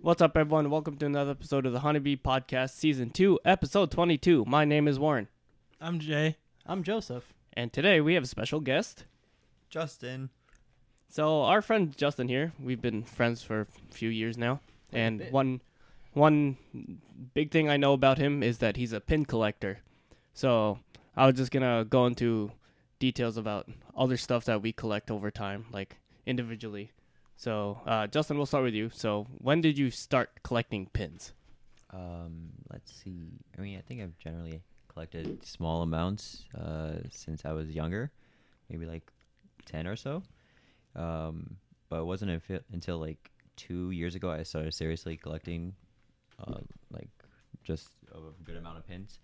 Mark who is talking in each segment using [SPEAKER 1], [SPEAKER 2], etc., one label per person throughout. [SPEAKER 1] What's up, everyone? Welcome to another episode of the Honeybee Podcast, Season 2, Episode 22. My name is Warren,
[SPEAKER 2] I'm Jay.
[SPEAKER 3] I'm Joseph.
[SPEAKER 1] and today we have a special guest.
[SPEAKER 3] Justin.
[SPEAKER 1] So, our friend Justin here, we've been friends for a few years now, and one one big thing I know about him is that he's a pin collector. So, I was just going to go into details about other stuff that we collect over time, like individually. So, uh, Justin, we'll start with you. So, when did you start collecting pins?
[SPEAKER 4] Um, let's see. I mean, I think I've generally collected small amounts uh, since I was younger, maybe like ten or so. Um, but it wasn't unfi- until like two years ago I started seriously collecting, uh, like just a good amount of pins.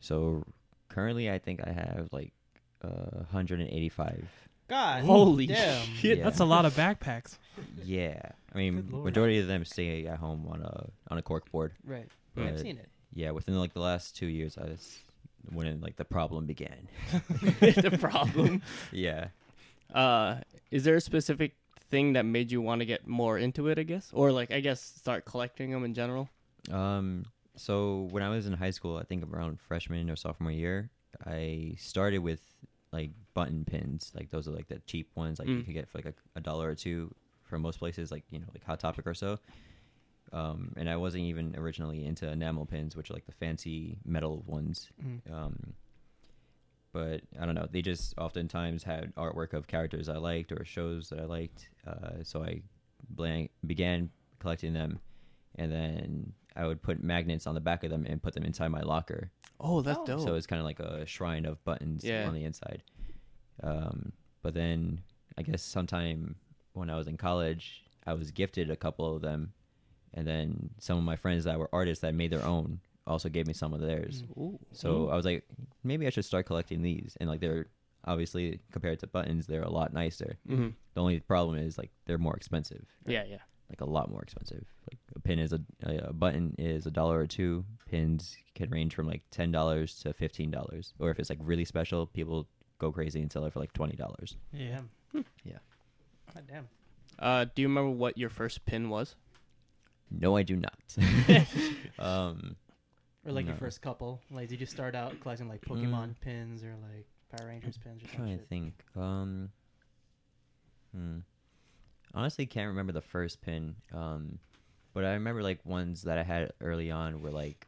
[SPEAKER 4] So currently, I think I have like uh, 185.
[SPEAKER 3] God.
[SPEAKER 1] Holy
[SPEAKER 3] damn.
[SPEAKER 1] shit,
[SPEAKER 4] Yeah.
[SPEAKER 2] That's a lot of backpacks.
[SPEAKER 4] Yeah,
[SPEAKER 2] Good
[SPEAKER 4] I mean,
[SPEAKER 2] lord.
[SPEAKER 4] majority of them stay at home on a on a cork board.
[SPEAKER 3] Right.
[SPEAKER 4] Yeah.
[SPEAKER 3] I've seen it.
[SPEAKER 4] Yeah, within like the last two years, I was when like the problem began.
[SPEAKER 1] the problem.
[SPEAKER 4] yeah,
[SPEAKER 1] Uh, is there a specific thing that made you want to get more into it? I guess, or like I guess start collecting them in general.
[SPEAKER 4] Um, so when I was in high school, I think around freshman or sophomore year, I started with like button pins. Like those are like the cheap ones, like you
[SPEAKER 1] Mm.
[SPEAKER 4] could get for like a, a dollar or two for most places, like you know, like Hot Topic or so. Um, and I wasn't even originally into enamel pins, which are like the fancy metal ones. Um, but I don't know. They just oftentimes had artwork of characters I liked or shows that I liked. Uh, so I blank, began collecting them, and then I would put magnets on the back of them and put them inside my locker.
[SPEAKER 1] Oh, that's
[SPEAKER 3] Oh.
[SPEAKER 1] dope.
[SPEAKER 4] So it's kind of like a shrine of buttons
[SPEAKER 1] Yeah.
[SPEAKER 4] on the inside. Um, but then I guess sometime when I was in college, I was gifted a couple of them, and then some of my friends that were artists that made their own also gave me some of theirs.
[SPEAKER 1] Ooh.
[SPEAKER 4] So I was like, maybe I should start collecting these. And like, they're obviously compared to buttons, they're a lot nicer.
[SPEAKER 1] hmm
[SPEAKER 4] The only problem is like they're more expensive,
[SPEAKER 1] Yeah, yeah.
[SPEAKER 4] like a lot more expensive. Like a pin is a a button is a dollar or two. Pins can range from like ten dollars to fifteen dollars, or if it's like really special, people go crazy and sell it for like twenty dollars.
[SPEAKER 2] Yeah.
[SPEAKER 3] Hmm. God damn.
[SPEAKER 1] Uh, do you remember what your first pin was?
[SPEAKER 4] No, I do not. um,
[SPEAKER 3] Or like your
[SPEAKER 4] No. Mm.
[SPEAKER 3] first couple. Like, did you start out collecting like Pokemon pins or like Power Rangers pins or
[SPEAKER 4] I'm trying
[SPEAKER 3] something?
[SPEAKER 4] to think. Um, hmm. Honestly, can't remember the first pin. Um, but I remember like ones that I had early on were like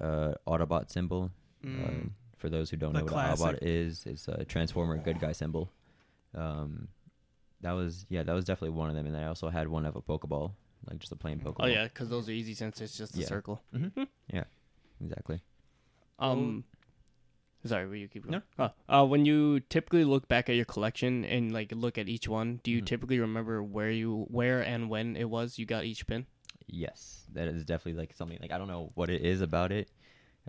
[SPEAKER 4] uh, Autobot symbol. Uh,
[SPEAKER 1] Mm.
[SPEAKER 4] for those who don't
[SPEAKER 2] The
[SPEAKER 4] know what
[SPEAKER 2] classic.
[SPEAKER 4] Autobot is, it's a Transformer good guy symbol. Um, that was yeah, that was definitely one of them. And then I also had one of a Pokeball, like just a plain Pokeball.
[SPEAKER 1] Oh yeah, because those are easy since it's just a
[SPEAKER 4] Yeah.
[SPEAKER 1] circle.
[SPEAKER 4] exactly.
[SPEAKER 1] Um, sorry, will you keep going?
[SPEAKER 4] No.
[SPEAKER 1] Oh, uh, when you typically look back at your collection and like look at each one, do you
[SPEAKER 4] Mhm.
[SPEAKER 1] typically remember where you, where and when it was you got each pin?
[SPEAKER 4] Yes, that is definitely like something like I don't know what it is about it.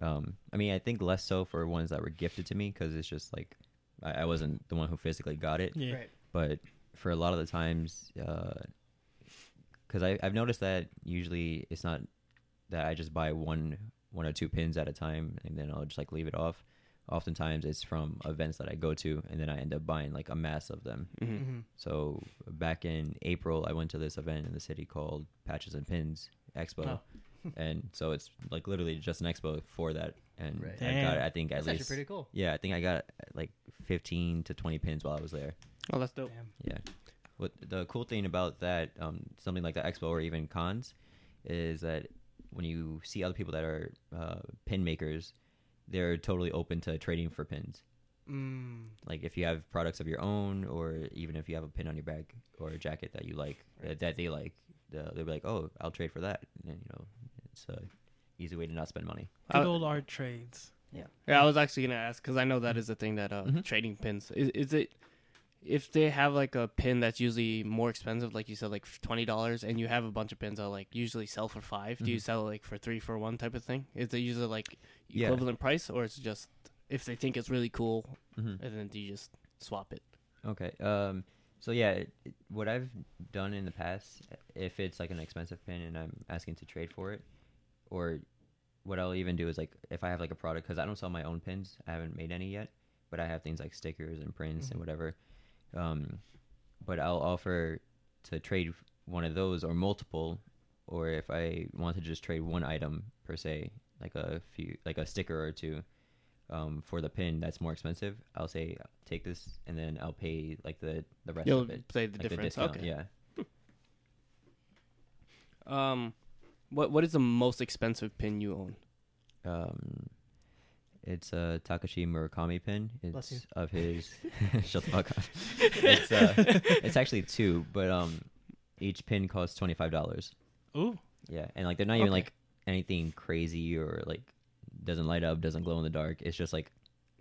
[SPEAKER 4] Um, I mean, I think less so for ones that were gifted to me because it's just like I, I wasn't the one who physically got it,
[SPEAKER 2] Yeah.
[SPEAKER 3] Right.
[SPEAKER 4] but for a lot of the times, because I I've noticed that usually it's not that I just buy one one or two pins at a time and then I'll just like leave it off. Oftentimes, it's from events that I go to, and then I end up buying like a mass of them.
[SPEAKER 1] Mm-hmm.
[SPEAKER 3] Mm-hmm.
[SPEAKER 4] So back in April, I went to this event in the city called Patches and Pins
[SPEAKER 3] Oh.
[SPEAKER 4] Expo, and so it's like literally just an expo for that. And
[SPEAKER 3] Right.
[SPEAKER 4] I got
[SPEAKER 2] Damn.
[SPEAKER 4] I think at
[SPEAKER 3] That's actually
[SPEAKER 4] least
[SPEAKER 3] pretty cool.
[SPEAKER 4] yeah, I think I got like fifteen to twenty pins while I was there.
[SPEAKER 1] Oh, that's dope.
[SPEAKER 3] Damn.
[SPEAKER 4] Yeah. What the cool thing about that, um, something like the expo or even cons, is that when you see other people that are uh, pin makers, they're totally open to trading for pins.
[SPEAKER 3] Mm.
[SPEAKER 4] Like if you have products of your own, or even if you have a pin on your bag or a jacket that you like, uh, that they like, uh, they'll be like, "Oh, I'll trade for that." And you know, it's a easy way to not spend money.
[SPEAKER 2] Good
[SPEAKER 1] Uh,
[SPEAKER 2] old art trades.
[SPEAKER 1] Yeah, I was actually gonna ask because I know that is a thing that uh,
[SPEAKER 4] Mhm.
[SPEAKER 1] trading pins is. Is it if they have like a pin that's usually more expensive, like you said, like twenty dollars, and you have a bunch of pins that like usually sell for 5 Do you
[SPEAKER 4] Mhm.
[SPEAKER 1] sell like for three for one type of thing? Is it usually like
[SPEAKER 4] Yeah.
[SPEAKER 1] equivalent price, or it's just if they think it's really cool,
[SPEAKER 4] Mm-hmm.
[SPEAKER 1] and then do you just swap it?
[SPEAKER 4] Okay. Um. So yeah, it, it- what I've done in the past, if it's like an expensive pin and I'm asking to trade for it, or what I'll even do is like if I have like a product because I don't sell my own pins, I haven't made any yet, but I have things like stickers and prints and whatever. Um, but I'll offer to trade one of those or multiple or if I want to just trade one item per se, like a few, like a sticker or two, um, for the pin that's more expensive, I'll say take this, and then I'll pay like the the rest
[SPEAKER 1] You'll
[SPEAKER 4] of it,
[SPEAKER 1] say the
[SPEAKER 4] like
[SPEAKER 1] difference.
[SPEAKER 4] the discount.
[SPEAKER 1] okay.
[SPEAKER 4] Yeah.
[SPEAKER 1] Um, what what is the most expensive pin you own?
[SPEAKER 4] Um, it's a Takashi Murakami pin.
[SPEAKER 3] Bless you.
[SPEAKER 4] It's of his. Shut the fuck up. It's, uh, it's actually two, but um, each pin costs twenty five dollars.
[SPEAKER 2] Ooh.
[SPEAKER 4] Yeah, and like they're not even
[SPEAKER 1] Okay.
[SPEAKER 4] like anything crazy or like doesn't light up, doesn't glow in the dark. It's just like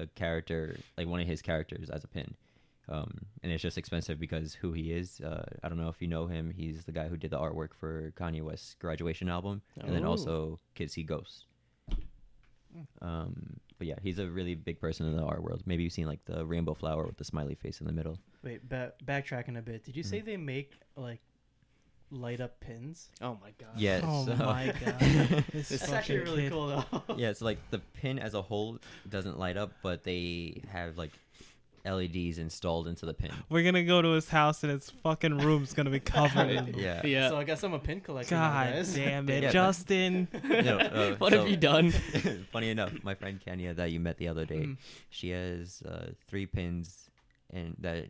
[SPEAKER 4] a character, like one of his characters as a pin. Um, and it's just expensive because who he is. Uh, I don't know if you know him. He's the guy who did the artwork for Kanye West's graduation album, and then
[SPEAKER 1] Oh.
[SPEAKER 4] also Kids See Ghosts. Um, but yeah, he's a really big person in the art world. Maybe you've seen like the rainbow flower with the smiley face in the middle.
[SPEAKER 3] Wait, ba- backtracking a bit. Did you
[SPEAKER 4] Mm.
[SPEAKER 3] say they make like light up pins?
[SPEAKER 1] Oh my god.
[SPEAKER 4] Yeah.
[SPEAKER 2] oh
[SPEAKER 4] so-
[SPEAKER 2] my god. This
[SPEAKER 3] It's
[SPEAKER 2] fucking
[SPEAKER 3] actually really
[SPEAKER 2] kid.
[SPEAKER 3] cool though.
[SPEAKER 4] yeah, it's like the pin as a whole doesn't light up, but they have like LEDs installed into the pin.
[SPEAKER 2] We're gonna go to his house and his fucking room's gonna be covered in them.
[SPEAKER 4] Yeah.
[SPEAKER 1] Yeah.
[SPEAKER 3] So I guess I'm a pin collector. now,
[SPEAKER 2] God
[SPEAKER 3] guys.
[SPEAKER 2] damn it,
[SPEAKER 4] Yeah, but-
[SPEAKER 2] Justin.
[SPEAKER 4] No, uh,
[SPEAKER 1] what
[SPEAKER 4] so-
[SPEAKER 1] have you done?
[SPEAKER 4] Funny enough, my friend Kenya that you met the other day,
[SPEAKER 2] Mm.
[SPEAKER 4] she has uh, three pins in that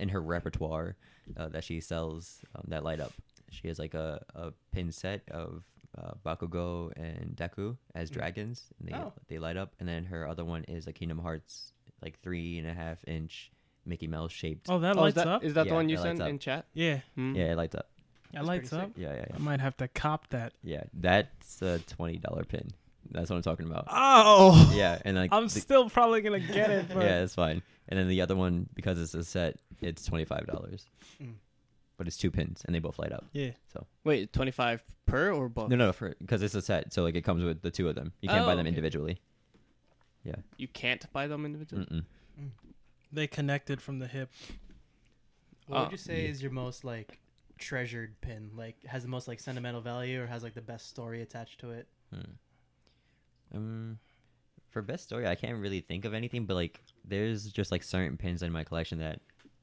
[SPEAKER 4] in her repertoire uh, that she sells um, that light up. She has like a, a pin set of uh, Bakugo and Deku
[SPEAKER 1] Mm.
[SPEAKER 4] as dragons, and they
[SPEAKER 3] Oh.
[SPEAKER 4] they light up. And then her other one is a Kingdom Hearts like three and a half inch Mickey Mouse shaped.
[SPEAKER 2] Oh, that
[SPEAKER 1] Oh, is
[SPEAKER 2] lights
[SPEAKER 1] that,
[SPEAKER 2] up.
[SPEAKER 1] Is that
[SPEAKER 4] Yeah,
[SPEAKER 1] the one you
[SPEAKER 4] that lights
[SPEAKER 1] sent
[SPEAKER 4] up.
[SPEAKER 1] in chat?
[SPEAKER 2] yeah,
[SPEAKER 1] Hmm?
[SPEAKER 4] Yeah, it lights up.
[SPEAKER 2] that
[SPEAKER 3] That's
[SPEAKER 2] lights
[SPEAKER 3] pretty
[SPEAKER 2] up.
[SPEAKER 3] sick.
[SPEAKER 4] Yeah, yeah,
[SPEAKER 2] I
[SPEAKER 4] yeah.
[SPEAKER 2] might have to cop that.
[SPEAKER 4] Yeah, that's a twenty dollar pin. That's what I'm talking about.
[SPEAKER 2] Oh,
[SPEAKER 4] Yeah, and like
[SPEAKER 2] I'm
[SPEAKER 4] the-
[SPEAKER 2] still probably gonna get it, but
[SPEAKER 4] yeah, it's fine. And then the other one because it's a set, it's twenty five dollars,
[SPEAKER 3] Mm.
[SPEAKER 4] but it's two pins and they both light up.
[SPEAKER 2] yeah.
[SPEAKER 1] Wait, twenty five per or both?
[SPEAKER 4] No, no, for because it's a set, so like it comes with the two of them. You can't
[SPEAKER 1] Oh,
[SPEAKER 4] buy them
[SPEAKER 1] okay.
[SPEAKER 4] individually.
[SPEAKER 1] You can't buy them individually.
[SPEAKER 4] Mm-mm.
[SPEAKER 2] They connected from the hip.
[SPEAKER 3] What
[SPEAKER 1] Oh.
[SPEAKER 3] would you say
[SPEAKER 4] Yeah.
[SPEAKER 3] is your most like treasured pin? Like has the most like sentimental value or has like the best story attached to it?
[SPEAKER 4] Mm. Um, for best story, I can't really think of anything, but like there's just like certain pins in my collection that,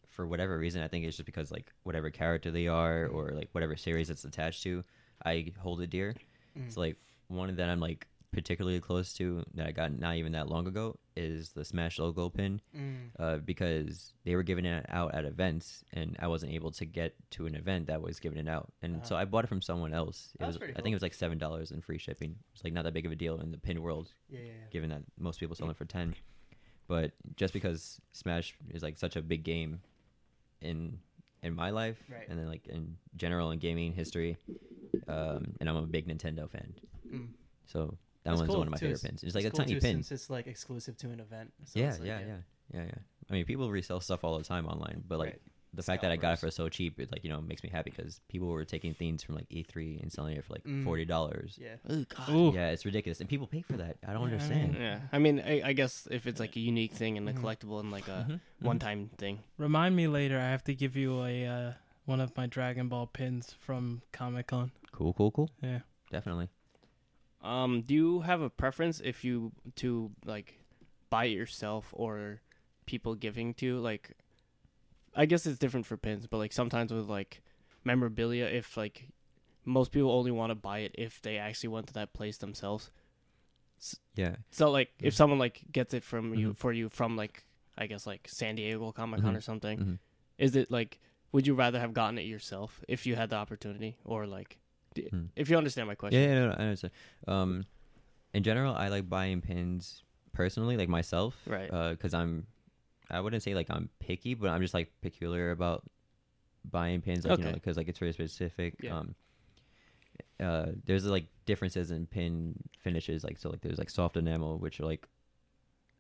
[SPEAKER 4] for whatever reason, I think it's just because like whatever character they are or like whatever series it's attached to, I hold it dear.
[SPEAKER 3] Mm.
[SPEAKER 4] So like one that I'm like particularly close to that I got not even that long ago is the Smash logo pin
[SPEAKER 3] Mm.
[SPEAKER 4] uh, because they were giving it out at events and I wasn't able to get to an event that was giving it out. And so
[SPEAKER 3] Uh-huh.
[SPEAKER 4] I bought it from someone else. It
[SPEAKER 3] That's
[SPEAKER 4] was
[SPEAKER 3] pretty
[SPEAKER 4] I think it was like seven dollars in free shipping. It's like not that big of a deal in the pin world,
[SPEAKER 3] Yeah, yeah, yeah.
[SPEAKER 4] given that most people sell it for ten. But just because Smash is like such a big game in in my life
[SPEAKER 3] Right.
[SPEAKER 4] and then like in general in gaming history, um, and I'm a big Nintendo fan.
[SPEAKER 3] Mm.
[SPEAKER 4] So that
[SPEAKER 3] That's
[SPEAKER 4] one's
[SPEAKER 3] cool,
[SPEAKER 4] one of my
[SPEAKER 3] too.
[SPEAKER 4] favorite pins. It's like a
[SPEAKER 3] cool,
[SPEAKER 4] tiny
[SPEAKER 3] too,
[SPEAKER 4] pin.
[SPEAKER 3] since it's like exclusive to an event. So
[SPEAKER 4] Yeah,
[SPEAKER 3] it's, like,
[SPEAKER 4] yeah, yeah, yeah, yeah. I mean, people resell stuff all the time online, but like
[SPEAKER 3] Right.
[SPEAKER 4] the fact that I got it for
[SPEAKER 3] Scalpers.
[SPEAKER 4] so cheap, it like you know makes me happy because people were taking things from like E3 and selling it for like
[SPEAKER 3] Mm.
[SPEAKER 4] forty dollars.
[SPEAKER 3] Yeah.
[SPEAKER 1] Oh god.
[SPEAKER 2] Ooh,
[SPEAKER 4] Yeah, it's ridiculous, and people pay for that. I
[SPEAKER 2] Yeah,
[SPEAKER 4] don't
[SPEAKER 2] I
[SPEAKER 4] understand.
[SPEAKER 2] mean-
[SPEAKER 1] Yeah. I mean, I, I guess if it's like a unique thing and a
[SPEAKER 2] Mhm.
[SPEAKER 1] collectible and like a
[SPEAKER 4] Mhm, mhm.
[SPEAKER 1] one time thing.
[SPEAKER 2] remind me later. I have to give you a uh, one of my Dragon Ball pins from Comic Con.
[SPEAKER 4] Cool, cool, cool.
[SPEAKER 2] Yeah.
[SPEAKER 4] Definitely.
[SPEAKER 1] Um, do you have a preference if you to like buy it yourself or people giving to like? I guess it's different for pins, but like sometimes with like memorabilia, if like most people only want to buy it if they actually went to that place themselves.
[SPEAKER 4] Yeah.
[SPEAKER 1] So like if
[SPEAKER 4] Mhm.
[SPEAKER 1] someone like gets it from you
[SPEAKER 4] Mhm.
[SPEAKER 1] for you from like I guess like San Diego Comic Con
[SPEAKER 4] Mhm.
[SPEAKER 1] or something,
[SPEAKER 4] Mhm.
[SPEAKER 1] is it like would you rather have gotten it yourself if you had the opportunity or like d-
[SPEAKER 4] Mm.
[SPEAKER 1] if you understand my question?
[SPEAKER 4] Yeah, yeah, no, no, I understand. Um, in general, I like buying pins personally, like myself,
[SPEAKER 1] Right.
[SPEAKER 4] Because I'm, I wouldn't say like I'm picky, but I'm just like peculiar about buying pins, like you know,
[SPEAKER 1] Okay.
[SPEAKER 4] because like it's very specific.
[SPEAKER 1] Yeah.
[SPEAKER 4] Um, uh, there's like differences in pin finishes, like so, like there's like soft enamel, which are like,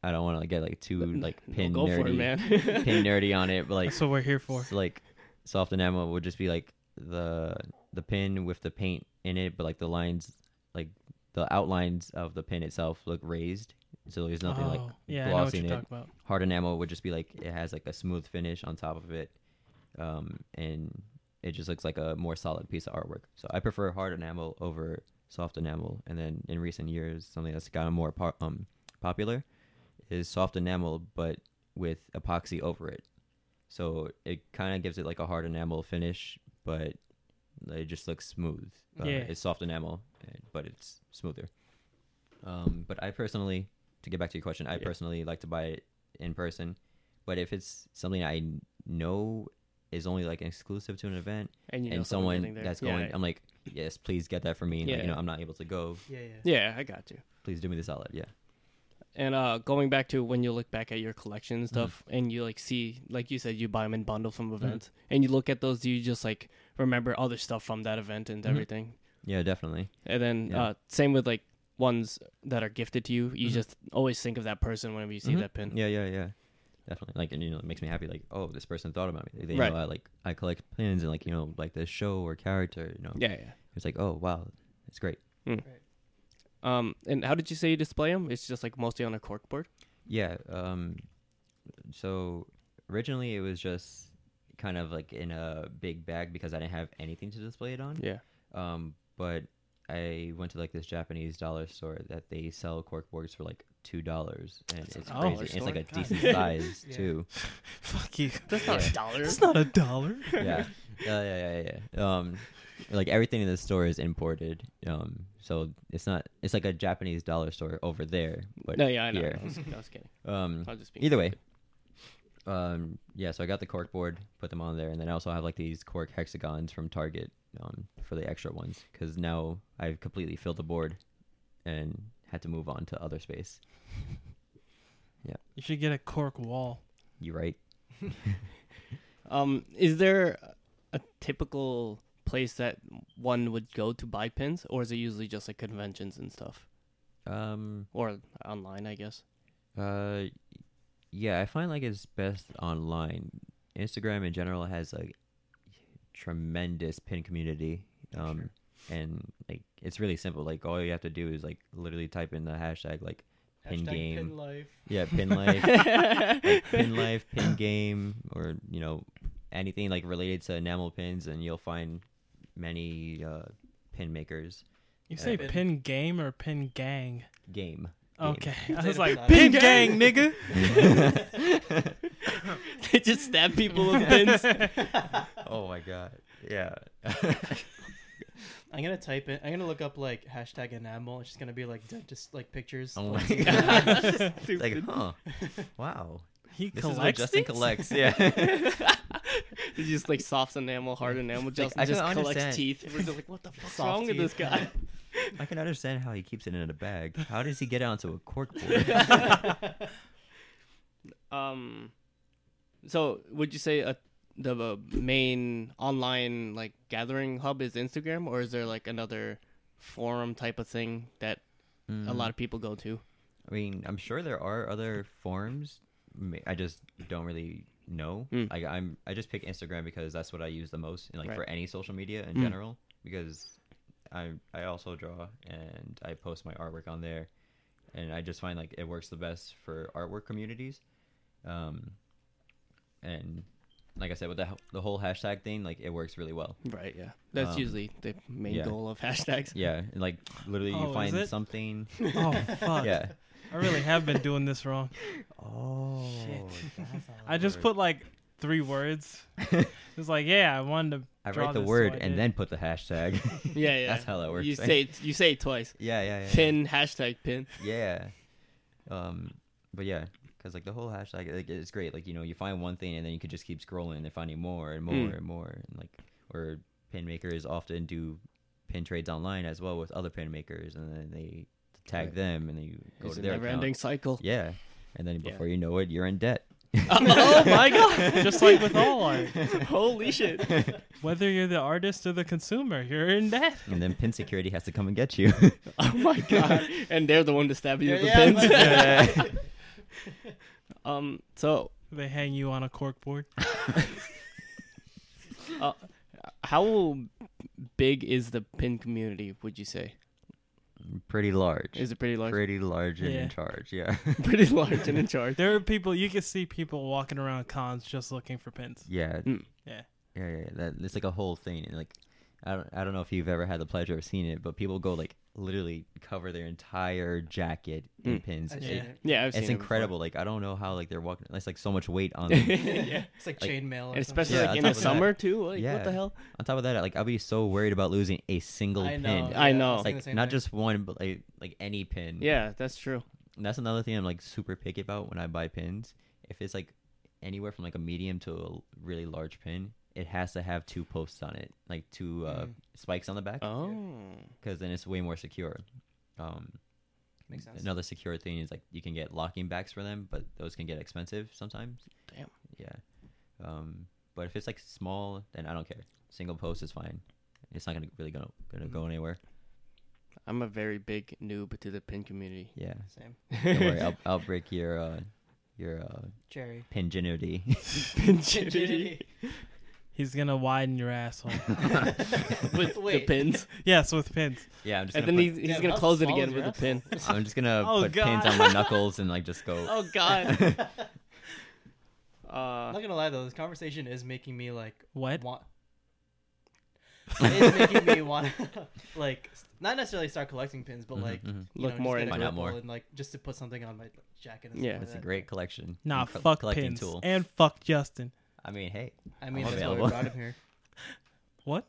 [SPEAKER 4] I don't want to like, get like too like
[SPEAKER 1] No,
[SPEAKER 4] pin
[SPEAKER 1] go
[SPEAKER 4] nerdy,
[SPEAKER 1] for it, man.
[SPEAKER 4] pin nerdy on it, but like
[SPEAKER 2] That's what we're here for.
[SPEAKER 4] so, like soft enamel would just be like the the pin with the paint in it, but like the lines, like the outlines of the pin itself look raised, so there's nothing like
[SPEAKER 2] Oh, yeah, I know what
[SPEAKER 4] glossy
[SPEAKER 2] you're
[SPEAKER 4] in it.
[SPEAKER 2] talking about.
[SPEAKER 4] Hard enamel would just be like it has like a smooth finish on top of it, um, and it just looks like a more solid piece of artwork. So I prefer hard enamel over soft enamel. And then in recent years, something that's gotten more po- um popular is soft enamel, but with epoxy over it. So it kind of gives it like a hard enamel finish, but It just looks smooth. Uh,
[SPEAKER 2] Yeah.
[SPEAKER 4] It's soft enamel, and- but it's smoother. Um, but I personally, to get back to your question, I
[SPEAKER 1] Yeah.
[SPEAKER 4] personally like to buy it in person. But if it's something I n- know is only like exclusive to an event
[SPEAKER 1] and you know
[SPEAKER 4] and
[SPEAKER 1] someone's
[SPEAKER 4] someone
[SPEAKER 1] getting there.
[SPEAKER 4] that's
[SPEAKER 1] Yeah,
[SPEAKER 4] going, I'm like, yes, please get that for me. And, like,
[SPEAKER 1] Yeah.
[SPEAKER 4] you know, I'm not able to go.
[SPEAKER 3] Yeah, yeah.
[SPEAKER 1] yeah, I got you.
[SPEAKER 4] Please do me the solid. Yeah.
[SPEAKER 1] And uh, going back to when you look back at your collection
[SPEAKER 4] Mm.
[SPEAKER 1] and stuff, and you like see, like you said, you buy them in bundles from events, and you look at those, do you just like remember other stuff from that event and
[SPEAKER 4] Mhm.
[SPEAKER 1] everything?
[SPEAKER 4] Yeah, definitely.
[SPEAKER 1] And then
[SPEAKER 4] Yeah.
[SPEAKER 1] uh, same with like ones that are gifted to you, you
[SPEAKER 4] Mhm.
[SPEAKER 1] just always think of that person whenever you see
[SPEAKER 4] Mhm.
[SPEAKER 1] that pin.
[SPEAKER 4] Yeah, yeah, yeah. Definitely. Like, and, you know, it makes me happy. Like, oh, this person thought about me. They
[SPEAKER 1] Right.
[SPEAKER 4] know I like I collect pins and like you know like this show or character. You know,
[SPEAKER 1] Yeah, yeah.
[SPEAKER 4] it's like oh wow, it's great.
[SPEAKER 1] Um, and how did you say you display them? It's just like mostly on a cork board.
[SPEAKER 4] Yeah. Um, so originally it was just kind of like in a big bag because I didn't have anything to display it on.
[SPEAKER 1] Yeah.
[SPEAKER 4] Um, but I went to like this Japanese dollar store that they sell cork boards for like two dollars, and
[SPEAKER 1] That's a
[SPEAKER 4] it's
[SPEAKER 2] dollar
[SPEAKER 4] crazy. And It's
[SPEAKER 2] store?
[SPEAKER 4] like a
[SPEAKER 2] God
[SPEAKER 4] decent
[SPEAKER 2] damn.
[SPEAKER 4] size
[SPEAKER 3] Yeah.
[SPEAKER 4] too.
[SPEAKER 2] Fuck you.
[SPEAKER 1] That's
[SPEAKER 4] not a Yeah.
[SPEAKER 1] dollar.
[SPEAKER 2] It's not a dollar.
[SPEAKER 4] yeah. yeah, yeah, yeah, yeah. Um, like everything in the store is imported. Um, so it's not. It's like a Japanese dollar store over there, but
[SPEAKER 1] No, yeah, I know.
[SPEAKER 4] here.
[SPEAKER 1] I, was, I was kidding.
[SPEAKER 4] um,
[SPEAKER 1] I was just being
[SPEAKER 4] either way.
[SPEAKER 1] stupid.
[SPEAKER 4] Um, yeah. So I got the cork board, put them on there, and then I also have like these cork hexagons from Target um, for the extra ones because now I've completely filled the board and had to move on to other space.
[SPEAKER 2] You should get a cork wall.
[SPEAKER 4] You right?
[SPEAKER 1] Um, is there a typical place that one would go to buy pins, or is it usually just like conventions and stuff,
[SPEAKER 4] Um,
[SPEAKER 1] or online? I guess.
[SPEAKER 4] Uh, yeah, I find like it's best online. Instagram in general has like tremendous pin community. Um, and like it's really simple. Like all you have to do is like literally type in the hashtag like Pin
[SPEAKER 3] Hashtag
[SPEAKER 4] game.
[SPEAKER 3] Pin life.
[SPEAKER 4] yeah pin life, like, pin life, pin game, or you know anything like related to enamel pins, and you'll find many uh pin makers.
[SPEAKER 2] You
[SPEAKER 4] Yeah.
[SPEAKER 2] say
[SPEAKER 3] Pin-
[SPEAKER 2] pin game or pin gang?
[SPEAKER 4] Game. Game.
[SPEAKER 2] Okay. I was
[SPEAKER 3] Potato
[SPEAKER 2] like,
[SPEAKER 3] salad.
[SPEAKER 2] pin gang, nigga.
[SPEAKER 1] they just stab people with pins.
[SPEAKER 4] Oh my god. Yeah.
[SPEAKER 3] I'm gonna type it. I'm gonna look up like hashtag enamel. It's just gonna be like d- just like pictures.
[SPEAKER 4] Oh my
[SPEAKER 3] Like,
[SPEAKER 4] god. It's like, huh? Wow.
[SPEAKER 2] He
[SPEAKER 4] This is what
[SPEAKER 2] collects
[SPEAKER 4] Justin
[SPEAKER 2] these?
[SPEAKER 4] collects. Yeah.
[SPEAKER 1] It's just like soft enamel, hard enamel. Justin
[SPEAKER 4] I
[SPEAKER 1] just
[SPEAKER 4] can
[SPEAKER 1] collects
[SPEAKER 4] understand.
[SPEAKER 1] teeth. We're just like, what the fuck's
[SPEAKER 3] Soft
[SPEAKER 1] wrong with this
[SPEAKER 3] teeth.
[SPEAKER 1] guy?
[SPEAKER 4] I can understand how he keeps it in a bag. How does he get it onto a cork board?
[SPEAKER 1] Um, so would you say a, the uh, main online like gathering hub is Instagram, or is there like another forum type of thing that a
[SPEAKER 4] Mm-hmm.
[SPEAKER 1] lot of people go to?
[SPEAKER 4] I mean, I'm sure there are other forms. Ma- I just don't really know.
[SPEAKER 1] Mm.
[SPEAKER 4] Like I'm, I just pick Instagram because that's what I use the most, and like
[SPEAKER 1] Right.
[SPEAKER 4] for any social media in
[SPEAKER 1] Mm.
[SPEAKER 4] general, because I I also draw and I post my artwork on there, and I just find like it works the best for artwork communities, um, and like I said with the h- the whole hashtag thing, like it works really well.
[SPEAKER 1] Right. Yeah. That's
[SPEAKER 4] Um,
[SPEAKER 1] usually the main
[SPEAKER 4] yeah.
[SPEAKER 1] goal of hashtags.
[SPEAKER 4] Yeah, and, like literally
[SPEAKER 2] Oh,
[SPEAKER 4] you
[SPEAKER 2] is
[SPEAKER 4] find
[SPEAKER 2] it?
[SPEAKER 4] something.
[SPEAKER 2] Oh, fuck.
[SPEAKER 4] Yeah.
[SPEAKER 2] I really have been doing this wrong.
[SPEAKER 4] Oh.
[SPEAKER 2] I just put like three words. It's like, yeah, I wanted to.
[SPEAKER 4] I
[SPEAKER 2] draw
[SPEAKER 4] write the
[SPEAKER 2] this, so
[SPEAKER 4] word
[SPEAKER 2] I
[SPEAKER 4] and
[SPEAKER 2] did.
[SPEAKER 4] then put the hashtag.
[SPEAKER 1] Yeah. Yeah.
[SPEAKER 4] That's how that works.
[SPEAKER 1] You
[SPEAKER 4] right?
[SPEAKER 1] say it- you say it twice.
[SPEAKER 4] yeah, yeah, yeah.
[SPEAKER 1] Pin hashtag pin.
[SPEAKER 4] Yeah. Um, but yeah, because like the whole hashtag, like it's great. Like you know, you find one thing and then you can just keep scrolling and finding more and more
[SPEAKER 1] Mm.
[SPEAKER 4] and more. And like, or pin makers often do pin trades online as well with other pin makers, and then they tag
[SPEAKER 1] Right.
[SPEAKER 4] them and then you go
[SPEAKER 1] It's
[SPEAKER 4] to
[SPEAKER 1] a
[SPEAKER 4] their
[SPEAKER 1] never
[SPEAKER 4] account.
[SPEAKER 1] ending cycle.
[SPEAKER 4] Yeah, and then
[SPEAKER 1] Yeah.
[SPEAKER 4] before you know it, you're in debt.
[SPEAKER 1] oh my god!
[SPEAKER 2] Just like with all art.
[SPEAKER 1] Holy shit!
[SPEAKER 2] Whether you're the artist or the consumer, you're in debt.
[SPEAKER 4] And then pin security has to come and get you.
[SPEAKER 1] Oh my god! And they're the one to stab you with the
[SPEAKER 3] Yeah, yeah,
[SPEAKER 1] pins.
[SPEAKER 3] like-
[SPEAKER 1] Um. So
[SPEAKER 2] They hang you on a cork board.
[SPEAKER 1] how big is the pin community would you say
[SPEAKER 4] pretty large.
[SPEAKER 1] is it pretty large
[SPEAKER 4] pretty large and
[SPEAKER 2] Yeah.
[SPEAKER 4] in charge. Yeah.
[SPEAKER 1] pretty large and in charge
[SPEAKER 2] There are people, you can see people walking around cons just looking for pins.
[SPEAKER 4] Yeah.
[SPEAKER 1] Mm.
[SPEAKER 2] Yeah.
[SPEAKER 4] Yeah, yeah, yeah. That it's like a whole thing, and like, I don't, I don't know if you've ever had the pleasure of seeing it, but people go like literally cover their entire jacket in
[SPEAKER 1] Mm.
[SPEAKER 4] pins.
[SPEAKER 3] I've
[SPEAKER 4] It-
[SPEAKER 3] seen
[SPEAKER 2] Yeah.
[SPEAKER 3] it.
[SPEAKER 1] Yeah, I've
[SPEAKER 4] it's
[SPEAKER 1] seen it before.
[SPEAKER 4] incredible. Like I don't know how like they're walking. It's like so much weight on them.
[SPEAKER 1] yeah.
[SPEAKER 3] It's like
[SPEAKER 4] Like-
[SPEAKER 3] chainmail, or
[SPEAKER 1] And especially
[SPEAKER 4] Yeah,
[SPEAKER 3] something.
[SPEAKER 1] like in
[SPEAKER 4] on top
[SPEAKER 1] the
[SPEAKER 4] of that-
[SPEAKER 1] summer too. Like what
[SPEAKER 4] Yeah.
[SPEAKER 1] the hell?
[SPEAKER 4] on top of that, like I'd be so worried about losing a single
[SPEAKER 3] I know.
[SPEAKER 4] pin.
[SPEAKER 1] I know.
[SPEAKER 3] I've seen the
[SPEAKER 4] Like
[SPEAKER 3] same
[SPEAKER 4] not
[SPEAKER 3] thing.
[SPEAKER 4] just one, but like like any pin.
[SPEAKER 1] Yeah, that's true.
[SPEAKER 4] And that's another thing I'm like super picky about when I buy pins. If it's like anywhere from like a medium to a l- really large pin, it has to have two posts on it, like two uh,
[SPEAKER 3] Mm.
[SPEAKER 4] spikes on the back,
[SPEAKER 1] Oh.
[SPEAKER 4] because then it's way more secure. Um,
[SPEAKER 3] Makes sense.
[SPEAKER 4] Another secure thing is like you can get locking backs for them, but those can get expensive sometimes.
[SPEAKER 1] Damn.
[SPEAKER 4] Yeah. Um, but if it's like small, then I don't care. Single post is fine. It's not gonna really gonna gonna go
[SPEAKER 3] Mm.
[SPEAKER 4] anywhere.
[SPEAKER 1] I'm a very big noob to the pin community.
[SPEAKER 4] Yeah.
[SPEAKER 3] Same.
[SPEAKER 4] Don't worry, I'll, I'll break your uh, your uh,
[SPEAKER 3] Cherry.
[SPEAKER 4] pinginity.
[SPEAKER 1] Pinginity.
[SPEAKER 2] He's gonna widen your asshole.
[SPEAKER 1] with the
[SPEAKER 3] Wait.
[SPEAKER 1] pins.
[SPEAKER 2] yes, with pins.
[SPEAKER 4] yeah, I'm just
[SPEAKER 1] And
[SPEAKER 4] gonna
[SPEAKER 1] then
[SPEAKER 4] put,
[SPEAKER 1] he's, he's
[SPEAKER 3] Yeah,
[SPEAKER 1] gonna
[SPEAKER 3] I'll
[SPEAKER 1] close it
[SPEAKER 3] swallow
[SPEAKER 1] again
[SPEAKER 3] your
[SPEAKER 1] with a pin.
[SPEAKER 4] I'm just gonna
[SPEAKER 2] Oh,
[SPEAKER 4] put
[SPEAKER 2] God.
[SPEAKER 4] pins on my knuckles and like just go.
[SPEAKER 1] Oh god.
[SPEAKER 3] I'm
[SPEAKER 1] uh,
[SPEAKER 3] not gonna lie though, this conversation is making me like
[SPEAKER 2] What?
[SPEAKER 3] want. it's making me want to like s- not necessarily start collecting pins, but
[SPEAKER 4] Mhm,
[SPEAKER 3] like
[SPEAKER 4] mhm.
[SPEAKER 3] you
[SPEAKER 1] Look
[SPEAKER 3] know, just
[SPEAKER 1] more
[SPEAKER 3] get a
[SPEAKER 1] into
[SPEAKER 4] it. Find out
[SPEAKER 3] couple
[SPEAKER 4] more.
[SPEAKER 3] and like just to put something on my like, jacket. And
[SPEAKER 1] Yeah.
[SPEAKER 3] stuff like
[SPEAKER 4] It's a
[SPEAKER 3] that.
[SPEAKER 4] great collection.
[SPEAKER 2] Nah,
[SPEAKER 4] and co-
[SPEAKER 2] fuck
[SPEAKER 4] collecting
[SPEAKER 2] pins
[SPEAKER 4] tool.
[SPEAKER 2] and fuck Justin.
[SPEAKER 4] I mean, hey,
[SPEAKER 3] I mean,
[SPEAKER 4] I'm
[SPEAKER 3] that's why
[SPEAKER 4] available.
[SPEAKER 3] we brought him here.
[SPEAKER 2] What?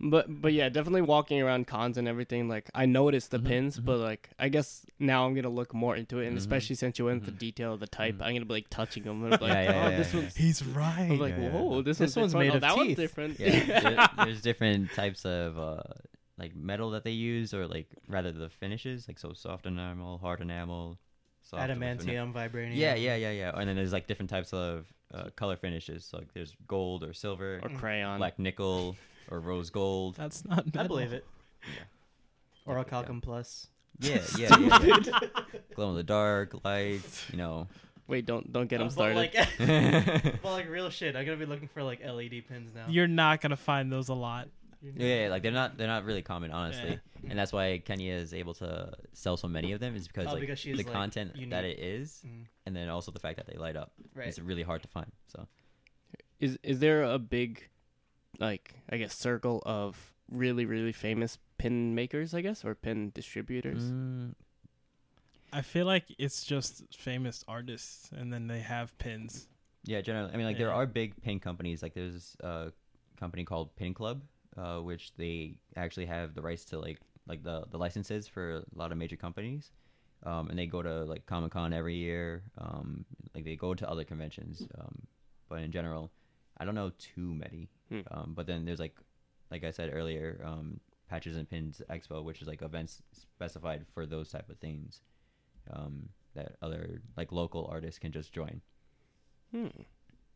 [SPEAKER 1] but but yeah, definitely walking around cons and everything. Like I noticed the
[SPEAKER 4] Mhm,
[SPEAKER 1] pins,
[SPEAKER 4] mhm.
[SPEAKER 1] but like I guess now I'm gonna look more into it, and
[SPEAKER 4] Mhm.
[SPEAKER 1] especially since you went into
[SPEAKER 4] Mhm.
[SPEAKER 1] detail of the type,
[SPEAKER 4] Mhm.
[SPEAKER 1] I'm gonna be like touching them. And I'm like,
[SPEAKER 4] Yeah, yeah,
[SPEAKER 1] oh,
[SPEAKER 4] yeah,
[SPEAKER 1] this
[SPEAKER 4] yeah.
[SPEAKER 1] one's.
[SPEAKER 2] He's
[SPEAKER 1] I'm
[SPEAKER 2] right.
[SPEAKER 1] like,
[SPEAKER 4] Yeah, yeah,
[SPEAKER 1] whoa,
[SPEAKER 4] yeah.
[SPEAKER 1] this,
[SPEAKER 3] This
[SPEAKER 1] one's,
[SPEAKER 3] one's
[SPEAKER 1] different.
[SPEAKER 3] made
[SPEAKER 1] Oh,
[SPEAKER 3] of
[SPEAKER 1] that one's
[SPEAKER 3] teeth.
[SPEAKER 1] different.
[SPEAKER 4] yeah there- there's different types of uh like metal that they use or like rather the finishes like so soft enamel hard enamel soft and fina-
[SPEAKER 3] Adamantium, vibranium.
[SPEAKER 4] yeah yeah yeah yeah and then there's like different types of uh, color finishes so like there's gold or silver
[SPEAKER 1] or crayon.
[SPEAKER 4] black nickel or rose gold
[SPEAKER 2] That's not. Metal.
[SPEAKER 3] I believe it.
[SPEAKER 4] Yeah.
[SPEAKER 3] Or
[SPEAKER 4] Yeah,
[SPEAKER 3] a calcum plus.
[SPEAKER 4] yeah yeah, yeah, yeah. glow in the dark lights you know
[SPEAKER 1] Wait, don't don't get
[SPEAKER 3] Uh,
[SPEAKER 1] them started.
[SPEAKER 3] But like,
[SPEAKER 4] yeah
[SPEAKER 3] but like real shit, I'm gonna be looking for like LED pins now.
[SPEAKER 2] You're not gonna find those a lot.
[SPEAKER 4] yeah, like they're not they're not really common honestly and that's why kenya is able to sell so many of them is because
[SPEAKER 3] Oh,
[SPEAKER 4] like
[SPEAKER 3] because she's,
[SPEAKER 4] the
[SPEAKER 3] like,
[SPEAKER 4] content that
[SPEAKER 3] unique.
[SPEAKER 4] it is
[SPEAKER 3] Mm,
[SPEAKER 4] and then also the fact that they light up.
[SPEAKER 3] right.
[SPEAKER 4] It's really hard to find. So
[SPEAKER 1] is is there a big, like I guess, circle of really really famous pin makers? I guess or pin distributors.
[SPEAKER 3] Mm.
[SPEAKER 2] I feel like it's just famous artists, and then they have pins.
[SPEAKER 4] yeah, generally, I mean, like there
[SPEAKER 2] Yeah.
[SPEAKER 4] are big pin companies. Like there's a company called Pin Club, uh, which they actually have the rights to like like the the licenses for a lot of major companies. Um, and they go to like Comic Con every year. Um, like they go to other conventions. Um, but in general, I don't know too many.
[SPEAKER 1] Hmm.
[SPEAKER 4] Um, but then there's like, like I said earlier, um, Patches and Pins Expo, which is like events specified for those type of things. Um, that other like local artists can just join.
[SPEAKER 1] Hmm.
[SPEAKER 4] Mm-hmm.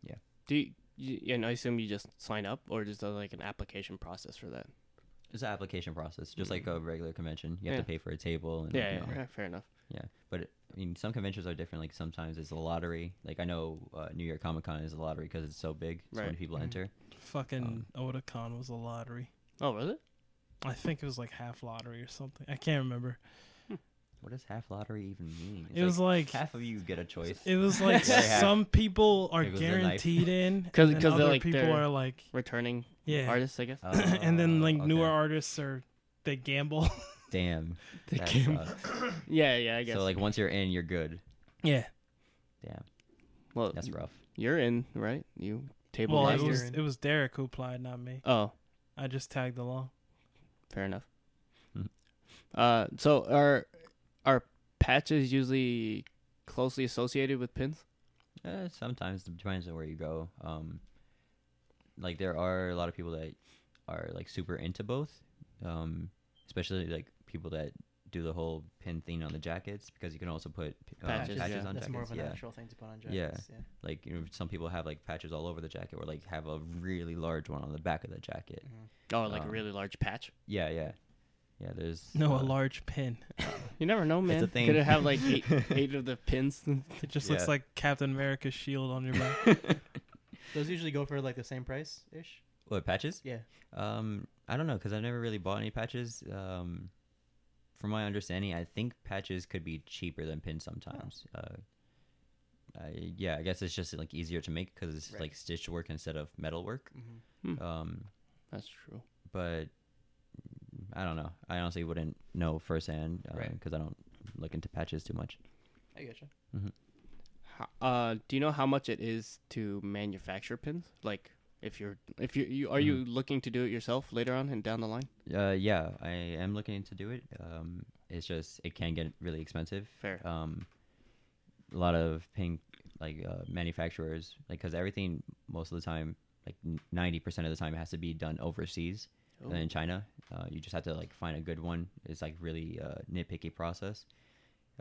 [SPEAKER 4] Yeah.
[SPEAKER 1] Do you, you, and I assume you just sign up, or is there like an application process for that?
[SPEAKER 4] It's an application process, just like a regular convention. You
[SPEAKER 1] Mm-hmm. Yeah.
[SPEAKER 4] have to pay for a table. And,
[SPEAKER 1] Yeah,
[SPEAKER 4] you
[SPEAKER 1] yeah,
[SPEAKER 4] know,
[SPEAKER 1] yeah, fair enough.
[SPEAKER 4] yeah. But it, I mean, some conventions are different. Like sometimes it's a lottery. Like I know uh, New York Comic Con is a lottery because it's so big. So many
[SPEAKER 1] Right. Mm-hmm.
[SPEAKER 4] people
[SPEAKER 3] Mhm.
[SPEAKER 4] enter.
[SPEAKER 2] Fucking Otakon was a lottery.
[SPEAKER 1] Oh, was it?
[SPEAKER 2] I think it was like half lottery or something. I can't remember.
[SPEAKER 4] What does half lottery even mean? It's
[SPEAKER 2] it was like
[SPEAKER 4] half of you get a choice.
[SPEAKER 2] it was like
[SPEAKER 4] The other half.
[SPEAKER 2] some people are
[SPEAKER 4] There goes the knife.
[SPEAKER 2] guaranteed in,
[SPEAKER 1] 'Cause-
[SPEAKER 2] and
[SPEAKER 1] 'cause
[SPEAKER 2] then
[SPEAKER 1] they're,
[SPEAKER 2] other
[SPEAKER 1] like,
[SPEAKER 2] people
[SPEAKER 1] they're-
[SPEAKER 2] are like
[SPEAKER 1] Returning
[SPEAKER 2] yeah,
[SPEAKER 1] artists, I guess.
[SPEAKER 4] Oh,
[SPEAKER 2] and then like
[SPEAKER 4] Uh,
[SPEAKER 2] newer
[SPEAKER 4] okay.
[SPEAKER 2] artists are they gamble.
[SPEAKER 4] Damn. That sucks.
[SPEAKER 1] Yeah, yeah, I guess.
[SPEAKER 4] So like once you're in, you're good.
[SPEAKER 2] yeah,
[SPEAKER 4] Damn,
[SPEAKER 1] well,
[SPEAKER 4] that's rough.
[SPEAKER 1] you're in, right? You table
[SPEAKER 2] well
[SPEAKER 3] yeah,
[SPEAKER 2] it
[SPEAKER 1] roster.
[SPEAKER 2] was
[SPEAKER 3] you're in.
[SPEAKER 2] it was Derek who applied, not me.
[SPEAKER 1] Oh,
[SPEAKER 2] I just tagged along.
[SPEAKER 1] fair enough.
[SPEAKER 4] Hmm.
[SPEAKER 1] Uh, so are are patches usually closely associated with pins?
[SPEAKER 4] Uh, sometimes it depends on where you go. Um, like there are a lot of people that are like super into both, um, especially like people that do the whole pin thing on the jackets because you can also put uh,
[SPEAKER 1] Patches,
[SPEAKER 4] patches,
[SPEAKER 1] yeah.
[SPEAKER 4] on
[SPEAKER 3] That's
[SPEAKER 4] jackets.
[SPEAKER 3] more of a
[SPEAKER 4] yeah,
[SPEAKER 3] natural thing to put on jackets.
[SPEAKER 4] Yeah.
[SPEAKER 3] yeah.
[SPEAKER 4] like you know, some people have like patches all over the jacket or like have a really large one on the back of the jacket.
[SPEAKER 3] Mhm.
[SPEAKER 1] Oh, like a
[SPEAKER 4] Um,
[SPEAKER 1] really large patch.
[SPEAKER 4] Yeah, yeah, yeah. There's
[SPEAKER 2] No,
[SPEAKER 4] uh,
[SPEAKER 2] a large pin.
[SPEAKER 1] You never know, man.
[SPEAKER 4] a thing.
[SPEAKER 1] Could it have like eight, eight of the pins?
[SPEAKER 2] It just
[SPEAKER 4] Yeah.
[SPEAKER 2] looks like Captain America's shield on your back.
[SPEAKER 3] Those usually go for like the same price ish.
[SPEAKER 4] what patches?
[SPEAKER 3] Yeah.
[SPEAKER 4] Um, I don't know because I've never really bought any patches. Um, from my understanding, I think patches could be cheaper than pins sometimes.
[SPEAKER 3] Oh.
[SPEAKER 4] Uh, I, yeah, I guess it's just like easier to make because it's
[SPEAKER 3] Right.
[SPEAKER 4] like stitch
[SPEAKER 3] Mm-hmm.
[SPEAKER 4] work instead of metal work.
[SPEAKER 3] Mhm.
[SPEAKER 1] Hmm.
[SPEAKER 4] Um,
[SPEAKER 1] That's true.
[SPEAKER 4] but I don't know. I honestly wouldn't know firsthand
[SPEAKER 3] Right.
[SPEAKER 4] because I don't look into patches too much.
[SPEAKER 3] I getcha.
[SPEAKER 1] Ho- Uh, do you know how much it is to manufacture pins? Like, if you're, if you, you are
[SPEAKER 4] Hmm.
[SPEAKER 1] you looking to do it yourself later on and down the line?
[SPEAKER 4] Uh, yeah, I am looking to do it. Um, it's just it can get really expensive.
[SPEAKER 1] Fair.
[SPEAKER 4] Um, a lot of pink like uh, manufacturers like because everything most of the time like ninety percent of the time it has to be done overseas and in China. Uh, you just have to like find a good one. It's like really uh, nitpicky process.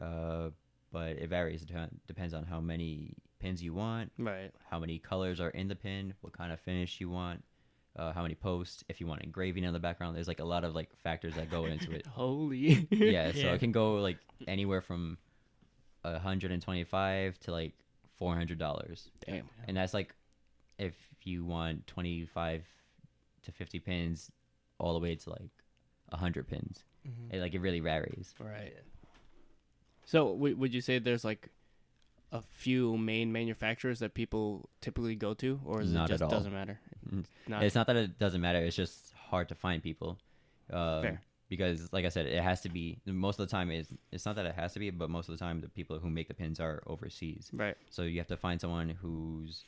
[SPEAKER 4] Uh, but it varies. It depen- depends on how many pins you want,
[SPEAKER 1] Right.
[SPEAKER 4] how many colors are in the pin, what kind of finish you want, uh, how many posts, if you want engraving on the background. There's like a lot of like factors that go into it.
[SPEAKER 1] Holy.
[SPEAKER 4] yeah, so
[SPEAKER 2] Yeah.
[SPEAKER 4] it can go like anywhere from 125 to like 400 dollars,
[SPEAKER 1] Damn.
[SPEAKER 4] and that's like if you want 25 to 50 pins, all the way to like 100 pins.
[SPEAKER 3] Mhm.
[SPEAKER 4] It, like it really varies.
[SPEAKER 1] Right. So w- would you say there's like a few main manufacturers that people typically go to, or is
[SPEAKER 4] Not at
[SPEAKER 1] it just
[SPEAKER 4] all.
[SPEAKER 1] doesn't matter?
[SPEAKER 4] Mm.
[SPEAKER 1] Not
[SPEAKER 4] It's not that it doesn't matter. It's just hard to find people. Uh,
[SPEAKER 1] Fair.
[SPEAKER 4] Because, like I said, it has to be. Most of the time, it's it's not that it has to be, but most of the time, the people who make the pins are overseas.
[SPEAKER 1] right.
[SPEAKER 4] So you have to find someone who's,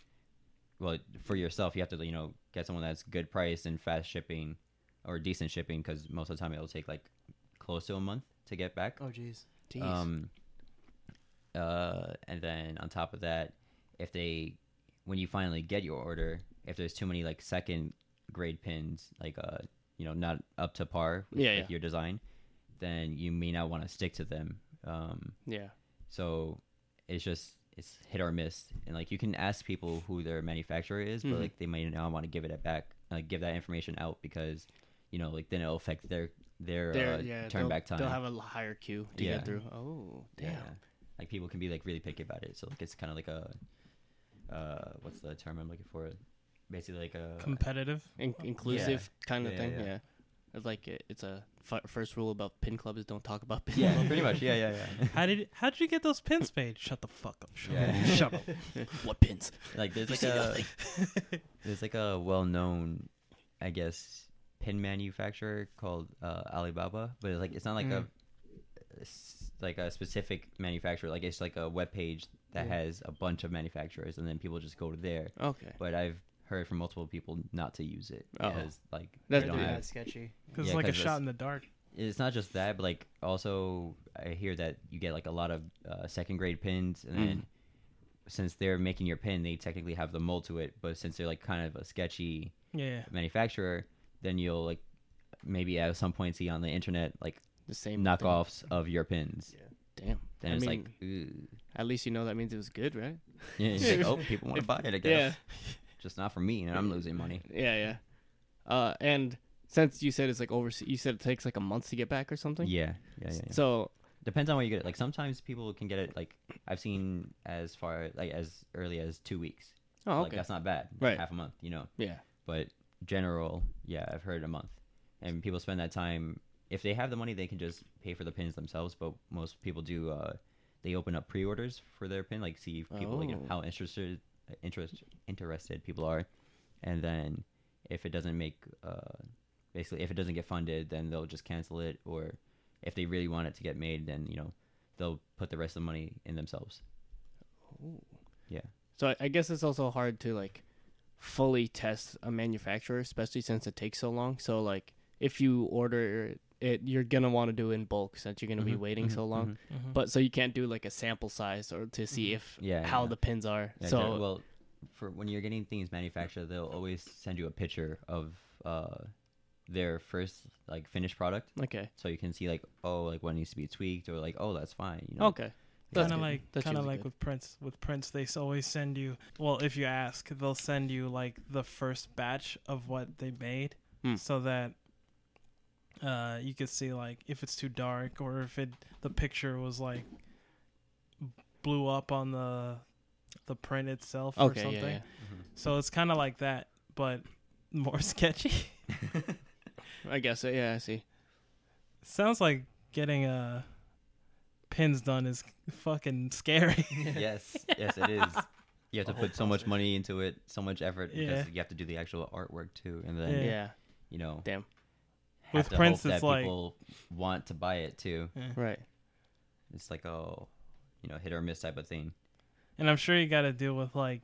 [SPEAKER 4] well, for yourself, you have to you know get someone that's good price and fast shipping, or decent shipping, because most of the time it'll take like close to a month to get back.
[SPEAKER 3] Oh jeez.
[SPEAKER 1] Jeez.
[SPEAKER 4] Um, uh, and then on top of that, if they, when you finally get your order, if there's too many like second grade pins, like uh, you know, not up to par with
[SPEAKER 1] Yeah,
[SPEAKER 4] like,
[SPEAKER 1] yeah.
[SPEAKER 4] your design, then you may not want to stick to them. Um,
[SPEAKER 1] yeah.
[SPEAKER 4] so it's just it's hit or miss, and like you can ask people who their manufacturer is, but
[SPEAKER 1] Mhm.
[SPEAKER 4] like they may not want to give it back, like give that information out because, you know, like then it'll affect their their,
[SPEAKER 1] They're-
[SPEAKER 4] uh,
[SPEAKER 1] yeah,
[SPEAKER 4] turn
[SPEAKER 1] they'll-
[SPEAKER 4] back time.
[SPEAKER 1] They'll have a l- higher queue to
[SPEAKER 4] Yeah.
[SPEAKER 1] get through. Oh, damn.
[SPEAKER 4] Yeah. Like people can be like really picky about it. So like it's kind of like a uh what's the term I'm looking for? Basically like uh, a
[SPEAKER 2] Competitive.
[SPEAKER 1] In- inclusive kind of
[SPEAKER 4] Yeah,
[SPEAKER 1] thing.
[SPEAKER 4] yeah.
[SPEAKER 1] Yeah. It's like it, it's a f- first rule about pin club is don't talk about pin.
[SPEAKER 4] yeah,
[SPEAKER 1] club.
[SPEAKER 4] pretty much. Yeah, yeah, yeah.
[SPEAKER 2] How did how did you get those pins made? Shut the fuck up. Shut
[SPEAKER 4] Yeah.
[SPEAKER 2] up. Shut up.
[SPEAKER 1] what pins?
[SPEAKER 4] Like there's like a there's like a well-known I guess pin manufacturer called uh, Alibaba, but it's like it's not like a
[SPEAKER 3] Mm.
[SPEAKER 4] s- like a specific manufacturer. Like it's like a web page that
[SPEAKER 3] Yeah.
[SPEAKER 4] has a bunch of manufacturers and then people just go to there.
[SPEAKER 1] Okay.
[SPEAKER 4] But I've heard from multiple people not to use it
[SPEAKER 1] Oh.
[SPEAKER 4] because like
[SPEAKER 1] That's
[SPEAKER 4] they
[SPEAKER 3] They're
[SPEAKER 4] don't
[SPEAKER 1] pretty
[SPEAKER 4] have
[SPEAKER 3] bad sketchy.
[SPEAKER 2] Because
[SPEAKER 4] Yeah,
[SPEAKER 2] it's like a
[SPEAKER 4] 'cause
[SPEAKER 2] shot in the dark.
[SPEAKER 4] it's not just that, but like also I hear that you get like a lot of uh, second grade pins, and
[SPEAKER 1] Mm.
[SPEAKER 4] then since they're making your pin, they technically have the mold to it, but since they're like kind of a sketchy
[SPEAKER 2] Yeah.
[SPEAKER 4] manufacturer, then you'll like maybe at some point see on the internet like
[SPEAKER 1] The same thing.
[SPEAKER 4] knockoffs of your pins.
[SPEAKER 1] Damn.
[SPEAKER 4] Then
[SPEAKER 1] I
[SPEAKER 4] it's
[SPEAKER 1] mean,
[SPEAKER 4] like, ooh.
[SPEAKER 1] at least you know that means it was good, right?
[SPEAKER 4] Yeah, it's like, oh, people want to buy it, I guess. Just not for me, and I'm losing money.
[SPEAKER 1] Yeah, yeah. Uh, and since you said it's like overseas, you said it takes like a month to get back or something.
[SPEAKER 4] Yeah, yeah, yeah. yeah.
[SPEAKER 1] So
[SPEAKER 4] Depends on where you get it. Like sometimes people can get it. Like I've seen as far like as early as two weeks.
[SPEAKER 1] oh,
[SPEAKER 4] Like
[SPEAKER 1] okay.
[SPEAKER 4] that's not bad.
[SPEAKER 1] Right.
[SPEAKER 4] half a month, you know.
[SPEAKER 1] yeah.
[SPEAKER 4] but general, yeah, I've heard a month. And people spend that time. If they have the money, they can just pay for the pins themselves. But most people do. Uh, they open up pre-orders for their pin, like see if people like,
[SPEAKER 1] Oh.
[SPEAKER 4] how interested interest interested people are, and then if it doesn't make uh, basically if it doesn't get funded, then they'll just cancel it. Or if they really want it to get made, then you know they'll put the rest of the money in themselves.
[SPEAKER 1] So I, I guess it's also hard to like fully test a manufacturer, especially since it takes so long. So like if you order it, you're gonna want to do in bulk since you're gonna be
[SPEAKER 4] Mhm,
[SPEAKER 1] waiting
[SPEAKER 4] mhm,
[SPEAKER 1] so long.
[SPEAKER 4] mhm.
[SPEAKER 2] Mhm.
[SPEAKER 1] But so you can't do like a sample size or to see if
[SPEAKER 4] Mm-hmm. Yeah,
[SPEAKER 1] how
[SPEAKER 4] yeah.
[SPEAKER 1] the pins are.
[SPEAKER 4] Yeah,
[SPEAKER 1] so
[SPEAKER 4] exactly. well, for when you're getting things manufactured, they'll always send you a picture of uh, their first like finished product,
[SPEAKER 1] okay,
[SPEAKER 4] so you can see like oh like what needs to be tweaked or like oh that's fine. You know?
[SPEAKER 1] okay,
[SPEAKER 4] That's
[SPEAKER 2] Kind of
[SPEAKER 4] good.
[SPEAKER 2] like,
[SPEAKER 1] That's
[SPEAKER 2] kind of
[SPEAKER 1] usually
[SPEAKER 2] like
[SPEAKER 1] good.
[SPEAKER 2] with Prince. With Prince, they s- always send you. Well, if you ask, they'll send you like the first batch of what they made,
[SPEAKER 1] Hmm.
[SPEAKER 2] so that uh, you could see like if it's too dark or if it the picture was like blew up on the the print itself or
[SPEAKER 1] okay,
[SPEAKER 2] something.
[SPEAKER 1] yeah, yeah.
[SPEAKER 4] Mm-hmm.
[SPEAKER 2] So it's kind of like that, but more sketchy.
[SPEAKER 1] I guess so. yeah, I see.
[SPEAKER 2] Sounds like getting uh pins done is fucking scary.
[SPEAKER 4] yes, yes, it is. You have to
[SPEAKER 3] The whole
[SPEAKER 4] put so much
[SPEAKER 3] process.
[SPEAKER 4] money into it, so much effort because
[SPEAKER 2] Yeah.
[SPEAKER 4] you have to do the actual artwork too, and then
[SPEAKER 1] Yeah,
[SPEAKER 2] Yeah.
[SPEAKER 4] you know,
[SPEAKER 1] Damn.
[SPEAKER 2] With
[SPEAKER 4] have to
[SPEAKER 2] prints,
[SPEAKER 4] hope that
[SPEAKER 2] it's like-
[SPEAKER 4] people want to buy it too.
[SPEAKER 1] Right.
[SPEAKER 4] It's like oh, you know, hit or miss type of thing.
[SPEAKER 2] And I'm sure you got to deal with like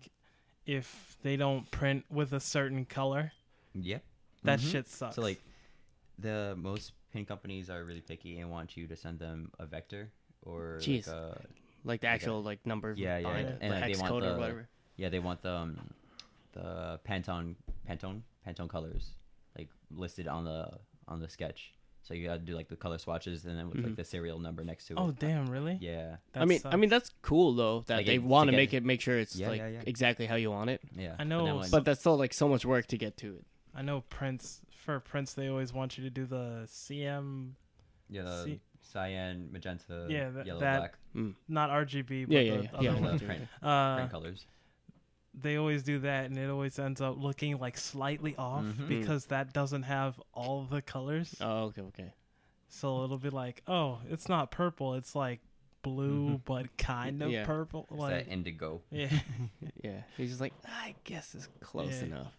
[SPEAKER 2] if they don't print with a certain color,
[SPEAKER 4] Yep.
[SPEAKER 2] that
[SPEAKER 4] Mhm.
[SPEAKER 2] shit sucks.
[SPEAKER 4] So like, the most pin companies are really picky and want you to send them a vector or
[SPEAKER 1] Jeez.
[SPEAKER 4] like uh, a,
[SPEAKER 1] Like the actual like number.
[SPEAKER 4] Yeah, yeah,
[SPEAKER 1] behind
[SPEAKER 2] yeah.
[SPEAKER 1] it,
[SPEAKER 4] And,
[SPEAKER 1] the
[SPEAKER 4] like,
[SPEAKER 1] hex
[SPEAKER 4] they want
[SPEAKER 1] code or
[SPEAKER 4] the-
[SPEAKER 1] whatever.
[SPEAKER 4] yeah they want the um, the Pantone Pantone Pantone colors like listed on the on the sketch. So you gotta do like the color swatches and then with
[SPEAKER 1] Mhm.
[SPEAKER 4] like the serial number next to it.
[SPEAKER 2] Mm-hmm. oh damn, really?
[SPEAKER 4] Yeah,
[SPEAKER 2] That
[SPEAKER 1] I mean,
[SPEAKER 2] sucks.
[SPEAKER 1] I mean that's cool though that
[SPEAKER 4] Like,
[SPEAKER 1] they
[SPEAKER 4] it- to
[SPEAKER 1] want to
[SPEAKER 4] get
[SPEAKER 1] make
[SPEAKER 4] it.
[SPEAKER 1] it make sure it's
[SPEAKER 4] Yeah,
[SPEAKER 1] like
[SPEAKER 4] yeah, yeah.
[SPEAKER 1] exactly how you want it.
[SPEAKER 4] yeah.
[SPEAKER 2] I know
[SPEAKER 4] But, then when-
[SPEAKER 1] But that's still like so much work to get to it.
[SPEAKER 2] I know prints for prints they always want you to do the CM,
[SPEAKER 4] yeah, the
[SPEAKER 2] see-
[SPEAKER 4] cyan, magenta,
[SPEAKER 2] Yeah, tha-
[SPEAKER 4] yellow,
[SPEAKER 2] that-
[SPEAKER 4] black
[SPEAKER 1] Mm.
[SPEAKER 2] not RGB, but
[SPEAKER 1] Yeah,
[SPEAKER 2] the
[SPEAKER 1] yeah, yeah. yeah.
[SPEAKER 2] other
[SPEAKER 4] one.
[SPEAKER 1] I
[SPEAKER 2] one.
[SPEAKER 1] know.
[SPEAKER 4] Print.
[SPEAKER 2] Uh,
[SPEAKER 4] print colors.
[SPEAKER 2] they always do that, and it always ends up looking like slightly off
[SPEAKER 4] Mhm.
[SPEAKER 2] because that doesn't have all the colors.
[SPEAKER 1] Oh, okay, okay.
[SPEAKER 2] So it'll be like, oh, it's not purple. It's like blue, but kind of
[SPEAKER 1] Yeah.
[SPEAKER 2] purple.
[SPEAKER 4] It's Mm-hmm. that
[SPEAKER 2] Like,
[SPEAKER 4] indigo.
[SPEAKER 2] yeah,
[SPEAKER 1] Yeah, he's just like, I guess it's close
[SPEAKER 2] Yeah.
[SPEAKER 1] enough.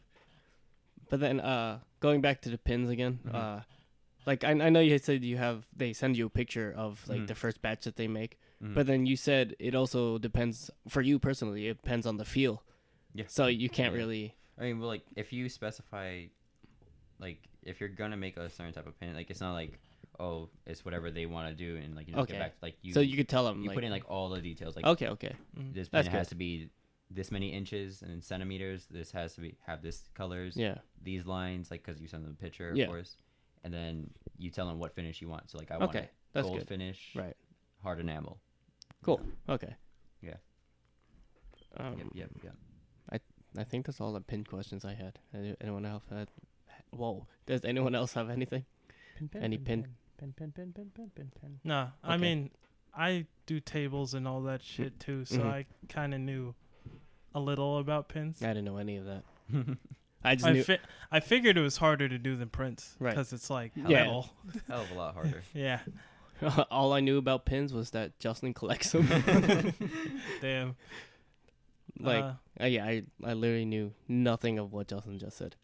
[SPEAKER 1] But then, uh, going back to the pins again,
[SPEAKER 4] Mhm.
[SPEAKER 1] uh, like I, I know you said you have they send you a picture of like
[SPEAKER 4] Mhm.
[SPEAKER 1] the first batch that they make,
[SPEAKER 2] Mm.
[SPEAKER 4] Mhm.
[SPEAKER 1] but then you said it also depends for you personally. It depends on the feel,
[SPEAKER 4] Yeah.
[SPEAKER 1] so you can't
[SPEAKER 4] Yeah.
[SPEAKER 1] really.
[SPEAKER 4] I mean, well, like if you specify, like if you're gonna make a certain type of pin, like it's not like oh, it's whatever they want to do, and like you know,
[SPEAKER 1] Okay.
[SPEAKER 4] get back like you.
[SPEAKER 1] so you could tell them
[SPEAKER 4] you
[SPEAKER 1] like,
[SPEAKER 4] put in like all the details, like
[SPEAKER 1] okay, okay,
[SPEAKER 4] this pin
[SPEAKER 1] that's
[SPEAKER 4] has
[SPEAKER 1] good.
[SPEAKER 4] to be this many inches and centimeters. This has to be have this colors,
[SPEAKER 1] yeah,
[SPEAKER 4] these lines, like because you send them a picture,
[SPEAKER 1] Yeah.
[SPEAKER 4] of course, and then you tell them what finish you want. So like I want
[SPEAKER 1] okay, that's
[SPEAKER 4] gold
[SPEAKER 1] good.
[SPEAKER 4] finish,
[SPEAKER 1] Right.
[SPEAKER 4] Hard enamel.
[SPEAKER 1] Cool. Okay.
[SPEAKER 4] Yeah.
[SPEAKER 1] Um,
[SPEAKER 4] Yep, yep, yep.
[SPEAKER 1] I think that's all the pin questions I had. Any- Anyone else? Had, whoa. Does anyone else have anything? Any pin?
[SPEAKER 3] Pin, pin, pin, pin, pin, pin, pin.
[SPEAKER 2] no. I
[SPEAKER 1] Okay.
[SPEAKER 2] mean, I do tables and all that shit too, so
[SPEAKER 1] Mhm.
[SPEAKER 2] I kind of knew a little about pins.
[SPEAKER 1] I didn't know any of that. I just
[SPEAKER 2] I
[SPEAKER 1] knew.
[SPEAKER 2] fi- I figured it was harder to do than prints
[SPEAKER 1] Right.
[SPEAKER 2] because it's like
[SPEAKER 4] Yeah.
[SPEAKER 2] metal.
[SPEAKER 4] Hell of a lot harder.
[SPEAKER 2] Yeah,
[SPEAKER 1] all I knew about pins was that Jocelyn collects them.
[SPEAKER 2] damn.
[SPEAKER 1] like,
[SPEAKER 2] Uh,
[SPEAKER 1] uh, yeah, I, I literally knew nothing of what Jocelyn just said.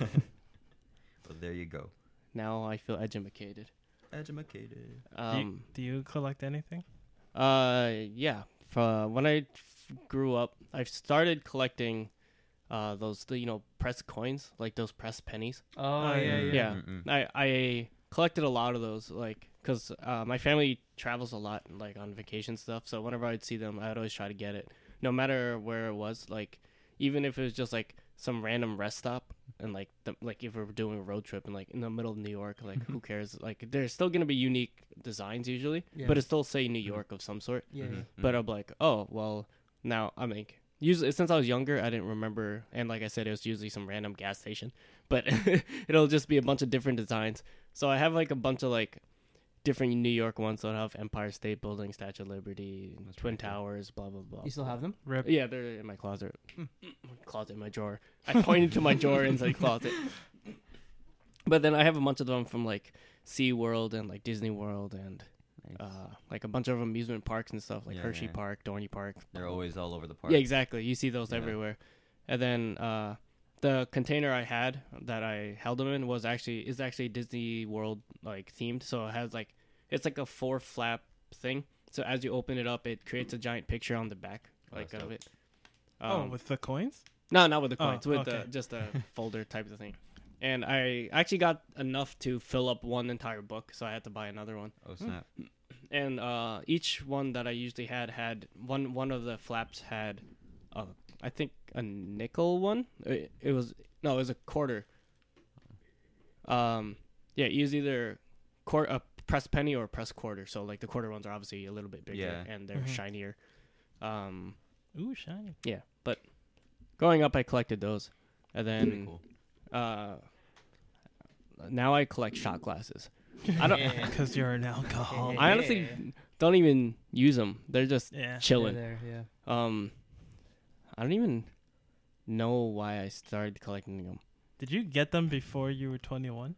[SPEAKER 4] well, there you go.
[SPEAKER 1] Now I feel edumacated.
[SPEAKER 4] Edumacated.
[SPEAKER 1] Um,
[SPEAKER 2] do you collect anything?
[SPEAKER 1] uh, yeah. From when I f- grew up, I started collecting, uh, those the, you know press coins, like those press pennies.
[SPEAKER 3] Oh, yeah, yeah.
[SPEAKER 1] Yeah.
[SPEAKER 4] Mm-mm.
[SPEAKER 1] I, I collected a lot of those, like, because uh, my family travels a lot, like, on vacation stuff. So whenever I'd see them, I'd always try to get it, no matter where it was. Like, even if it was just, like, some random rest stop, and, like, the, like if we were doing a road trip and, like, in the middle of New York, like, who cares? Like, there's still going to be unique designs usually,
[SPEAKER 3] Yeah.
[SPEAKER 1] but it still say New York of some sort.
[SPEAKER 3] Yeah, yeah.
[SPEAKER 4] Mhm.
[SPEAKER 1] But I'm like, oh, well, now I'm like, usually since I was younger, I didn't remember. And like I said, it was usually some random gas station, but it'll just be a bunch of different designs. So I have like a bunch of like different New York ones. So I have Empire State Building, Statue of Liberty,
[SPEAKER 4] That's
[SPEAKER 1] Twin
[SPEAKER 4] pretty cool.
[SPEAKER 1] Towers, blah, blah, blah. Uh,
[SPEAKER 3] You still have them?
[SPEAKER 2] Rip.
[SPEAKER 1] Yeah, they're in my closet. Closet in my drawer. I pointed to my drawer inside closet. But then I have a bunch of them from like SeaWorld and like Disney World and
[SPEAKER 4] Nice.
[SPEAKER 1] uh, like a bunch of amusement parks and stuff, like
[SPEAKER 4] Yeah,
[SPEAKER 1] Hershey
[SPEAKER 4] yeah.
[SPEAKER 1] Park, Dorney Park.
[SPEAKER 4] They're always all over the park.
[SPEAKER 1] yeah, exactly. You see those
[SPEAKER 4] Yeah.
[SPEAKER 1] everywhere. And then uh, the container I had that I held them in was actually is actually Disney World like themed, so it has like it's like a four flap thing. So as you open it up, it creates a giant picture on the back
[SPEAKER 4] Oh,
[SPEAKER 1] like
[SPEAKER 4] that's
[SPEAKER 1] of
[SPEAKER 4] dope.
[SPEAKER 1] it.
[SPEAKER 2] oh,
[SPEAKER 1] Um,
[SPEAKER 2] with the coins.
[SPEAKER 1] no, not with the
[SPEAKER 2] Oh,
[SPEAKER 1] coins. with
[SPEAKER 2] okay.
[SPEAKER 1] the, just a folder type of thing. And I actually got enough to fill up one entire book, so I had to buy another one
[SPEAKER 4] Oh snap.
[SPEAKER 1] and uh, each one that I usually had had one one of the flaps had, uh, I think a nickel one. It, it was no, it was a quarter. Um, yeah, it was either quarter a press penny or a press quarter. So like the quarter ones are obviously a little bit bigger
[SPEAKER 4] Yeah.
[SPEAKER 1] and they're
[SPEAKER 2] Mhm.
[SPEAKER 1] shinier. Um,
[SPEAKER 2] Ooh, shiny.
[SPEAKER 1] yeah, but growing up, I collected those, and
[SPEAKER 4] Pretty
[SPEAKER 1] then
[SPEAKER 4] cool.
[SPEAKER 1] uh, now I collect shot glasses. I don't.
[SPEAKER 2] Because you're an
[SPEAKER 3] Oh,
[SPEAKER 2] alcoholic.
[SPEAKER 1] I honestly don't even use them. They're just
[SPEAKER 2] Yeah.
[SPEAKER 1] chilling.
[SPEAKER 3] They're there, yeah.
[SPEAKER 1] Um, I don't even know why I started collecting them.
[SPEAKER 2] Did you get them before you were 21?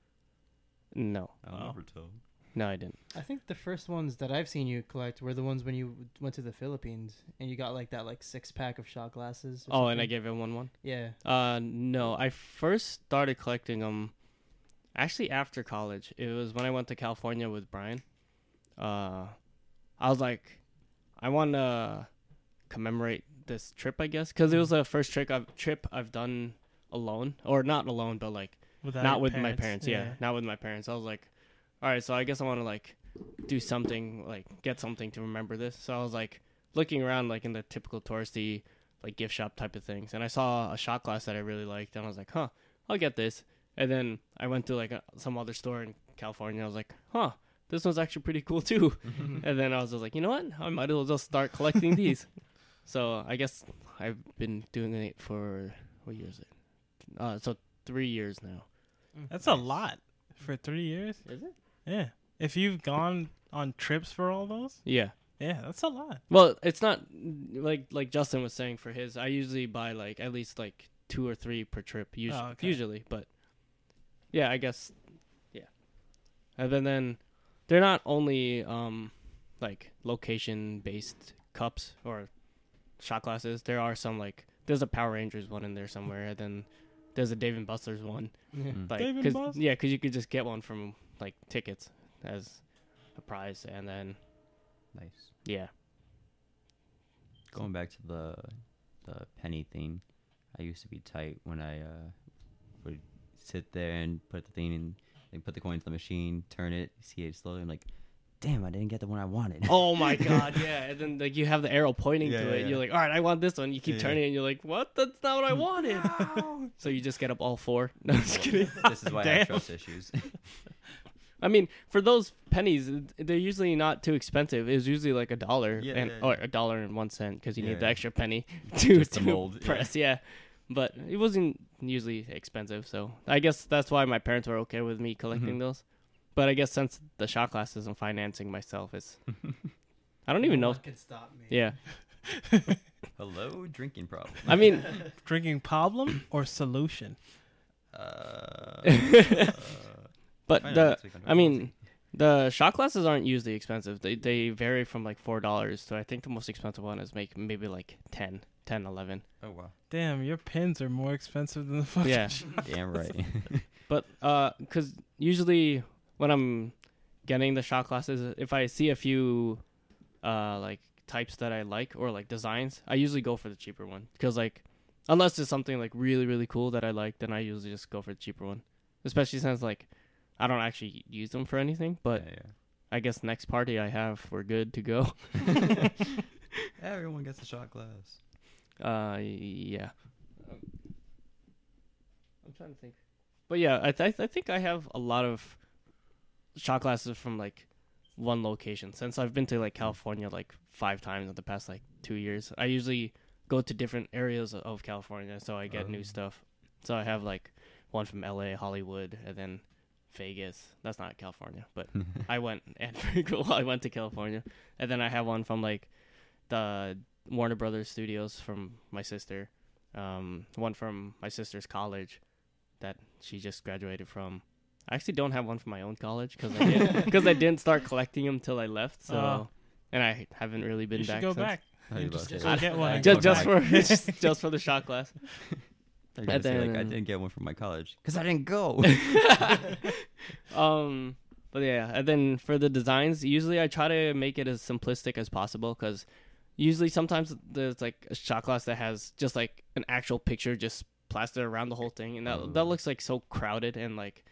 [SPEAKER 1] No,
[SPEAKER 4] I'll
[SPEAKER 2] Wow.
[SPEAKER 4] never tell.
[SPEAKER 1] no, I didn't.
[SPEAKER 3] I think the first ones that I've seen you collect were the ones when you went to the Philippines and you got like that like six pack of shot glasses. or
[SPEAKER 1] Oh, and I
[SPEAKER 3] something.
[SPEAKER 1] gave everyone one.
[SPEAKER 3] yeah.
[SPEAKER 1] Uh, no, I first started collecting them actually after college. It was when I went to California with Brian. Uh, I was like, I want to commemorate this trip, I guess, because it was the first trick I've, trip I've done alone, or not alone, but like
[SPEAKER 2] Without
[SPEAKER 1] not
[SPEAKER 2] your
[SPEAKER 1] with my parents. Yeah. not with my parents. I was like, all right, so I guess I want to like do something, like get something to remember this. So I was like looking around, like in the typical touristy, like gift shop type of things, and I saw a shot glass that I really liked, and I was like, huh, I'll get this. And then I went to like a, some other store in California. I was like, huh, this one's actually pretty cool too. and then I was just like, you know what, I might as well just start collecting these. So I guess I've been doing it for what year is it? Uh, so three years now.
[SPEAKER 3] Mm.
[SPEAKER 2] That's a lot for three years.
[SPEAKER 1] Is it?
[SPEAKER 2] Yeah. If you've gone on trips for all those,
[SPEAKER 1] Yeah.
[SPEAKER 2] yeah, that's a lot.
[SPEAKER 1] Well, it's not like like Justin was saying for his. I usually buy like at least like two or three per trip. Usually,
[SPEAKER 2] Oh, okay.
[SPEAKER 1] usually, but yeah, I guess yeah. And then then they're not only um like location based cups or shot glasses. There are some like there's a Power Rangers one in there somewhere, and then there's a Dave and Buster's one.
[SPEAKER 3] Yeah.
[SPEAKER 4] Mm.
[SPEAKER 1] Like,
[SPEAKER 2] Dave and
[SPEAKER 1] 'cause-
[SPEAKER 2] Buster's?
[SPEAKER 1] yeah, because you could just get one from like tickets as a prize, and then
[SPEAKER 4] Nice.
[SPEAKER 1] yeah.
[SPEAKER 4] Going back to the the penny thing, I used to be tight when I uh, would sit there and put the thing in, like put the coin into the machine, turn it, see it slowly. I'm like, damn, I didn't get the one I wanted.
[SPEAKER 1] Oh my god, yeah. And then like you have the arrow pointing
[SPEAKER 4] Yeah,
[SPEAKER 1] to
[SPEAKER 4] yeah,
[SPEAKER 1] it.
[SPEAKER 4] yeah.
[SPEAKER 1] You're like, all right, I want this one. You keep
[SPEAKER 4] Yeah, yeah.
[SPEAKER 1] turning it and you're like, what? That's not what I wanted. so you just get up all four. No, I'm just kidding.
[SPEAKER 4] this is why I
[SPEAKER 2] Damn.
[SPEAKER 4] have trust issues.
[SPEAKER 1] I mean, for those pennies, they're usually not too expensive. It's usually like a dollar
[SPEAKER 4] Yeah,
[SPEAKER 1] and
[SPEAKER 4] yeah,
[SPEAKER 1] or
[SPEAKER 4] yeah.
[SPEAKER 1] a dollar and one cent because you
[SPEAKER 4] Yeah,
[SPEAKER 1] need the
[SPEAKER 4] yeah.
[SPEAKER 1] extra penny to,
[SPEAKER 4] Just to
[SPEAKER 1] to
[SPEAKER 4] mold, yeah.
[SPEAKER 1] press. Yeah. But it wasn't usually expensive, so I guess that's why my parents were okay with me collecting
[SPEAKER 4] Mhm.
[SPEAKER 1] those. But I guess since the shot classes and financing myself, it's I don't even know.
[SPEAKER 3] Can stop me.
[SPEAKER 1] Yeah.
[SPEAKER 4] Hello, drinking problem.
[SPEAKER 1] I mean,
[SPEAKER 2] Drinking problem or solution?
[SPEAKER 4] Uh,
[SPEAKER 1] but
[SPEAKER 4] find out
[SPEAKER 1] the
[SPEAKER 4] next week on
[SPEAKER 1] I
[SPEAKER 4] Drinking
[SPEAKER 1] mean,
[SPEAKER 4] Policy.
[SPEAKER 1] The shot glasses aren't usually expensive. They they vary from like four dollars to I think the most expensive one is make maybe like 10, 10, 11.
[SPEAKER 4] oh wow,
[SPEAKER 2] Damn, your pins are more expensive than the fucking.
[SPEAKER 1] Yeah,
[SPEAKER 4] damn right.
[SPEAKER 1] but uh, cause usually when I'm getting the shot glasses, if I see a few, uh, like types that I like or like designs, I usually go for the cheaper one. Cause like, unless it's something like really really cool that I like, then I usually just go for the cheaper one. Especially since like, I don't actually use them for anything. But
[SPEAKER 4] Yeah,
[SPEAKER 1] I guess next party I have, we're good to go.
[SPEAKER 4] yeah. everyone gets a shot glass.
[SPEAKER 1] Uh, yeah. I'm trying to think. But yeah, I th- I think I have a lot of shot glasses from like one location since I've been to like California like five times in the past like two years. I usually go to different areas of California, so I get
[SPEAKER 4] Oh.
[SPEAKER 1] new stuff. So I have like one from L.A., Hollywood, and then Vegas. That's not California, but I went and I went to California, and then I have one from like the Warner Brothers Studios from my sister, um, one from my sister's college that she just graduated from. I actually don't have one from my own college because I didn't, 'cause I didn't start collecting them till I left. So,
[SPEAKER 2] Oh.
[SPEAKER 1] and I haven't really been
[SPEAKER 2] you should
[SPEAKER 1] back.
[SPEAKER 2] go
[SPEAKER 1] since.
[SPEAKER 2] back.
[SPEAKER 4] How
[SPEAKER 2] You
[SPEAKER 4] you
[SPEAKER 2] just,
[SPEAKER 4] about
[SPEAKER 2] just
[SPEAKER 4] that?
[SPEAKER 2] get one. and
[SPEAKER 1] Just,
[SPEAKER 2] go
[SPEAKER 1] just
[SPEAKER 2] back.
[SPEAKER 1] for just, just for the shot glass.
[SPEAKER 4] They're gonna
[SPEAKER 1] And
[SPEAKER 4] say, like, I
[SPEAKER 1] then-
[SPEAKER 4] didn't get one from my college because I didn't go.
[SPEAKER 1] um but yeah and then for the designs usually i try to make it as simplistic as possible because usually sometimes there's like a shot glass that has just like an actual picture just plastered around the whole thing and that, that
[SPEAKER 4] Ooh.
[SPEAKER 1] looks like so crowded and like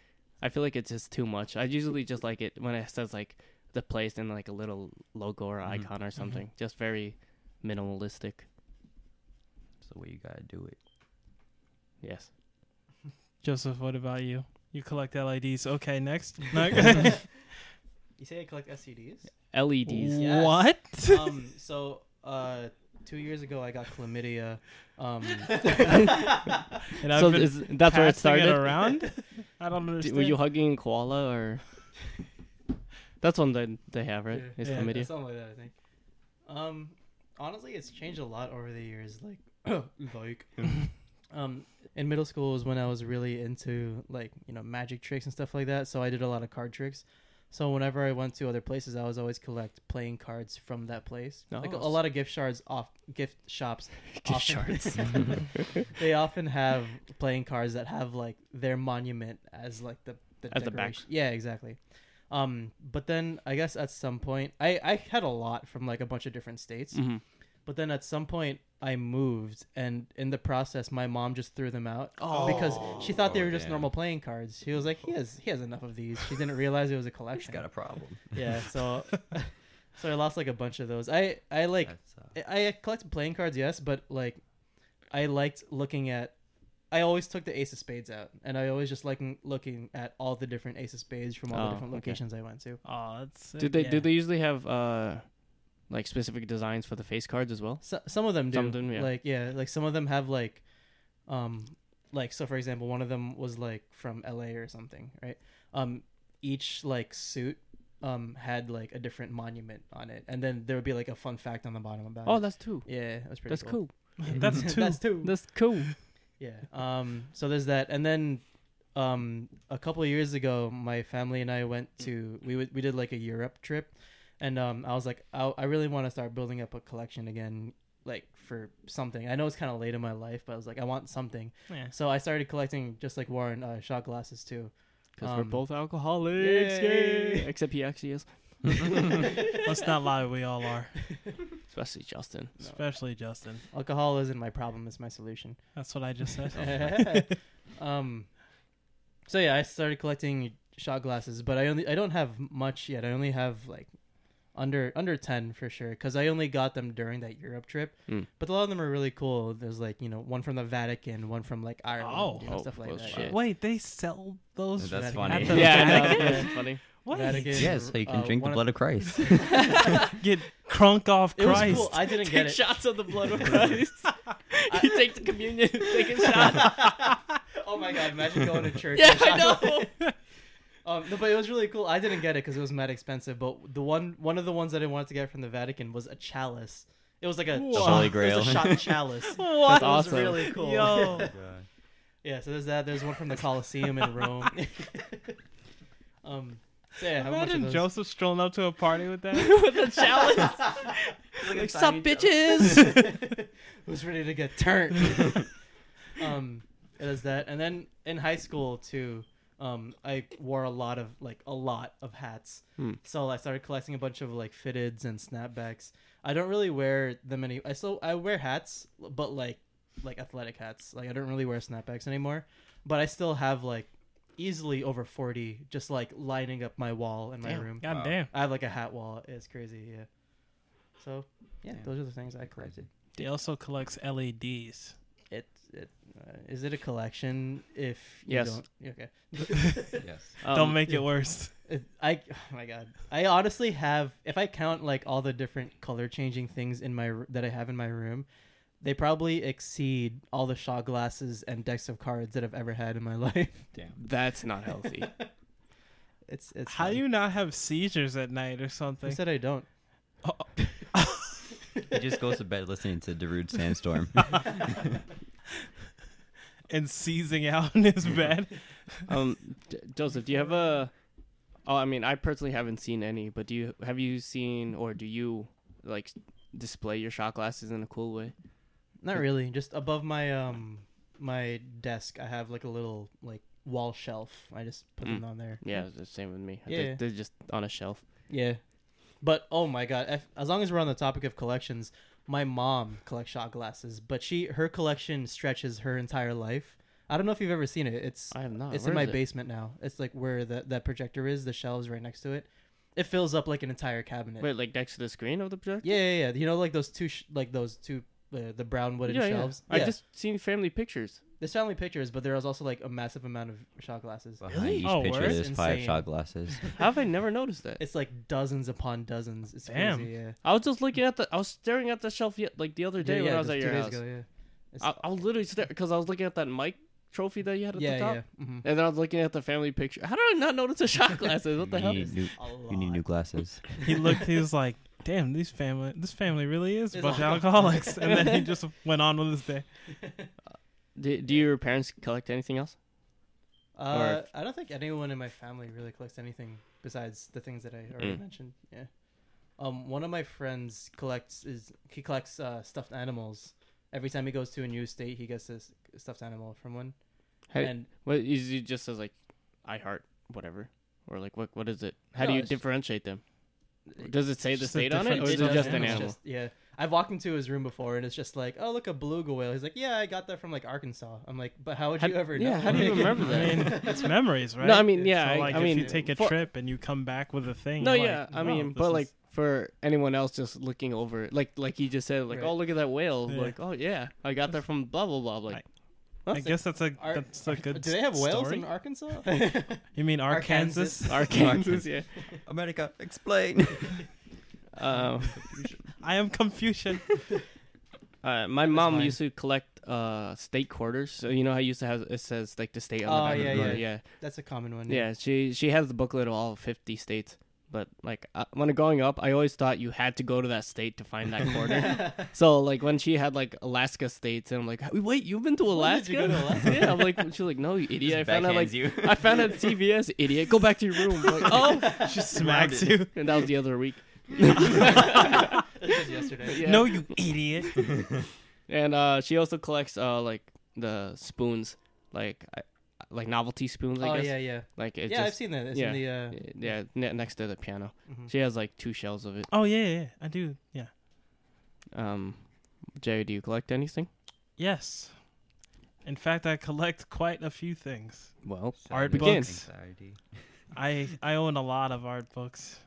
[SPEAKER 1] i feel like it's just too much i usually just like it when it says like the place and like a little logo or
[SPEAKER 4] Mhm.
[SPEAKER 1] icon or something just very minimalistic
[SPEAKER 4] It's the way you gotta do it.
[SPEAKER 1] yes
[SPEAKER 2] Joseph, what about you? You collect LEDs. Okay, next. No-
[SPEAKER 3] You say I collect SCDs?
[SPEAKER 1] leds
[SPEAKER 3] Yes.
[SPEAKER 2] What?
[SPEAKER 3] um, so uh, two years ago I got chlamydia. Um,
[SPEAKER 2] And I've
[SPEAKER 1] so
[SPEAKER 2] been
[SPEAKER 1] is, that's where it
[SPEAKER 2] passing
[SPEAKER 1] started
[SPEAKER 2] around. I don't
[SPEAKER 1] D-
[SPEAKER 2] understand.
[SPEAKER 1] were you hugging a koala or? That's one that they have, right?
[SPEAKER 3] Yeah.
[SPEAKER 1] Is
[SPEAKER 2] Yeah.
[SPEAKER 1] chlamydia.
[SPEAKER 3] something like that, I think. Um, honestly, it's changed a lot over the years. Like, like, um, in middle school is when I was really into like you know magic tricks and stuff like that. So I did a lot of card tricks. So whenever I went to other places, I was always collect playing cards from that place. Like a
[SPEAKER 1] Oh.
[SPEAKER 3] lot of gift shards off gift shops.
[SPEAKER 1] Gift
[SPEAKER 3] often- they often have playing cards that have like their monument as like the the
[SPEAKER 1] At the back.
[SPEAKER 3] decoration- Yeah, exactly. Um, but then I guess at some point I I had a lot from like a bunch of different states.
[SPEAKER 1] hmm
[SPEAKER 3] But then at some point I moved, and in the process, my mom just threw them out because she thought they
[SPEAKER 4] Oh,
[SPEAKER 3] were just
[SPEAKER 4] damn.
[SPEAKER 3] normal playing cards. She was like, "He has he has enough of these." She didn't realize it was a collection.
[SPEAKER 4] got a problem.
[SPEAKER 3] yeah, so so I lost like a bunch of those. I I like
[SPEAKER 4] That's, uh,
[SPEAKER 3] I I collected playing cards, yes, but like I liked looking at. I always took the Ace of Spades out, and I always just like looking at all the different Ace of Spades from all
[SPEAKER 1] Oh,
[SPEAKER 3] the different
[SPEAKER 1] okay.
[SPEAKER 3] locations I went to.
[SPEAKER 2] Oh, that's sick.
[SPEAKER 1] Did they
[SPEAKER 2] yeah.
[SPEAKER 1] do they usually have uh like specific designs for the face cards as well?
[SPEAKER 3] So, some of them do.
[SPEAKER 1] Some of them, yeah.
[SPEAKER 3] Like yeah, like some of them have like, um, like so for example, one of them was like from L.A. or something, right? Um, each like suit um had like a different monument on it, and then there would be like a fun fact on the bottom about
[SPEAKER 1] Oh,
[SPEAKER 3] it.
[SPEAKER 1] that's two.
[SPEAKER 3] yeah, that's pretty.
[SPEAKER 1] That's
[SPEAKER 3] cool.
[SPEAKER 1] cool.
[SPEAKER 2] That's two.
[SPEAKER 3] that's two.
[SPEAKER 1] That's cool.
[SPEAKER 3] Yeah. Um. So there's that, and then, um, a couple of years ago, my family and I went to we w- we did like a Europe trip, and um, I was like, I, I really want to start building up a collection again, like for something. I know it's kind of late in my life, but I was like, I want something.
[SPEAKER 2] Yeah.
[SPEAKER 3] So I started collecting just like Warren uh, shot glasses too.
[SPEAKER 1] Because we're
[SPEAKER 3] Um,
[SPEAKER 1] both alcoholics.
[SPEAKER 3] yay.
[SPEAKER 1] yay. Except he actually is.
[SPEAKER 2] Let's not lie, we all are,
[SPEAKER 1] Especially Justin.
[SPEAKER 2] especially Justin.
[SPEAKER 3] Alcohol isn't my problem; it's my solution.
[SPEAKER 2] That's what I just said.
[SPEAKER 1] Oh,
[SPEAKER 3] um, so yeah, I started collecting shot glasses, but I only I don't have much yet. I only have like under under ten for sure because I only got them during that Europe trip.
[SPEAKER 1] Mm.
[SPEAKER 3] But a lot of them are really cool. There's like you know one from the Vatican, one from like Ireland,
[SPEAKER 2] Oh.
[SPEAKER 3] you know,
[SPEAKER 1] Oh,
[SPEAKER 3] stuff like
[SPEAKER 1] well,
[SPEAKER 3] that.
[SPEAKER 1] shit.
[SPEAKER 2] Wait, they sell those?
[SPEAKER 4] That's
[SPEAKER 3] Vatican.
[SPEAKER 4] funny.
[SPEAKER 2] At the
[SPEAKER 1] Yeah, I know.
[SPEAKER 2] Vatican?
[SPEAKER 1] It's funny.
[SPEAKER 2] Wait.
[SPEAKER 3] Vatican.
[SPEAKER 4] yeah, so you can
[SPEAKER 3] uh,
[SPEAKER 4] drink the
[SPEAKER 3] one of-
[SPEAKER 4] blood of Christ.
[SPEAKER 2] Get crunk off
[SPEAKER 3] It
[SPEAKER 2] Christ.
[SPEAKER 3] was cool. I didn't get
[SPEAKER 1] Take
[SPEAKER 3] it.
[SPEAKER 1] shots of the blood of Christ. you take the communion, take a shot.
[SPEAKER 3] Oh my god! Imagine going to church.
[SPEAKER 1] yeah,
[SPEAKER 3] with
[SPEAKER 1] I
[SPEAKER 3] shot
[SPEAKER 1] know.
[SPEAKER 3] Um, no, but it was really cool. I didn't get it because it was mad expensive. But the one, one of the ones that I wanted to get from the Vatican was a chalice. It was like a
[SPEAKER 2] The
[SPEAKER 3] shot-
[SPEAKER 4] Holy
[SPEAKER 3] It
[SPEAKER 4] Grail.
[SPEAKER 3] was a shot chalice.
[SPEAKER 2] What?
[SPEAKER 1] That's
[SPEAKER 3] That was
[SPEAKER 1] awesome.
[SPEAKER 3] really cool.
[SPEAKER 4] Oh,
[SPEAKER 2] Yo.
[SPEAKER 3] yeah. So there's that. There's one from the Colosseum in Rome. um. So yeah, how much of
[SPEAKER 2] Imagine
[SPEAKER 3] those?
[SPEAKER 2] Joseph strolling up to a party with that.
[SPEAKER 1] With a challenge.
[SPEAKER 3] Like a
[SPEAKER 1] Like, sup,
[SPEAKER 3] tiny
[SPEAKER 1] bitches.
[SPEAKER 3] Who's ready to get turned? um, it is that, and then in high school too, um, I wore a lot of like a lot of hats.
[SPEAKER 1] Hmm.
[SPEAKER 3] So I started collecting a bunch of like fitteds and snapbacks. I don't really wear them any. I still I wear hats, but like like athletic hats. Like I don't really wear snapbacks anymore, but I still have like easily over forty just like lining up my wall in my
[SPEAKER 1] Damn.
[SPEAKER 3] room.
[SPEAKER 2] God
[SPEAKER 4] Wow.
[SPEAKER 2] damn.
[SPEAKER 3] I have like a hat wall. It's crazy, yeah. So yeah,
[SPEAKER 4] Damn.
[SPEAKER 3] those are the things I collected.
[SPEAKER 2] He also collects E LEDs.
[SPEAKER 3] It, it uh, is it a collection? If you
[SPEAKER 1] Yes.
[SPEAKER 3] don't, okay.
[SPEAKER 4] yes.
[SPEAKER 2] Don't
[SPEAKER 1] Um,
[SPEAKER 2] make it worse.
[SPEAKER 3] It- I oh my god, I honestly have. If I count like all the different color changing things in my r- that I have in my room, they probably exceed all the shot glasses and decks of cards that I've ever had in my life.
[SPEAKER 4] Damn.
[SPEAKER 1] That's not healthy.
[SPEAKER 3] It's it's
[SPEAKER 2] How
[SPEAKER 3] fun.
[SPEAKER 2] do you not have seizures at night or
[SPEAKER 3] Who
[SPEAKER 2] something?
[SPEAKER 3] said I don't?
[SPEAKER 2] Oh,
[SPEAKER 4] He just goes to bed listening to Darude Sandstorm.
[SPEAKER 2] and seizing out in his bed.
[SPEAKER 1] um, J- Joseph, do you have a? Oh, I mean, I personally haven't seen any, but do you have you seen or do you like display your shot glasses in a cool way?
[SPEAKER 3] Not really. Just above my um my desk, I have like a little like wall shelf. I just put
[SPEAKER 2] Mm.
[SPEAKER 3] them on there.
[SPEAKER 1] Yeah, it's the same with me.
[SPEAKER 3] Yeah.
[SPEAKER 1] They're, they're just on a shelf.
[SPEAKER 3] Yeah. But oh my god, if, as long as we're on the topic of collections, my mom collects shot glasses, but she her collection stretches her entire life. I don't know if you've ever seen it. It's
[SPEAKER 1] I have not.
[SPEAKER 3] it's
[SPEAKER 1] Ah, Where
[SPEAKER 3] in my
[SPEAKER 1] is it?
[SPEAKER 3] basement now. It's like where the that projector is, the shelves right next to it. It fills up like an entire cabinet.
[SPEAKER 1] Wait, like next to the screen of the projector.
[SPEAKER 3] Yeah, yeah, yeah. You know like those two sh- like those two uh, the brown wooden shelves.
[SPEAKER 1] I
[SPEAKER 3] Yeah.
[SPEAKER 1] just seen family pictures.
[SPEAKER 3] There's family pictures, but there was also like a massive amount of shot glasses.
[SPEAKER 4] Behind each
[SPEAKER 2] Oh,
[SPEAKER 4] picture,
[SPEAKER 2] word?
[SPEAKER 4] there's five
[SPEAKER 3] Insane.
[SPEAKER 4] shot glasses.
[SPEAKER 1] How have I never noticed that?
[SPEAKER 3] It's like dozens upon dozens. It's
[SPEAKER 2] Damn.
[SPEAKER 3] crazy. Yeah.
[SPEAKER 1] I was just looking at the. I was staring at the shelf yet, like the other day
[SPEAKER 3] yeah,
[SPEAKER 1] when
[SPEAKER 3] yeah,
[SPEAKER 1] I was
[SPEAKER 3] just
[SPEAKER 1] at
[SPEAKER 3] two
[SPEAKER 1] your
[SPEAKER 3] days
[SPEAKER 1] house.
[SPEAKER 3] ago, yeah. It's-
[SPEAKER 1] I, I was literally staring because I was looking at that mic trophy that you had at
[SPEAKER 3] yeah,
[SPEAKER 1] the top,
[SPEAKER 3] yeah. mhm.
[SPEAKER 1] and then I was looking at the family picture. How did I not notice the shot glasses? What the
[SPEAKER 4] you,
[SPEAKER 1] hell?
[SPEAKER 4] need new, you need new glasses.
[SPEAKER 2] Oh. He looked. He was like, "Damn, these family. This family really is a
[SPEAKER 3] It's
[SPEAKER 2] bunch of
[SPEAKER 3] all-
[SPEAKER 2] alcoholics." And then he just went on with his day.
[SPEAKER 1] Do, do your parents collect anything else?
[SPEAKER 3] Uh, I don't think anyone in my family really collects anything besides the things that I already
[SPEAKER 1] Mm.
[SPEAKER 3] mentioned. Yeah. Um, one of my friends collects is he collects uh, stuffed animals. Every time he goes to a new state, he gets a s- stuffed animal from one.
[SPEAKER 1] Hey.
[SPEAKER 3] And
[SPEAKER 1] What is it just as like I heart whatever, or like what what is it? How do
[SPEAKER 3] No,
[SPEAKER 1] you
[SPEAKER 3] it's just-
[SPEAKER 1] differentiate them? Does it say the
[SPEAKER 2] Just a
[SPEAKER 1] state on it, or
[SPEAKER 2] different
[SPEAKER 1] is it
[SPEAKER 2] stuff.
[SPEAKER 1] just an
[SPEAKER 3] It's
[SPEAKER 1] animal?
[SPEAKER 3] just- yeah. I've walked into his room before and it's just like, oh, look, a beluga whale. He's like, yeah, I got that from like Arkansas. I'm like, but how would
[SPEAKER 1] How-
[SPEAKER 3] you ever
[SPEAKER 1] yeah,
[SPEAKER 3] know?
[SPEAKER 1] how do you
[SPEAKER 3] Like,
[SPEAKER 1] remember
[SPEAKER 2] I
[SPEAKER 1] that?
[SPEAKER 2] mean, it's memories, right?
[SPEAKER 1] No, I mean, yeah, I-
[SPEAKER 2] So, like,
[SPEAKER 1] I
[SPEAKER 2] if
[SPEAKER 1] mean,
[SPEAKER 2] you take a
[SPEAKER 1] for-
[SPEAKER 2] trip and you come back with a thing,
[SPEAKER 1] No,
[SPEAKER 2] you're
[SPEAKER 1] yeah,
[SPEAKER 2] like,
[SPEAKER 1] I
[SPEAKER 2] "Wow,
[SPEAKER 1] mean,
[SPEAKER 2] this
[SPEAKER 1] but
[SPEAKER 2] is-
[SPEAKER 1] like for anyone else just looking over, it, like like he just said, like
[SPEAKER 3] Right.
[SPEAKER 1] oh look at that whale,
[SPEAKER 2] Yeah.
[SPEAKER 1] like oh yeah, I got that from blah blah blah, like
[SPEAKER 2] I-
[SPEAKER 1] huh?
[SPEAKER 2] I guess that's a
[SPEAKER 3] Ar-
[SPEAKER 2] that's a good.
[SPEAKER 3] do they have whales
[SPEAKER 2] story.
[SPEAKER 3] in Arkansas?
[SPEAKER 2] You mean Arkansas?
[SPEAKER 3] Arkansas.
[SPEAKER 1] Arkansas, yeah.
[SPEAKER 4] America, explain.
[SPEAKER 1] Um,
[SPEAKER 2] I am Confucian.
[SPEAKER 1] uh, my mom
[SPEAKER 3] fine.
[SPEAKER 1] used to collect uh state quarters, so you know how you used to have it says like the state on
[SPEAKER 3] Oh,
[SPEAKER 1] the back
[SPEAKER 3] yeah,
[SPEAKER 1] of the
[SPEAKER 3] yeah.
[SPEAKER 1] quarter, yeah,
[SPEAKER 3] That's a common one.
[SPEAKER 1] yeah. She she has the booklet of all fifty states, but like uh, when growing up, I always thought you had to go to that state to find that quarter. So like when she had like Alaska states, and I'm like, wait, you've been to
[SPEAKER 3] When did
[SPEAKER 1] Alaska?
[SPEAKER 3] you go to Alaska?
[SPEAKER 1] yeah, I'm like, she's like, no, you idiot. I found out like
[SPEAKER 4] Backhands you.
[SPEAKER 1] I found out CVS, idiot. Go back to your room. I'm like, oh,
[SPEAKER 2] She smacks you.
[SPEAKER 1] and that was the other week.
[SPEAKER 3] This was yesterday.
[SPEAKER 1] Yeah.
[SPEAKER 2] No, you idiot.
[SPEAKER 1] And uh, she also collects uh like the spoons, like I, like novelty spoons. I
[SPEAKER 3] Oh
[SPEAKER 1] guess.
[SPEAKER 3] yeah, yeah,
[SPEAKER 1] Like it
[SPEAKER 3] yeah. I've
[SPEAKER 1] just
[SPEAKER 3] seen that. It's
[SPEAKER 1] yeah.
[SPEAKER 3] in the. Uh,
[SPEAKER 1] yeah ne- next to the piano.
[SPEAKER 3] mhm.
[SPEAKER 1] She has like two shells of it.
[SPEAKER 2] Oh yeah, yeah, yeah, I do. Yeah.
[SPEAKER 1] Um, Jay, do you collect anything?
[SPEAKER 2] Yes. In fact, I collect quite a few things.
[SPEAKER 1] Well,
[SPEAKER 2] Art
[SPEAKER 1] begin.
[SPEAKER 2] books. I I own a lot of art books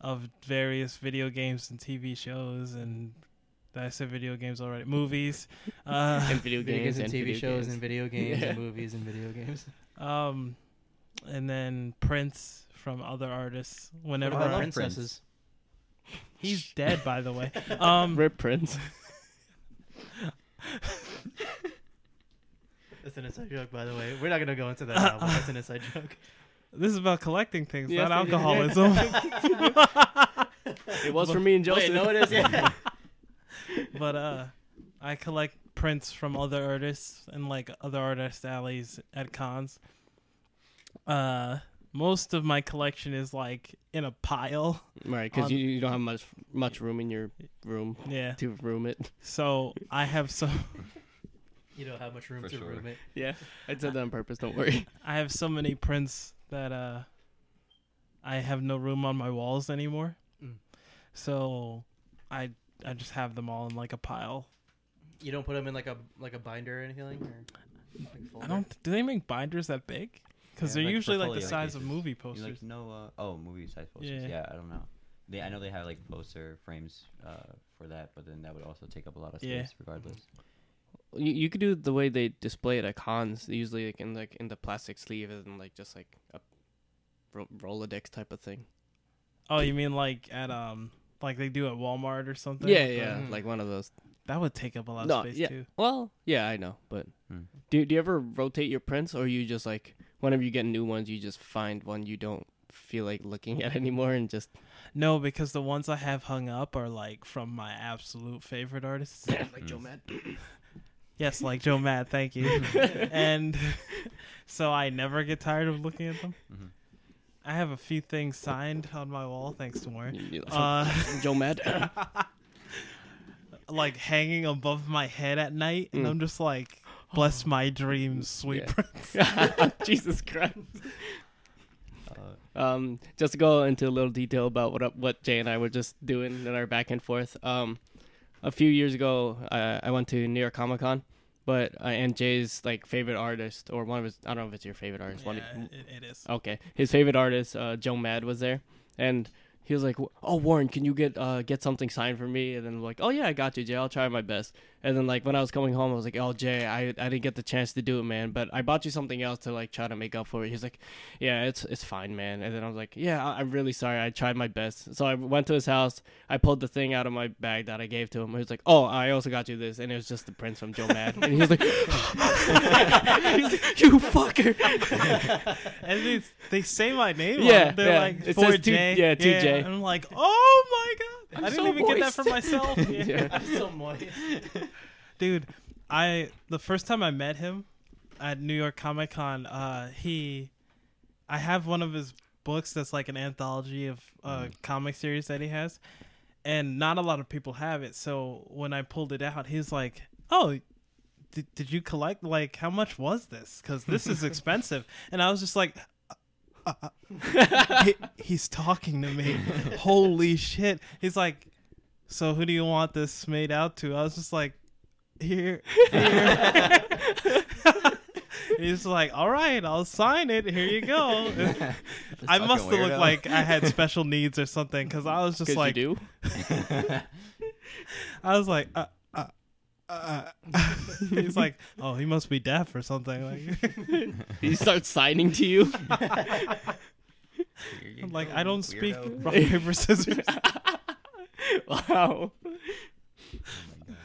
[SPEAKER 2] of various video games and TV shows and did I said video games already. Movies. Uh,
[SPEAKER 1] and video,
[SPEAKER 3] Video
[SPEAKER 1] games,
[SPEAKER 3] games and TV
[SPEAKER 1] video
[SPEAKER 3] shows
[SPEAKER 1] games.
[SPEAKER 3] and video games
[SPEAKER 1] Yeah.
[SPEAKER 3] and movies and video games.
[SPEAKER 2] um and then prints from other artists whenever
[SPEAKER 3] What about
[SPEAKER 2] I-
[SPEAKER 4] Prince?
[SPEAKER 3] princesses?
[SPEAKER 2] he's dead by the way. Um
[SPEAKER 1] Rip prints.
[SPEAKER 3] That's an inside joke, by the way. We're not gonna go into that. now, but that's an inside joke.
[SPEAKER 2] this is about collecting things,
[SPEAKER 1] Yes,
[SPEAKER 2] not
[SPEAKER 1] it is.
[SPEAKER 2] alcoholism.
[SPEAKER 1] It was for me and Joseph.
[SPEAKER 3] Wait, no, it is. Yeah.
[SPEAKER 2] but uh I collect prints from other artists and like other artist alleys at cons. Uh most of my collection is like in a pile.
[SPEAKER 1] Right, because
[SPEAKER 2] on-
[SPEAKER 1] you, you don't have much much room in your room
[SPEAKER 2] Yeah.
[SPEAKER 1] to room it.
[SPEAKER 2] So I have so
[SPEAKER 3] you don't have much room
[SPEAKER 4] For
[SPEAKER 3] to
[SPEAKER 4] sure.
[SPEAKER 3] room it.
[SPEAKER 1] Yeah, I did that on purpose. Don't worry.
[SPEAKER 2] I have so many prints that uh I have no room on my walls anymore.
[SPEAKER 3] Mm.
[SPEAKER 2] So I I just have them all in like a pile.
[SPEAKER 3] You don't put them in like a like a binder or anything. Or like
[SPEAKER 2] I
[SPEAKER 3] folder?
[SPEAKER 2] don't do they make binders that big? Cuz
[SPEAKER 4] Yeah,
[SPEAKER 2] they're
[SPEAKER 4] like
[SPEAKER 2] usually like the
[SPEAKER 4] portfolio
[SPEAKER 2] size of
[SPEAKER 4] cases.
[SPEAKER 2] movie
[SPEAKER 4] You
[SPEAKER 2] posters.
[SPEAKER 4] like no? Uh, oh, movie size posters.
[SPEAKER 2] Yeah.
[SPEAKER 4] Yeah. I don't know. They, I know they have like poster frames uh, for that, but then that would also take up a lot of space,
[SPEAKER 2] Yeah.
[SPEAKER 4] regardless.
[SPEAKER 1] You, you could do the way they display it at cons, usually like in like in the plastic sleeve and like just like a ro- Rolodex type of thing.
[SPEAKER 2] Oh, you mean like at um like they do at Walmart or something?
[SPEAKER 1] yeah,
[SPEAKER 2] But
[SPEAKER 1] yeah,
[SPEAKER 3] Mhm.
[SPEAKER 1] like one of those.
[SPEAKER 2] That would take up a lot
[SPEAKER 1] No,
[SPEAKER 2] of space
[SPEAKER 1] yeah.
[SPEAKER 2] too.
[SPEAKER 1] Well, yeah, I know, but
[SPEAKER 4] Hmm.
[SPEAKER 1] do do you ever rotate your prints, or you just like whenever you get new ones, you just find one you don't feel like looking at anymore and just
[SPEAKER 2] No, because the ones I have hung up are like from my absolute favorite artists.
[SPEAKER 1] like Joe Matt.
[SPEAKER 2] yes, like Joe Matt, thank you. and so I never get tired of looking at them.
[SPEAKER 4] Mhm.
[SPEAKER 2] I have a few things signed on my wall, thanks to Warren.
[SPEAKER 1] Uh,
[SPEAKER 2] Uh,
[SPEAKER 1] Joe Matt.
[SPEAKER 2] like hanging above my head at night, and
[SPEAKER 1] Mm.
[SPEAKER 2] I'm just like, bless my dreams, sweet
[SPEAKER 1] Yeah.
[SPEAKER 2] prince.
[SPEAKER 1] Jesus Christ.
[SPEAKER 4] Uh,
[SPEAKER 1] Um, just to go into a little detail about what what Jay and I were just doing in our back and forth. Um, a few years ago, uh, I went to New York Comic Con, but uh, and Jay's like favorite artist or one of his I don't know if it's your favorite artist. one of-
[SPEAKER 2] Yeah, it, it is.
[SPEAKER 1] okay, his favorite artist, uh, Joe Mad, was there, and he was like, "Oh, Warren, can you get uh, get something signed for me?" And then I'm like, "Oh yeah, I got you, Jay. I'll try my best." And then like when I was coming home, I was like, "Oh, Jay, I, I didn't get the chance to do it, man. But I bought you something else to like try to make up for it." He's like, "Yeah, it's it's fine, man." And then I was like, "Yeah, I- I'm really sorry. I tried my best." So I went to his house. I pulled the thing out of my bag that I gave to him. He was like, "Oh, I also got you this," and it was just the prints from Joe Mad. and he was like, he was like, "You fucker."
[SPEAKER 2] And they, they say my name. Yeah,
[SPEAKER 1] Yeah,
[SPEAKER 2] they're
[SPEAKER 1] yeah.
[SPEAKER 2] like
[SPEAKER 1] It
[SPEAKER 2] for
[SPEAKER 1] says two-
[SPEAKER 2] J.
[SPEAKER 1] yeah, two J.
[SPEAKER 2] And I'm like, oh my god, I'm I did not
[SPEAKER 1] so
[SPEAKER 2] even get that
[SPEAKER 1] moist.
[SPEAKER 2] for myself, Yeah.
[SPEAKER 1] Yeah.
[SPEAKER 3] I'm so moist.
[SPEAKER 2] dude. I the first time I met him at New York Comic Con, uh, he, I have one of his books that's like an anthology of uh, comic series that he has, and not a lot of people have it. So when I pulled it out, he's like, oh. Did, did you collect like how much was this because this is expensive and i was just like he, he's talking to me. Holy shit. He's like, So who do you want this made out to? I was just like, Here. here. he's like, All right, I'll sign it. Here you go. I
[SPEAKER 4] fucking
[SPEAKER 2] must have looked
[SPEAKER 4] weirdo.
[SPEAKER 2] like I had special needs or something because I was just
[SPEAKER 1] Because
[SPEAKER 2] like,
[SPEAKER 1] you do.
[SPEAKER 4] Uh,
[SPEAKER 2] I was like, uh, uh, uh. he's like, oh, he must be deaf or something. Like,
[SPEAKER 1] He starts signing to you.
[SPEAKER 4] Here you
[SPEAKER 2] I'm like
[SPEAKER 4] go,
[SPEAKER 2] I don't speak
[SPEAKER 4] weirdo.
[SPEAKER 2] rock paper scissors.
[SPEAKER 1] wow.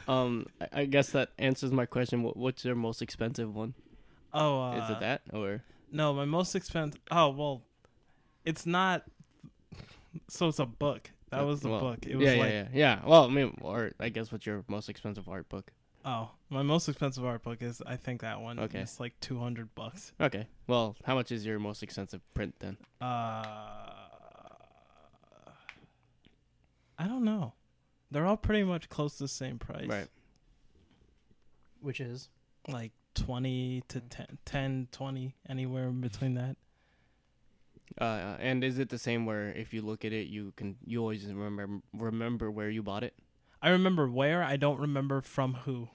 [SPEAKER 1] Um, I- I guess that answers my question. What, what's your most expensive one?
[SPEAKER 2] Oh, uh,
[SPEAKER 1] Is it that or
[SPEAKER 2] No, my most expensive. Oh well, it's not. So it's a book. That was the
[SPEAKER 1] Well,
[SPEAKER 2] book. It was
[SPEAKER 1] yeah,
[SPEAKER 2] like
[SPEAKER 1] yeah, yeah, yeah. Well, I mean, or I guess what's your most expensive art book?
[SPEAKER 2] oh, my most expensive art book is I think that one.
[SPEAKER 1] Okay.
[SPEAKER 2] it's like two hundred bucks.
[SPEAKER 1] Okay. Well, how much is your most expensive print then?
[SPEAKER 2] Uh, I don't know. They're all pretty much close to the same price.
[SPEAKER 1] Right.
[SPEAKER 3] which is
[SPEAKER 2] like 20 to 10, 10 20 anywhere in between that
[SPEAKER 1] Uh, and is it the same where if you look at it, you can you always remember remember where you bought it?
[SPEAKER 2] i remember where i don't remember from who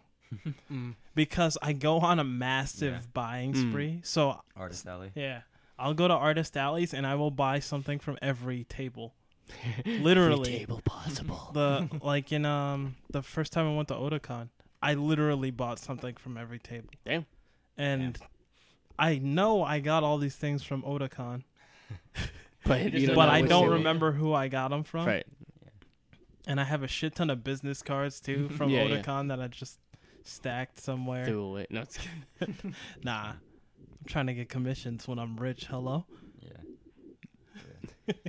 [SPEAKER 3] mm,
[SPEAKER 2] because i go on a massive
[SPEAKER 4] Yeah.
[SPEAKER 2] buying
[SPEAKER 1] Mm.
[SPEAKER 2] spree so
[SPEAKER 4] Artist Alley.
[SPEAKER 2] yeah i'll go to artist alleys and i will buy something from every table literally
[SPEAKER 1] table possible.
[SPEAKER 2] the like in um the first time i went to otakon i literally bought something from every table
[SPEAKER 1] Damn.
[SPEAKER 2] and i know i got all these things from otakon
[SPEAKER 1] but
[SPEAKER 3] You
[SPEAKER 1] you
[SPEAKER 3] don't
[SPEAKER 2] but
[SPEAKER 1] know
[SPEAKER 2] i
[SPEAKER 1] which
[SPEAKER 2] don't
[SPEAKER 1] table.
[SPEAKER 2] remember who i got them from
[SPEAKER 1] Right.
[SPEAKER 2] and I have a shit ton of business cards too from
[SPEAKER 1] Yeah, yeah.
[SPEAKER 2] Otakon that I just stacked somewhere.
[SPEAKER 1] Threw away. No. It's
[SPEAKER 2] Nah, I'm trying to get commissions when I'm rich. Hello,
[SPEAKER 4] Yeah.
[SPEAKER 1] Oh,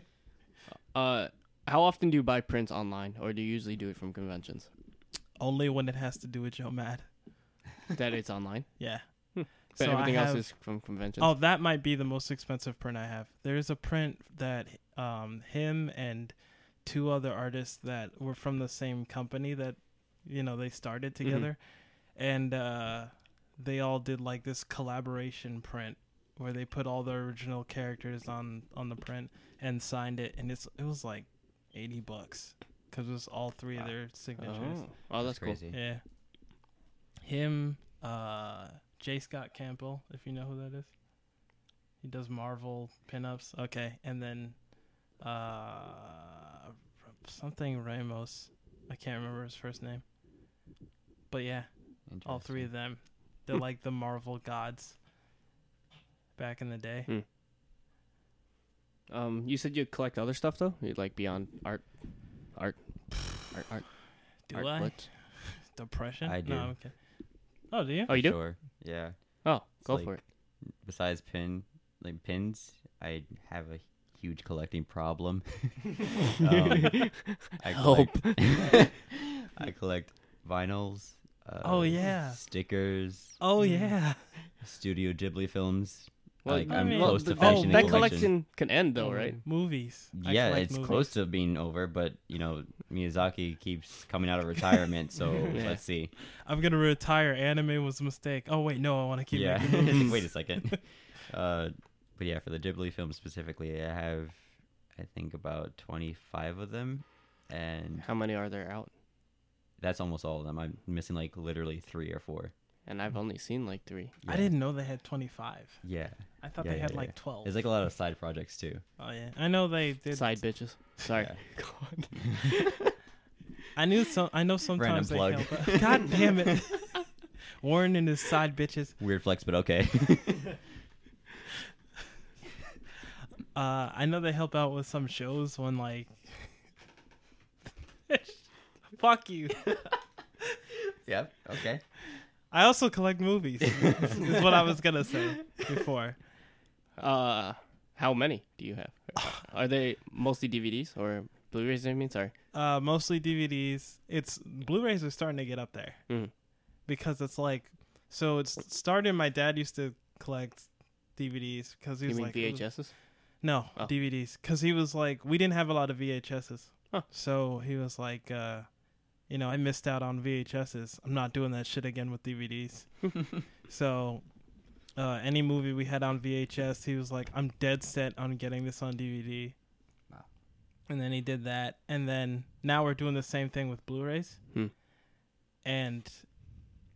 [SPEAKER 1] Uh, how often do you buy prints online, or do you usually do it from conventions?
[SPEAKER 2] only when it has to do with Joe Mad.
[SPEAKER 1] that it's online,
[SPEAKER 2] Yeah.
[SPEAKER 1] Hmm. but
[SPEAKER 2] So I
[SPEAKER 1] everything
[SPEAKER 2] have-
[SPEAKER 1] else is from conventions.
[SPEAKER 2] Oh, that might be the most expensive print I have. There is a print that um him and two other artists that were from the same company that you know they started
[SPEAKER 1] Mm-hmm.
[SPEAKER 2] together and uh they all did like this collaboration print where they put all their original characters on on the print and signed it and it's it was like 80 bucks cuz it was all three of
[SPEAKER 1] Wow.
[SPEAKER 2] their signatures.
[SPEAKER 1] oh. Oh, that's cool.
[SPEAKER 4] crazy.
[SPEAKER 2] Yeah. Him, uh, J. Scott Campbell, if you know who that is. He does Marvel pinups. Okay. And then uh, something Ramos. I can't remember his first name. But yeah, all three of them. They're
[SPEAKER 1] Hmm.
[SPEAKER 2] like the Marvel gods back in the
[SPEAKER 4] Hmm.
[SPEAKER 2] day.
[SPEAKER 1] Um, you said you collect other stuff though, you like beyond art, art, art, art.
[SPEAKER 2] Do
[SPEAKER 1] art
[SPEAKER 2] I?
[SPEAKER 1] books?
[SPEAKER 2] Depression?
[SPEAKER 4] I do.
[SPEAKER 2] No, okay. Oh, do you?
[SPEAKER 1] Oh, you do?
[SPEAKER 4] Sure. Yeah.
[SPEAKER 1] Oh, go
[SPEAKER 4] like-
[SPEAKER 1] for it.
[SPEAKER 4] Besides pin, like pins, I have a huge collecting problem. Um, I
[SPEAKER 1] Help.
[SPEAKER 4] collect. I collect vinyls. Uh,
[SPEAKER 2] Oh, yeah.
[SPEAKER 4] Stickers,
[SPEAKER 2] Oh, yeah.
[SPEAKER 4] Studio Ghibli films.
[SPEAKER 1] Well, Oh,
[SPEAKER 4] like
[SPEAKER 2] I
[SPEAKER 4] I'm
[SPEAKER 2] mean,
[SPEAKER 4] close to
[SPEAKER 2] the- oh,
[SPEAKER 4] finishing the
[SPEAKER 1] that
[SPEAKER 4] collection.
[SPEAKER 1] collection can end though, right?
[SPEAKER 3] Mm.
[SPEAKER 2] Movies. I
[SPEAKER 4] yeah,
[SPEAKER 2] collect
[SPEAKER 4] it's
[SPEAKER 2] movies.
[SPEAKER 4] close to being over, but you know Miyazaki keeps coming out of retirement, so
[SPEAKER 1] Yeah.
[SPEAKER 4] let's see.
[SPEAKER 2] I'm gonna retire. Anime was a mistake. Oh wait, no, I want to keep
[SPEAKER 4] yeah.
[SPEAKER 2] making movies.
[SPEAKER 4] Wait a second. Uh, but yeah, for the Ghibli film specifically, I have I think about 25 of them, and
[SPEAKER 1] How many are there out?
[SPEAKER 4] that's almost all of them. I'm missing like literally three or four.
[SPEAKER 1] And I've only seen like three.
[SPEAKER 4] Yeah.
[SPEAKER 2] I didn't know they had 25.
[SPEAKER 4] Yeah,
[SPEAKER 2] I thought
[SPEAKER 4] Yeah,
[SPEAKER 2] they
[SPEAKER 4] yeah,
[SPEAKER 2] had
[SPEAKER 4] yeah.
[SPEAKER 2] like 12.
[SPEAKER 4] there's like a lot of side projects too.
[SPEAKER 2] oh yeah, I know they did.
[SPEAKER 1] Side bitches. Sorry.
[SPEAKER 4] Yeah.
[SPEAKER 2] I knew some. I know sometimes they
[SPEAKER 4] plug.
[SPEAKER 2] help. out. God damn it, Warren and his side bitches.
[SPEAKER 4] Weird flex, but okay.
[SPEAKER 2] Uh, I know they help out with some shows when like. Fuck you.
[SPEAKER 4] yep. Okay.
[SPEAKER 2] I also collect movies. is what I was gonna say before.
[SPEAKER 1] Uh, how many do you have? are they mostly DVDs or Blu-rays? I mean, sorry.
[SPEAKER 2] Uh, mostly DVDs. It's Blu-rays are starting to get up there.
[SPEAKER 1] Mm.
[SPEAKER 2] because it's like so it's started my dad used to collect DVDs because he
[SPEAKER 1] You
[SPEAKER 2] was
[SPEAKER 1] mean
[SPEAKER 2] like
[SPEAKER 1] VHSs?
[SPEAKER 2] no
[SPEAKER 1] Oh.
[SPEAKER 2] DVDs because he was like we didn't have a lot of VHSs
[SPEAKER 1] Huh.
[SPEAKER 2] so he was like uh you know I missed out on VHSs I'm not doing that shit again with DVDs so uh, any movie we had on VHS, he was like, "I'm dead set on getting this on DVD."
[SPEAKER 1] Wow.
[SPEAKER 2] And then he did that, and then now we're doing the same thing with Blu-rays,
[SPEAKER 1] Hmm.
[SPEAKER 2] and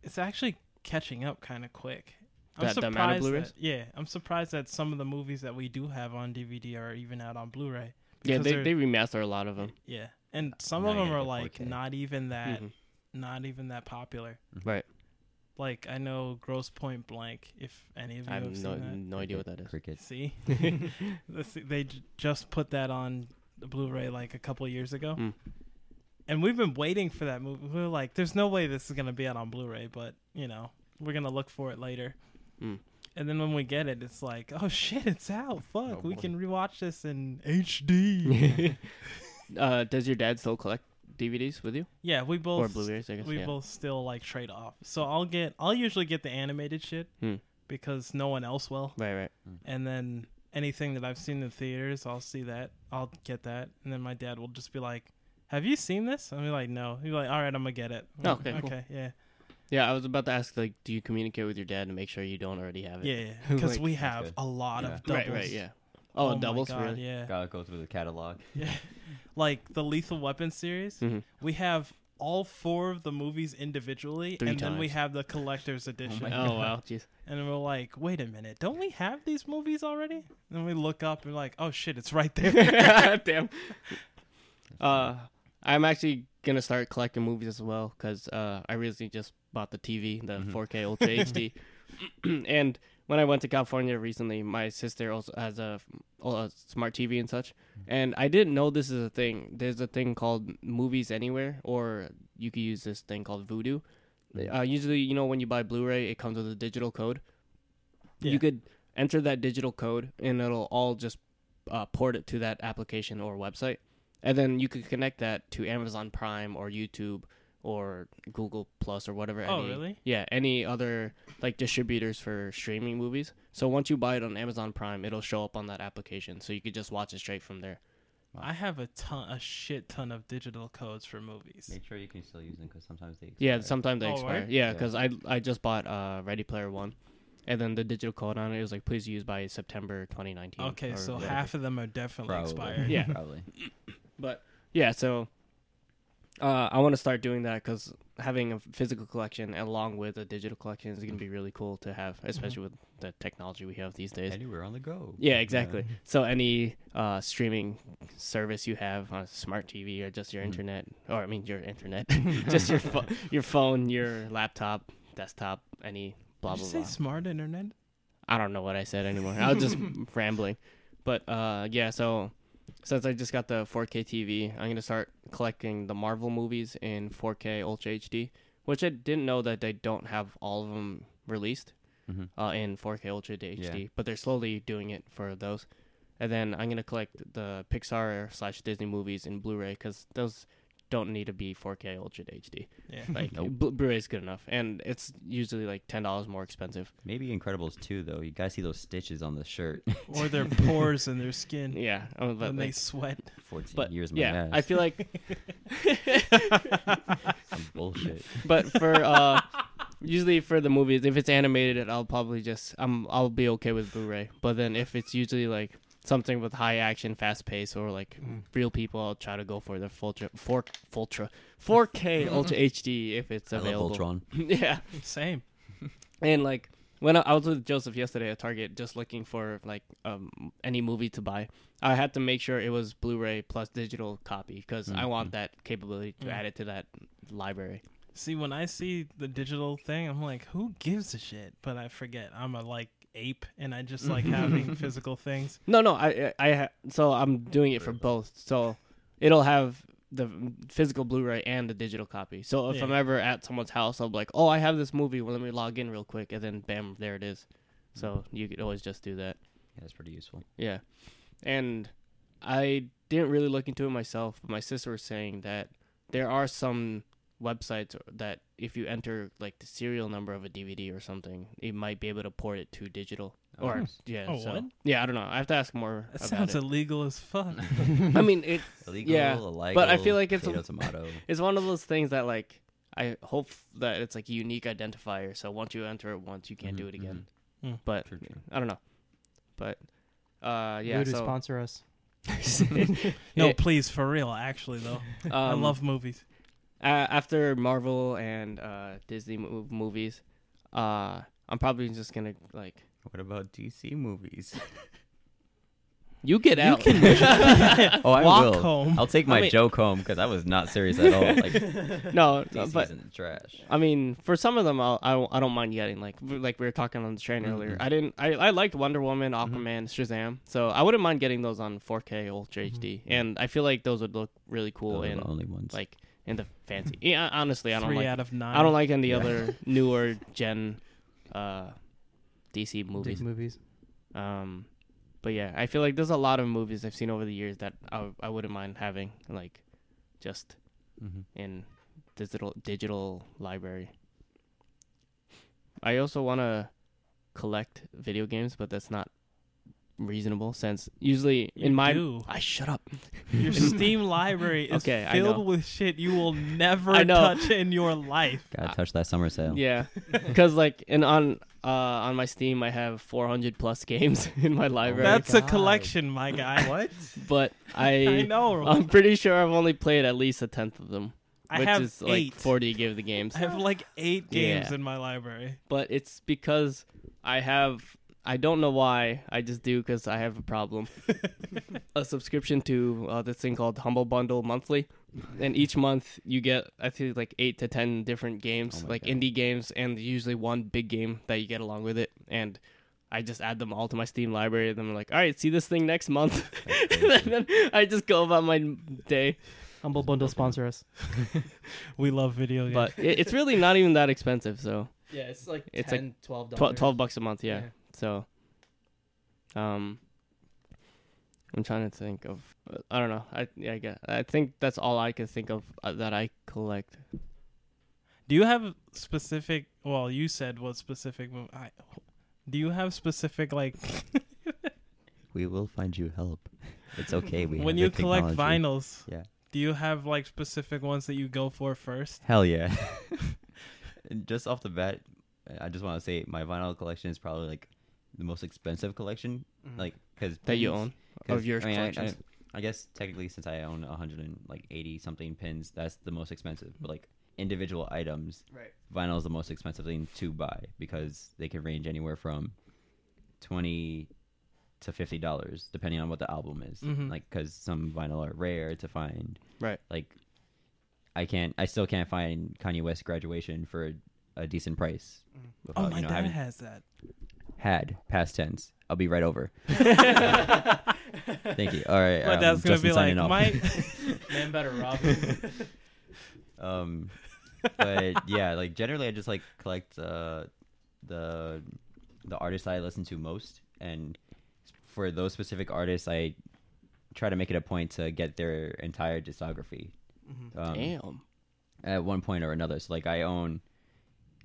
[SPEAKER 2] it's actually catching up kind of quick.
[SPEAKER 1] That- the amount of Blu-rays?
[SPEAKER 2] that- yeah, I'm surprised that some of the movies that we do have on DVD are even out on Blu-ray.
[SPEAKER 1] Yeah,
[SPEAKER 2] because
[SPEAKER 1] they,
[SPEAKER 2] they're-
[SPEAKER 1] they remaster a lot of them.
[SPEAKER 2] yeah, and some
[SPEAKER 4] Now
[SPEAKER 2] of
[SPEAKER 4] you
[SPEAKER 2] them
[SPEAKER 4] gotta
[SPEAKER 2] are
[SPEAKER 4] get
[SPEAKER 2] like
[SPEAKER 4] 4K.
[SPEAKER 2] not even that,
[SPEAKER 1] Mhm.
[SPEAKER 4] Mm-hmm.
[SPEAKER 2] not even that popular.
[SPEAKER 1] Right.
[SPEAKER 2] Like I know Gross Point Blank. If any of you
[SPEAKER 1] I
[SPEAKER 2] have
[SPEAKER 1] have
[SPEAKER 2] seen
[SPEAKER 1] no,
[SPEAKER 2] that,
[SPEAKER 1] no idea what that is.
[SPEAKER 4] Crickets.
[SPEAKER 2] See, Let's see, they j- just put that on the Blu-ray like a couple years ago,
[SPEAKER 1] Mm.
[SPEAKER 2] and we've been waiting for that movie. We are like, "There's no way this is gonna be out on Blu-ray," but you know, we're gonna look for it later.
[SPEAKER 1] Mm.
[SPEAKER 2] And then when we get it, it's like, "Oh shit, it's out! Fuck,
[SPEAKER 4] Oh,
[SPEAKER 2] we
[SPEAKER 4] boy.
[SPEAKER 2] can rewatch this in HD."
[SPEAKER 1] uh, does your dad still collect DVDs with you
[SPEAKER 2] yeah, we both
[SPEAKER 1] or Blu-rays? I guess.
[SPEAKER 2] we
[SPEAKER 1] yeah.
[SPEAKER 2] both still like trade off. So I'll get, I'll usually get the animated shit
[SPEAKER 1] Hmm.
[SPEAKER 2] because no one else will.
[SPEAKER 1] Right, right.
[SPEAKER 2] and then anything that I've seen in theaters, I'll see that, I'll get that, and then my dad will just be like, "Have you seen this?" I'll be like, "No." He'll be like, "All right, I'm gonna get it." I'm like,
[SPEAKER 1] Oh, Okay, cool.
[SPEAKER 2] okay, yeah,
[SPEAKER 1] Yeah, I was about to ask like, do you communicate with your dad to make sure you don't already have it?
[SPEAKER 2] yeah, yeah, because
[SPEAKER 1] Like,
[SPEAKER 2] we
[SPEAKER 4] that's
[SPEAKER 2] have
[SPEAKER 4] good.
[SPEAKER 2] a lot
[SPEAKER 4] Yeah.
[SPEAKER 2] of doubles.
[SPEAKER 1] Right, right. Yeah. Oh,
[SPEAKER 2] my
[SPEAKER 1] and doubles
[SPEAKER 2] God,
[SPEAKER 1] really?
[SPEAKER 2] Yeah,
[SPEAKER 4] Gotta go through the catalog.
[SPEAKER 2] yeah. like the Lethal Weapon series,
[SPEAKER 1] Mhm.
[SPEAKER 2] we have all four of the movies individually,
[SPEAKER 1] Three
[SPEAKER 2] and then we
[SPEAKER 1] times.
[SPEAKER 2] have the collector's edition.
[SPEAKER 1] Oh wow, jeez.
[SPEAKER 2] And we're like, wait a minute, don't we have these movies already? And then we look up and we're like, oh shit, it's right there.
[SPEAKER 1] Damn. Uh, I'm actually gonna start collecting movies as well because uh, I recently just bought the TV,
[SPEAKER 2] Mm-hmm.
[SPEAKER 1] the 4K Ultra HD, and when I went to California recently, my sister also has a, a smart TV and such,
[SPEAKER 2] Mm-hmm.
[SPEAKER 1] and I didn't know this is a thing. There's a thing called Movies Anywhere, or you could use this thing called Voodoo. Uh, usually, you know, when you buy Blu-ray, it comes with a digital code.
[SPEAKER 2] Yeah.
[SPEAKER 1] You could enter that digital code, and it'll all just uh, port it to that application or website, and then you could connect that to Amazon Prime or YouTube or Google Plus or whatever.
[SPEAKER 2] Oh,
[SPEAKER 1] any-
[SPEAKER 2] really?
[SPEAKER 1] Yeah, any other like distributors for streaming movies. So once you buy it on Amazon Prime, it'll show up on that application, so you could just watch it straight from there.
[SPEAKER 2] I have a ton, a shit ton of digital codes for movies.
[SPEAKER 4] Make sure you can still use them because sometimes they.
[SPEAKER 1] Yeah,
[SPEAKER 4] expire.
[SPEAKER 1] sometimes they
[SPEAKER 2] Oh,
[SPEAKER 1] expire.
[SPEAKER 2] right?
[SPEAKER 1] Yeah,
[SPEAKER 4] Yeah.
[SPEAKER 1] because I I just bought uh Ready Player One, and then the digital code on it, was like please use by September 2019.
[SPEAKER 2] Okay,
[SPEAKER 1] or
[SPEAKER 2] so
[SPEAKER 1] whatever.
[SPEAKER 2] half of them are definitely
[SPEAKER 4] Probably.
[SPEAKER 2] expired.
[SPEAKER 1] Yeah.
[SPEAKER 4] Probably.
[SPEAKER 1] But yeah, so uh, I want to start doing that because having a physical collection along with a digital collection is going to be really cool to have,
[SPEAKER 2] Mm-hmm.
[SPEAKER 1] especially with the technology we have these days.
[SPEAKER 4] Anywhere on the go.
[SPEAKER 1] Yeah, exactly. So any uh, streaming service you have on a smart TV or just
[SPEAKER 2] Mm.
[SPEAKER 1] your internet, or I mean your internet, just your pho- your phone, your laptop, desktop, any blah
[SPEAKER 2] Did you
[SPEAKER 1] blah
[SPEAKER 2] say
[SPEAKER 1] blah.
[SPEAKER 2] smart internet?
[SPEAKER 1] I don't know what I said anymore. I was just rambling. But uh, yeah, so since I just got the 4K TV, I'm gonna start collecting the Marvel movies in 4K Ultra HD, which I didn't know that they don't have all of them released
[SPEAKER 4] Mhm.
[SPEAKER 1] uh, in 4K Ultra HD,
[SPEAKER 4] Yeah.
[SPEAKER 1] but they're slowly doing it for those. And then I'm gonna collect the Pixar slash Disney movies in Blu-ray because those don't need to be 4K Ultra HD.
[SPEAKER 2] Yeah.
[SPEAKER 1] Like
[SPEAKER 4] Nope.
[SPEAKER 1] Blu- Blu-ray is good enough, and it's usually like ten dollars more expensive.
[SPEAKER 4] Maybe Incredibles 2, though. You guys see those stitches on the shirt.
[SPEAKER 2] or their pores and their skin
[SPEAKER 1] Yeah, I was like-
[SPEAKER 2] when they sweat.
[SPEAKER 4] 14
[SPEAKER 1] but
[SPEAKER 4] years, my
[SPEAKER 1] yeah,
[SPEAKER 4] ass.
[SPEAKER 1] I feel like,
[SPEAKER 4] Some bullshit.
[SPEAKER 1] but for uh, usually for the movies, if it's animated, I'll probably just I'm I'll be okay with Blu-ray. But then if it's usually like something with high action, fast pace, or like real people, I'll try to go for the full tri- four full tri- 4K Ultra HD if it's
[SPEAKER 4] I
[SPEAKER 1] available.
[SPEAKER 4] love Ultron.
[SPEAKER 1] yeah,
[SPEAKER 2] Same.
[SPEAKER 1] and like when I, I was with Joseph yesterday at Target, just looking for like um any movie to buy, I had to make sure it was Blu-ray plus digital copy because I want that capability to
[SPEAKER 2] Mm-hmm. Mm.
[SPEAKER 1] add it to that library.
[SPEAKER 2] See, when I see the digital thing, I'm like, who gives a shit? But I forget. I'm a like ape and I just like having physical things.
[SPEAKER 1] No, no, I, I, I ha- so I'm doing it for both. So it'll have the physical Blu-ray and the digital copy. So if
[SPEAKER 2] Yeah.
[SPEAKER 1] I'm ever at someone's house, I'll be like, oh, I have this movie. Well, let me log in real quick, and then bam, there it is. So you could always just do that.
[SPEAKER 4] Yeah, that's pretty useful.
[SPEAKER 1] Yeah. And I didn't really look into it myself, but my sister was saying that there are some websites that if you enter like the serial number of a DVD or something, it might be able to port it to digital.
[SPEAKER 4] Oh,
[SPEAKER 1] or
[SPEAKER 4] nice.
[SPEAKER 1] yeah,
[SPEAKER 2] Oh,
[SPEAKER 1] so
[SPEAKER 2] what?
[SPEAKER 1] yeah, I don't know. I have to ask more
[SPEAKER 2] That
[SPEAKER 1] about
[SPEAKER 2] sounds
[SPEAKER 1] it.
[SPEAKER 2] illegal as fuck.
[SPEAKER 1] I mean, it
[SPEAKER 4] Illegal,
[SPEAKER 1] Yeah,
[SPEAKER 4] illegal.
[SPEAKER 1] but I feel like it's a-
[SPEAKER 4] potato, tomato.
[SPEAKER 1] it's one of those things that like I hope that it's like a unique identifier. So once you enter it once, you can't do it again.
[SPEAKER 2] Mm.
[SPEAKER 1] But
[SPEAKER 4] True, true.
[SPEAKER 1] I don't know. But uh, yeah.
[SPEAKER 3] Who to
[SPEAKER 1] so
[SPEAKER 3] sponsor us?
[SPEAKER 2] No,
[SPEAKER 1] Yeah.
[SPEAKER 2] please, for real. Actually, though,
[SPEAKER 1] um,
[SPEAKER 2] I love movies.
[SPEAKER 1] a- after Marvel and uh, Disney mo- movies, uh, I'm probably just gonna like
[SPEAKER 4] What about DC movies?
[SPEAKER 1] you get
[SPEAKER 2] You
[SPEAKER 1] out.
[SPEAKER 2] can
[SPEAKER 4] Oh, I
[SPEAKER 2] walk
[SPEAKER 4] will.
[SPEAKER 2] home.
[SPEAKER 4] I'll take
[SPEAKER 1] I
[SPEAKER 4] my
[SPEAKER 1] mean-
[SPEAKER 4] joke home because I was not serious at all. Like
[SPEAKER 1] no, no,
[SPEAKER 4] DC's
[SPEAKER 1] but
[SPEAKER 4] in the trash.
[SPEAKER 1] I mean, for some of them, I'll, I don't- I don't mind getting like we- like we were talking on the train earlier.
[SPEAKER 4] Mhm.
[SPEAKER 1] I didn't. I, I liked Wonder Woman,
[SPEAKER 4] Mhm.
[SPEAKER 1] Aquaman, Shazam, so I wouldn't mind getting those on 4K Ultra HD, and I feel like those would look really cool
[SPEAKER 4] Those are
[SPEAKER 1] in
[SPEAKER 4] the only ones.
[SPEAKER 1] like in the fancy. Yeah, honestly, I don't
[SPEAKER 2] Three
[SPEAKER 1] like.
[SPEAKER 2] out of nine.
[SPEAKER 1] I don't like any
[SPEAKER 4] Yeah.
[SPEAKER 1] other newer gen uh, DC
[SPEAKER 3] Movies.
[SPEAKER 1] movies.
[SPEAKER 3] movies.
[SPEAKER 1] Um, but yeah, I feel like there's a lot of movies I've seen over the years that I, I wouldn't mind having like just
[SPEAKER 4] Mhm.
[SPEAKER 1] in digital digital library. I also want to collect video games, but that's not reasonable since usually
[SPEAKER 2] You
[SPEAKER 1] in my
[SPEAKER 2] do.
[SPEAKER 1] I shut up.
[SPEAKER 2] Your Steam library is
[SPEAKER 1] Okay, I know.
[SPEAKER 2] filled with shit you will never
[SPEAKER 1] I know.
[SPEAKER 2] touch in your life.
[SPEAKER 4] Gotta touch that summer sale.
[SPEAKER 1] Yeah, because like and on uh on my Steam I have 400 plus games in my library,
[SPEAKER 2] That's a
[SPEAKER 4] God.
[SPEAKER 2] collection, my guy.
[SPEAKER 4] What?
[SPEAKER 1] but
[SPEAKER 2] I
[SPEAKER 1] I
[SPEAKER 2] know.
[SPEAKER 1] I'm pretty sure I've only played at least a tenth of them,
[SPEAKER 2] I
[SPEAKER 1] which
[SPEAKER 2] have
[SPEAKER 1] is
[SPEAKER 2] eight.
[SPEAKER 1] like 40 give the games.
[SPEAKER 2] I have like eight games
[SPEAKER 1] Yeah.
[SPEAKER 2] in my library.
[SPEAKER 1] but it's because I have I don't know why I just do because I have a problem. a subscription to uh, this thing called Humble Bundle monthly, and each month you get I think like eight to ten different games,
[SPEAKER 4] Oh my
[SPEAKER 1] like
[SPEAKER 4] God.
[SPEAKER 1] indie games, and usually one big game that you get along with it, and. I just add them all to my Steam library, and I'm like, all right, see this thing next month. and then I just go about my day.
[SPEAKER 3] Humble Bundle sponsor us.
[SPEAKER 2] We love
[SPEAKER 4] Oh,
[SPEAKER 2] video games.
[SPEAKER 1] But it, it's really not even that expensive, so
[SPEAKER 3] Yeah, it's like
[SPEAKER 1] It's like
[SPEAKER 3] 12
[SPEAKER 1] 12, 12 bucks a month, yeah. So, um, I'm trying to think of. I don't know. I yeah, I guess I think that's all I could think of uh, that I collect.
[SPEAKER 2] do you have specific? Well, you said what specific movie? I, do you have specific like
[SPEAKER 4] We will find you help. It's okay. We
[SPEAKER 2] when
[SPEAKER 4] have
[SPEAKER 2] you
[SPEAKER 4] the
[SPEAKER 2] collect
[SPEAKER 4] technology.
[SPEAKER 2] vinyls?
[SPEAKER 4] Yeah.
[SPEAKER 2] Do you have like specific ones that you go for first?
[SPEAKER 4] Hell yeah. just off the bat, I just want to say my vinyl collection is probably like the most expensive collection, like because
[SPEAKER 1] Mm-hmm. That you own? Of your
[SPEAKER 4] I mean, I- I,
[SPEAKER 1] collections?
[SPEAKER 4] I guess technically, since I own 180 something pins, that's the most expensive. But like individual items,
[SPEAKER 3] Right.
[SPEAKER 4] vinyl is the most expensive thing to buy because they can range anywhere from 20 to 50 dollars depending on what the album is
[SPEAKER 2] Mhm.
[SPEAKER 4] like because some vinyl are rare to find
[SPEAKER 1] Right.
[SPEAKER 4] like i can't i still can't find kanye west graduation for a decent price
[SPEAKER 2] Oh,
[SPEAKER 4] without,
[SPEAKER 2] my
[SPEAKER 4] Uh, you know,
[SPEAKER 2] dad
[SPEAKER 4] having
[SPEAKER 2] has that.
[SPEAKER 4] had past tense i'll be right over thank you all right
[SPEAKER 2] My
[SPEAKER 4] um,
[SPEAKER 2] dad's gonna
[SPEAKER 4] Justin
[SPEAKER 2] be like,
[SPEAKER 4] signing off.
[SPEAKER 2] my
[SPEAKER 3] Man better rob
[SPEAKER 4] um but yeah like generally i just like collect uh the the artists i listen to most and for those specific artists i try to make it a point to get their entire discography um,
[SPEAKER 1] Damn.
[SPEAKER 4] at one point or another so like i own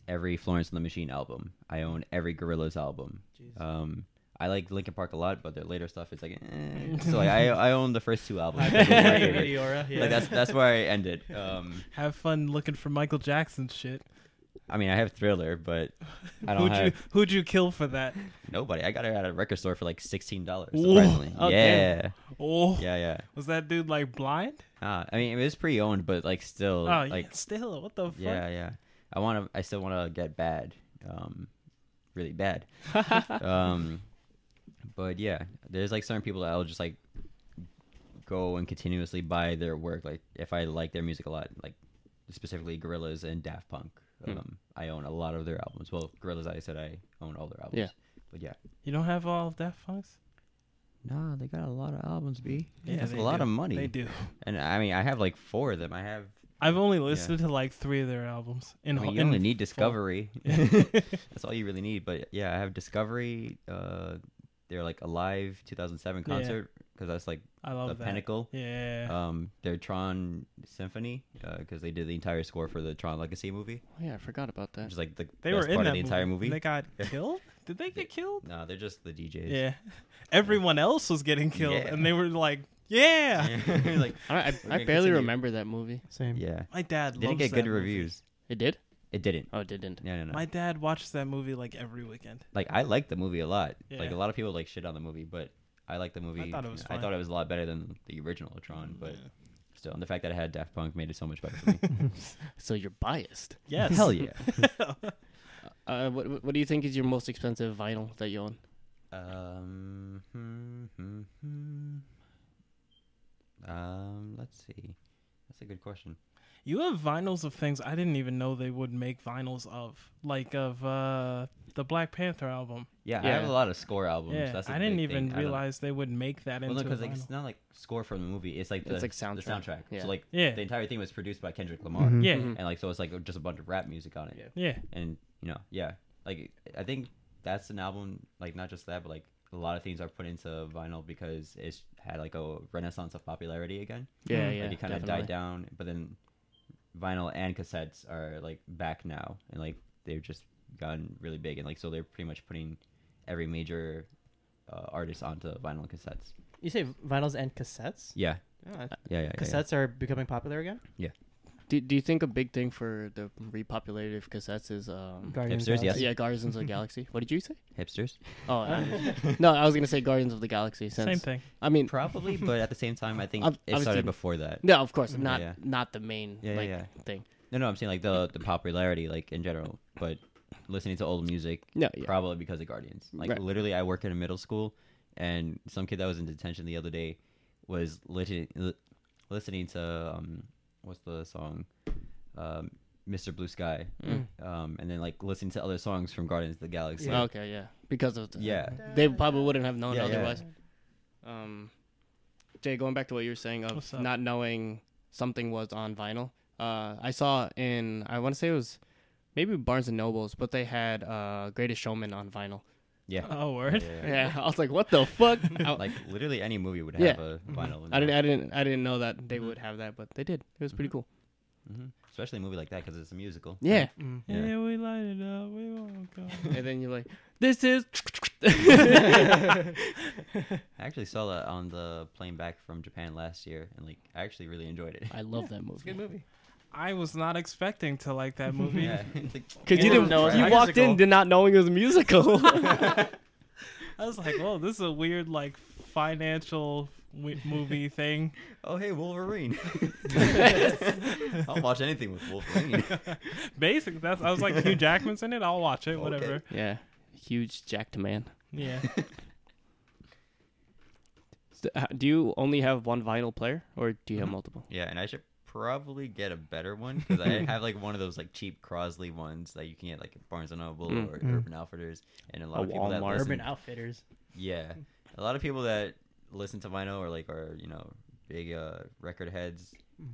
[SPEAKER 4] every florence and the machine album i own every Gorillaz album
[SPEAKER 3] Jeez.
[SPEAKER 4] um I like Linkin Park a lot, but their later stuff is like, eh. so like, I I own the first two albums. Like, those are my favorite.
[SPEAKER 3] Meteora, yeah.
[SPEAKER 4] Like that's that's where I end it. Um,
[SPEAKER 2] have fun looking for Michael Jackson shit.
[SPEAKER 4] I mean, I have Thriller, but I don't
[SPEAKER 2] who'd
[SPEAKER 4] have
[SPEAKER 2] you who'd you kill for that?
[SPEAKER 4] nobody. I got it at a record store for like sixteen dollars.
[SPEAKER 2] Whoa.
[SPEAKER 4] Surprisingly,
[SPEAKER 1] Oh,
[SPEAKER 4] yeah,
[SPEAKER 1] damn.
[SPEAKER 2] Oh,
[SPEAKER 4] yeah, yeah.
[SPEAKER 2] was that dude like blind?
[SPEAKER 4] Ah, I mean, it was pre-owned, but like still,
[SPEAKER 2] oh,
[SPEAKER 4] like
[SPEAKER 2] yeah, still, what the fuck?
[SPEAKER 4] yeah, yeah. I want to. I still want to get bad, um, really bad. um, but yeah, there's like certain people that I'll just like go and continuously buy their work. Like if I like their music a lot, like specifically Gorillaz and Daft Punk.
[SPEAKER 1] Hmm.
[SPEAKER 4] Um, I own a lot of their albums. Well, Gorillaz, I said I own all their albums.
[SPEAKER 1] Yeah.
[SPEAKER 4] But yeah.
[SPEAKER 2] You don't have all of Daft Punk's?
[SPEAKER 4] Nah, they got a lot of albums, B.
[SPEAKER 2] Yeah,
[SPEAKER 4] that's a
[SPEAKER 2] they
[SPEAKER 4] lot
[SPEAKER 2] do.
[SPEAKER 4] of money.
[SPEAKER 2] They do.
[SPEAKER 4] And I mean, I have like four of them. I have.
[SPEAKER 2] I've only listened to like three of their albums. In
[SPEAKER 4] I mean,
[SPEAKER 2] whole-
[SPEAKER 4] you
[SPEAKER 2] in
[SPEAKER 4] only need
[SPEAKER 2] full.
[SPEAKER 4] Discovery. that's all you really need. But yeah, I have Discovery. Uh, they're like Alive 2007
[SPEAKER 2] Yeah.
[SPEAKER 4] concert because that's like
[SPEAKER 2] I love
[SPEAKER 4] the
[SPEAKER 2] that.
[SPEAKER 4] pinnacle.
[SPEAKER 2] Yeah.
[SPEAKER 4] Um, their Tron Symphony because they did the entire score for the Tron Legacy movie,
[SPEAKER 1] Oh, yeah, I forgot about
[SPEAKER 4] which
[SPEAKER 1] that.
[SPEAKER 4] is like the
[SPEAKER 2] they
[SPEAKER 4] best
[SPEAKER 2] were in
[SPEAKER 4] part
[SPEAKER 2] that
[SPEAKER 4] of the entire movie.
[SPEAKER 2] and They got
[SPEAKER 4] Yeah.
[SPEAKER 2] killed? Did they get killed?
[SPEAKER 4] No, they're just the DJs.
[SPEAKER 2] Yeah. Everyone else was getting killed
[SPEAKER 4] Yeah.
[SPEAKER 2] and they were like, yeah.
[SPEAKER 4] like
[SPEAKER 1] I, I,
[SPEAKER 4] We're
[SPEAKER 1] I
[SPEAKER 4] gonna
[SPEAKER 1] barely
[SPEAKER 4] continue.
[SPEAKER 1] remember that movie.
[SPEAKER 3] Same.
[SPEAKER 4] yeah,
[SPEAKER 2] My dad
[SPEAKER 4] didn't
[SPEAKER 2] loves
[SPEAKER 4] get
[SPEAKER 2] that
[SPEAKER 4] good
[SPEAKER 2] movie.
[SPEAKER 4] reviews.
[SPEAKER 1] It did.
[SPEAKER 4] It didn't.
[SPEAKER 1] Oh, it didn't.
[SPEAKER 4] No, no, no.
[SPEAKER 2] My dad watches that movie like every weekend.
[SPEAKER 4] like I like the movie a lot.
[SPEAKER 2] Yeah.
[SPEAKER 4] Like a lot of people like shit on the movie, but I like the movie.
[SPEAKER 2] thought it was
[SPEAKER 4] I
[SPEAKER 2] fine.
[SPEAKER 4] thought it was a lot better than the original Tron, but
[SPEAKER 2] Yeah.
[SPEAKER 4] still, and the fact that it had Daft Punk made it so much better for me.
[SPEAKER 1] So you're biased.
[SPEAKER 2] Yes.
[SPEAKER 4] Hell yeah.
[SPEAKER 1] Uh, what what- what do you think is your most expensive vinyl that you own?
[SPEAKER 4] Um, hmm, hmm, hmm. um, let's see. That's a good question.
[SPEAKER 2] You have vinyls of things I didn't even know they would make vinyls of, like of uh the Black Panther album.
[SPEAKER 4] Yeah, I have
[SPEAKER 1] Yeah.
[SPEAKER 4] a lot of score albums.
[SPEAKER 2] yeah,
[SPEAKER 4] That's a
[SPEAKER 2] I didn't
[SPEAKER 4] big thing.
[SPEAKER 2] even
[SPEAKER 4] I don't-
[SPEAKER 2] realize they would make that
[SPEAKER 4] Well, no,
[SPEAKER 2] into a
[SPEAKER 4] because like, it's
[SPEAKER 2] vinyl.
[SPEAKER 4] not like score from the movie. It's like the,
[SPEAKER 1] It's like
[SPEAKER 4] the
[SPEAKER 1] soundtrack.
[SPEAKER 4] soundtrack.
[SPEAKER 1] Yeah.
[SPEAKER 4] So like
[SPEAKER 2] Yeah. Mm-hmm.
[SPEAKER 4] the entire thing was produced by Kendrick Lamar.
[SPEAKER 3] Mhm.
[SPEAKER 2] Yeah,
[SPEAKER 1] Mhm.
[SPEAKER 4] And like so, it's like just a bunch of rap music on it.
[SPEAKER 3] Yeah.
[SPEAKER 2] yeah,
[SPEAKER 4] and you know yeah like i think that's an album like not just that but like a lot of things are put into vinyl because it's had like a renaissance of popularity again
[SPEAKER 1] Yeah,
[SPEAKER 2] Mm.
[SPEAKER 1] yeah.
[SPEAKER 4] like it kind of died down but then vinyl and cassettes are like back now and like they've just gotten really big and like so they're pretty much putting every major uh, artist onto vinyl and cassettes
[SPEAKER 3] You say vinyls and cassettes?
[SPEAKER 4] yeah
[SPEAKER 1] Uh,
[SPEAKER 3] Yeah.
[SPEAKER 4] yeah yeah yeah,
[SPEAKER 3] Cassettes are becoming popular again.
[SPEAKER 1] Do, do you think a big thing for the repopulated of cassettes is um
[SPEAKER 4] Hipsters, yes.
[SPEAKER 1] yeah Guardians of the Galaxy? What did you say?
[SPEAKER 4] yeah. hipsters
[SPEAKER 1] Oh I- no, I was gonna say Guardians of the Galaxy. Since
[SPEAKER 2] same thing.
[SPEAKER 1] I mean,
[SPEAKER 4] probably but at the same time i think
[SPEAKER 1] Ob-
[SPEAKER 4] it
[SPEAKER 1] obviously-
[SPEAKER 4] started before that
[SPEAKER 1] no, of course not.
[SPEAKER 4] Mm, yeah.
[SPEAKER 1] Not the main
[SPEAKER 4] Yeah, yeah,
[SPEAKER 1] like
[SPEAKER 4] yeah.
[SPEAKER 1] thing.
[SPEAKER 4] No, no, I'm saying like the the popularity, like in general, but listening to old music,
[SPEAKER 1] No, yeah.
[SPEAKER 4] probably because of Guardians. Like
[SPEAKER 1] Right.
[SPEAKER 4] literally, I work in a middle school, and some kid that was in detention the other day was literally li- listening to um, what's the song, um, Mr. Blue Sky, um, and then like listening to other songs from Guardians of the Galaxy.
[SPEAKER 3] Yeah.
[SPEAKER 1] Okay, Mm. yeah, because of the,
[SPEAKER 4] Yeah.
[SPEAKER 1] they probably wouldn't have known
[SPEAKER 4] Yeah, yeah.
[SPEAKER 1] otherwise. Um, Jay, going back to what you were saying of
[SPEAKER 2] What's up?
[SPEAKER 1] not knowing something was on vinyl. Uh, I saw in I want to say it was maybe Barnes and Nobles, but they had uh, Greatest Showman on vinyl.
[SPEAKER 4] Yeah.
[SPEAKER 2] Oh word.
[SPEAKER 4] Yeah, yeah,
[SPEAKER 1] Yeah, I was like, what the fuck? I,
[SPEAKER 4] yeah. Like literally, any movie would have
[SPEAKER 1] Yeah. Mm-hmm.
[SPEAKER 4] a vinyl. in
[SPEAKER 1] I
[SPEAKER 4] there.
[SPEAKER 1] didn't, I didn't, I didn't know that
[SPEAKER 4] Mm-hmm.
[SPEAKER 1] they would have that, but they did. It was pretty cool.
[SPEAKER 4] Mhm. Especially a movie like that because it's a musical.
[SPEAKER 1] Yeah,
[SPEAKER 3] Mm.
[SPEAKER 2] Yeah.
[SPEAKER 4] Yeah.
[SPEAKER 2] we light it up. We won't go.
[SPEAKER 1] and then you're like, this is
[SPEAKER 4] I actually saw that on the plane back from Japan last year, and like I actually really enjoyed it.
[SPEAKER 1] I love that movie.
[SPEAKER 3] It's a good movie.
[SPEAKER 2] I was not expecting to like that movie.
[SPEAKER 4] Yeah,
[SPEAKER 1] Cause you
[SPEAKER 3] Yeah,
[SPEAKER 1] didn't,
[SPEAKER 3] no, it's
[SPEAKER 1] you
[SPEAKER 3] a
[SPEAKER 1] walked
[SPEAKER 3] musical.
[SPEAKER 1] in did not knowing it was a musical.
[SPEAKER 2] I was like, "Whoa, this is a weird like financial w- movie thing."
[SPEAKER 4] Oh hey, Wolverine! I'll watch anything with Wolverine.
[SPEAKER 2] Basic. That's. I was like, Hugh Jackman's in it. I'll watch it. Whatever.
[SPEAKER 4] Okay.
[SPEAKER 1] yeah, huge jacked man.
[SPEAKER 2] Yeah.
[SPEAKER 1] So, h- Do you only have one vinyl player, or do you have
[SPEAKER 4] Mhm.
[SPEAKER 1] multiple?
[SPEAKER 4] Yeah, and I should probably get a better one because I have like one of those like cheap Crosley ones that you can get like at Barnes and Noble
[SPEAKER 1] Mm.
[SPEAKER 4] or
[SPEAKER 3] Mm.
[SPEAKER 4] Urban Outfitters, and a lot
[SPEAKER 1] A
[SPEAKER 4] of people that
[SPEAKER 1] Walmart.
[SPEAKER 4] listen,
[SPEAKER 3] Urban Outfitters.
[SPEAKER 4] yeah, a lot of people that listen to vinyl or like are you know big uh record heads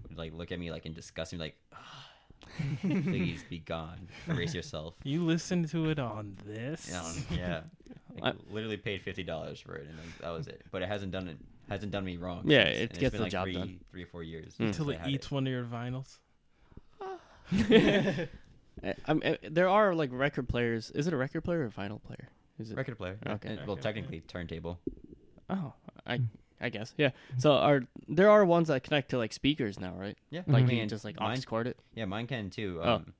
[SPEAKER 4] would like look at me like in disgust and be like, "Ah, please be gone, erase yourself.
[SPEAKER 2] You listened to it on this.
[SPEAKER 4] Yeah, Um, yeah. Like,
[SPEAKER 1] I-
[SPEAKER 4] literally paid fifty dollars for it, and like, that was it. But it hasn't done it hasn't done me wrong.
[SPEAKER 1] Yeah, it
[SPEAKER 4] since, and it's
[SPEAKER 1] gets
[SPEAKER 4] been,
[SPEAKER 1] the
[SPEAKER 4] like,
[SPEAKER 1] job
[SPEAKER 4] three,
[SPEAKER 1] done.
[SPEAKER 4] Three or four years
[SPEAKER 1] Mm.
[SPEAKER 4] since
[SPEAKER 2] Until
[SPEAKER 4] I
[SPEAKER 2] it
[SPEAKER 4] had
[SPEAKER 2] eats one of your vinyls.
[SPEAKER 1] I, I'm, uh, there are like record players. Is it a record player or a vinyl player? Is it?
[SPEAKER 4] record player.
[SPEAKER 1] Okay.
[SPEAKER 4] And- Uh, well,
[SPEAKER 2] Record player.
[SPEAKER 4] technically turntable.
[SPEAKER 1] Oh, I I guess yeah. So are there are ones that connect to like speakers now, right?
[SPEAKER 4] Yeah,
[SPEAKER 1] Like
[SPEAKER 4] I
[SPEAKER 1] you
[SPEAKER 4] mean,
[SPEAKER 1] can just like aux
[SPEAKER 4] mine.
[SPEAKER 1] cord it.
[SPEAKER 4] Yeah, mine can too.
[SPEAKER 1] Oh.
[SPEAKER 4] Um,